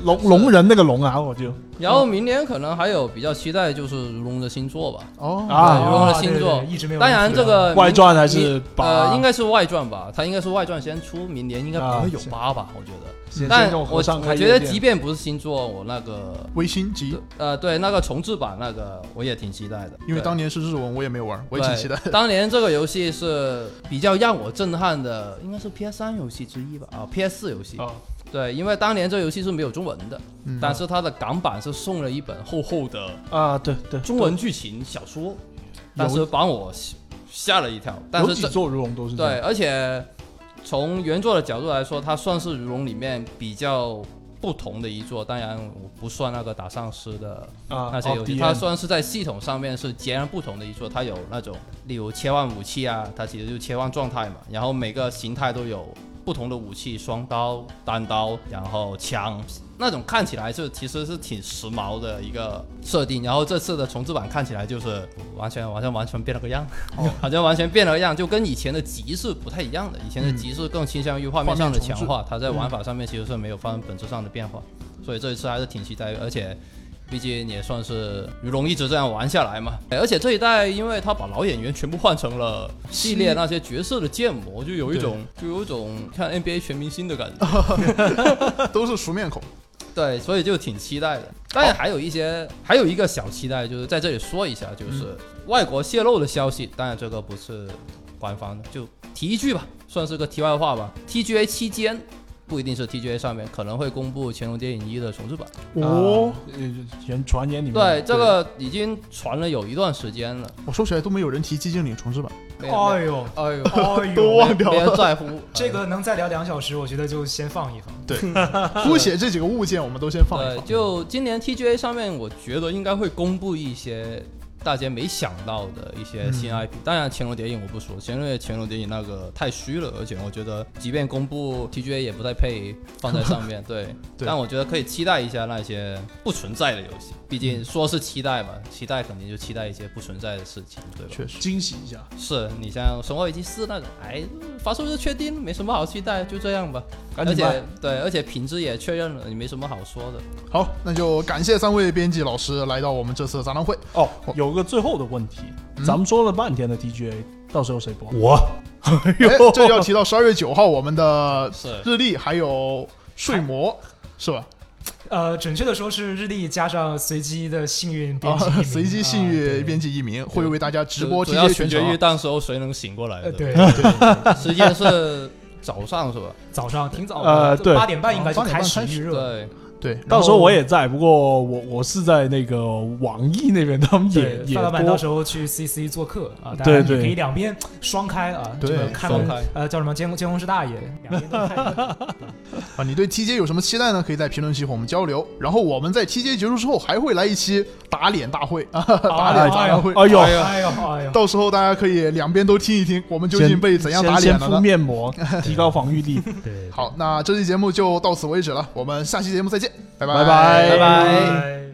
S3: 龙龙人那个龙啊，我就
S4: 然后明年可能还有比较期待就是《如龙》的新作吧。
S2: 哦，
S4: 对
S3: 啊
S4: 如，龙的新
S5: 啊
S4: 作
S5: 对对对一直没有
S4: 当然，
S5: 人提
S4: 这个
S3: 外传还
S4: 明
S3: 是八
S4: 呃，应该是外传吧，它应该是外传先出，明年应该不会有八吧，我觉得。
S3: 啊先
S4: 但
S3: 先用
S4: 我
S3: 和尚
S4: 我
S3: 开
S4: 觉得，
S3: 夜
S4: 即
S3: 店
S4: 便不是新作，我那个
S2: 微星级，
S4: 呃，对那个重置版那个，我也挺期待的，
S2: 因为
S4: 对
S2: 当年是日文，我也没有玩，我也挺期待。
S4: 对当年这个游戏是比较让我震撼的，应该是 PS 3游戏之一吧，啊，PS 4游戏。
S3: 哦
S4: 对，因为当年这游戏是没有中文的，
S2: 嗯
S4: 但是它的港版是送了一本厚厚的
S3: 啊，对对，
S4: 中文剧情小说，当时把我吓吓了一跳。但
S3: 有
S4: 是
S3: 几
S4: 这
S3: 座如龙都是这
S4: 对，
S3: 样，
S4: 而且从原作的角度来说，它算是《如龙》里面比较不同的一作。当然，我不算那个打丧尸的
S3: 啊，
S4: 那些游戏，
S3: RDN
S4: 哦它虽然是在系统上面是截然不同的一座，它有那种例如切换武器啊，它其实就切换状态嘛，然后每个形态都有不同的武器，双刀、单刀，然后枪。那种看起来是其实是挺时髦的一个设定，然后这次的重置版看起来就是完全完全完全变了个样， [LAUGHS] 好像完全变了个样，就跟以前的极是不太一样的。以前的极是更倾向于画面嗯上的强化，它在玩法上面其实是没有发生本质上的变化，所以这一次还是挺期待，而且毕竟也算是于龙一直这样玩下来嘛。哎而且这一代，因为他把老演员全部换成了系列那些角色的建模，就有一种就有一种看 NBA 全明星的感觉。
S2: [LAUGHS] 都是熟面孔。
S4: 对，所以就挺期待的。当然还有一些，还有一个小期待，就是在这里说一下，就是外国泄露的消息。当然这个不是官方的，就提一句吧，算是个题外话吧。TGA 期间。不一定是 TGA 上面可能会公布《乾隆电影一》的重制版，
S3: 哦，
S2: 啊
S3: 呃原传言里面
S4: 对这个已经传了有一段时间了。
S2: 我说起来都没有人提寂静岭重置版，
S4: 没有没有
S5: 哎呦，
S4: 哎
S2: [LAUGHS]
S5: [LAUGHS]
S4: 呦，
S5: 哎
S4: [LAUGHS]
S2: 都
S5: 呦，
S2: 忘掉
S4: 别
S2: 了。
S4: 在乎哎
S5: 这。个能再聊两小时，我觉得就先放一放。
S2: [LAUGHS] 姑且这几个物件我们都先放一
S4: 对，
S2: 放。
S4: 就今年 TGA 上面，我觉得应该会公布一些大家没想到的一
S2: 嗯
S4: 些新 IP。当然，《潜龙谍影》我不说，因为《潜龙谍影》那个太虚了，而且我觉得即便公布 TGA 也不再配放在上
S2: [LAUGHS]
S4: 面对，
S2: 对
S4: 但我觉得可以期待一下那些不存在的游戏，毕竟
S2: 嗯
S4: 说是期待嘛，期待肯定就期待一些不存在的事情，对吧？
S2: [LAUGHS] 确实，
S3: 惊喜一下。
S4: 是你像《生化危机四》那种，哎，发售日确定，没什么好期待，就这样吧。
S3: 赶
S4: 而
S3: 紧吧
S4: 且对，而且品质也确认了，你没什么好说的。
S2: 好，那就感谢三位编辑老师来到我们这次的展览
S4: [LAUGHS]
S2: 会。
S3: 哦
S2: 我，
S3: 有个最后的问题，咱们说了半天的 TGA，到时候谁播？
S5: 我
S2: 哎，这就要提到十二月九号我们的
S4: 是
S2: 日历还有睡魔。是吧？
S5: 呃，准确的说是日历加上随机的
S2: [LAUGHS]
S5: 幸运编
S2: 啊
S5: 辑一名，啊
S2: 随机幸运编
S5: 辑，
S2: 辑一名会为大家直播
S4: 主主要
S2: TGA
S4: 取
S2: 全
S4: 决于
S2: 程。
S4: 当时候谁能醒过来。
S5: 呃，
S4: 对
S5: 对，对 [LAUGHS]
S4: 吧，时间是早上是吧？
S5: 早上挺早
S3: 呃
S5: 的，
S3: 对
S5: 八点半应该就
S2: 8点半
S5: 开始
S2: 开始
S5: 预热了，
S4: 对，
S2: 对，然后
S3: 到时候我也在，不过我我是在那个网易那边，他们也
S5: 对，
S3: 也
S5: 范老板到
S3: 播
S5: 时。候去 CC 做客啊，大
S3: 对
S5: 家
S3: 对
S5: 也可以两边双开啊，
S2: 对
S5: 这个开
S4: 双
S5: 门
S4: 开
S5: 呃叫什么监工监工师大爷，两边都
S3: [LAUGHS]
S5: 开。
S2: 啊，你对 TJ 有什么期待呢？可以在评论区和我们交流。然后我们在 TJ 结束之后还会来一期打脸大会 [LAUGHS] 啊，打脸展览会。
S3: 哎呦，
S5: 哎呦哎呦，
S2: 到时候大家可以两边都听一听，我们究
S3: 先
S2: 竟被怎样
S3: 先
S2: 打脸
S3: 先
S2: 了
S3: 敷
S2: 呢？
S3: 面膜，提高防御力。
S5: 对，
S2: 好，那这期节目就到此为止了，我们下期节目再见，拜
S3: 拜拜
S5: 拜拜。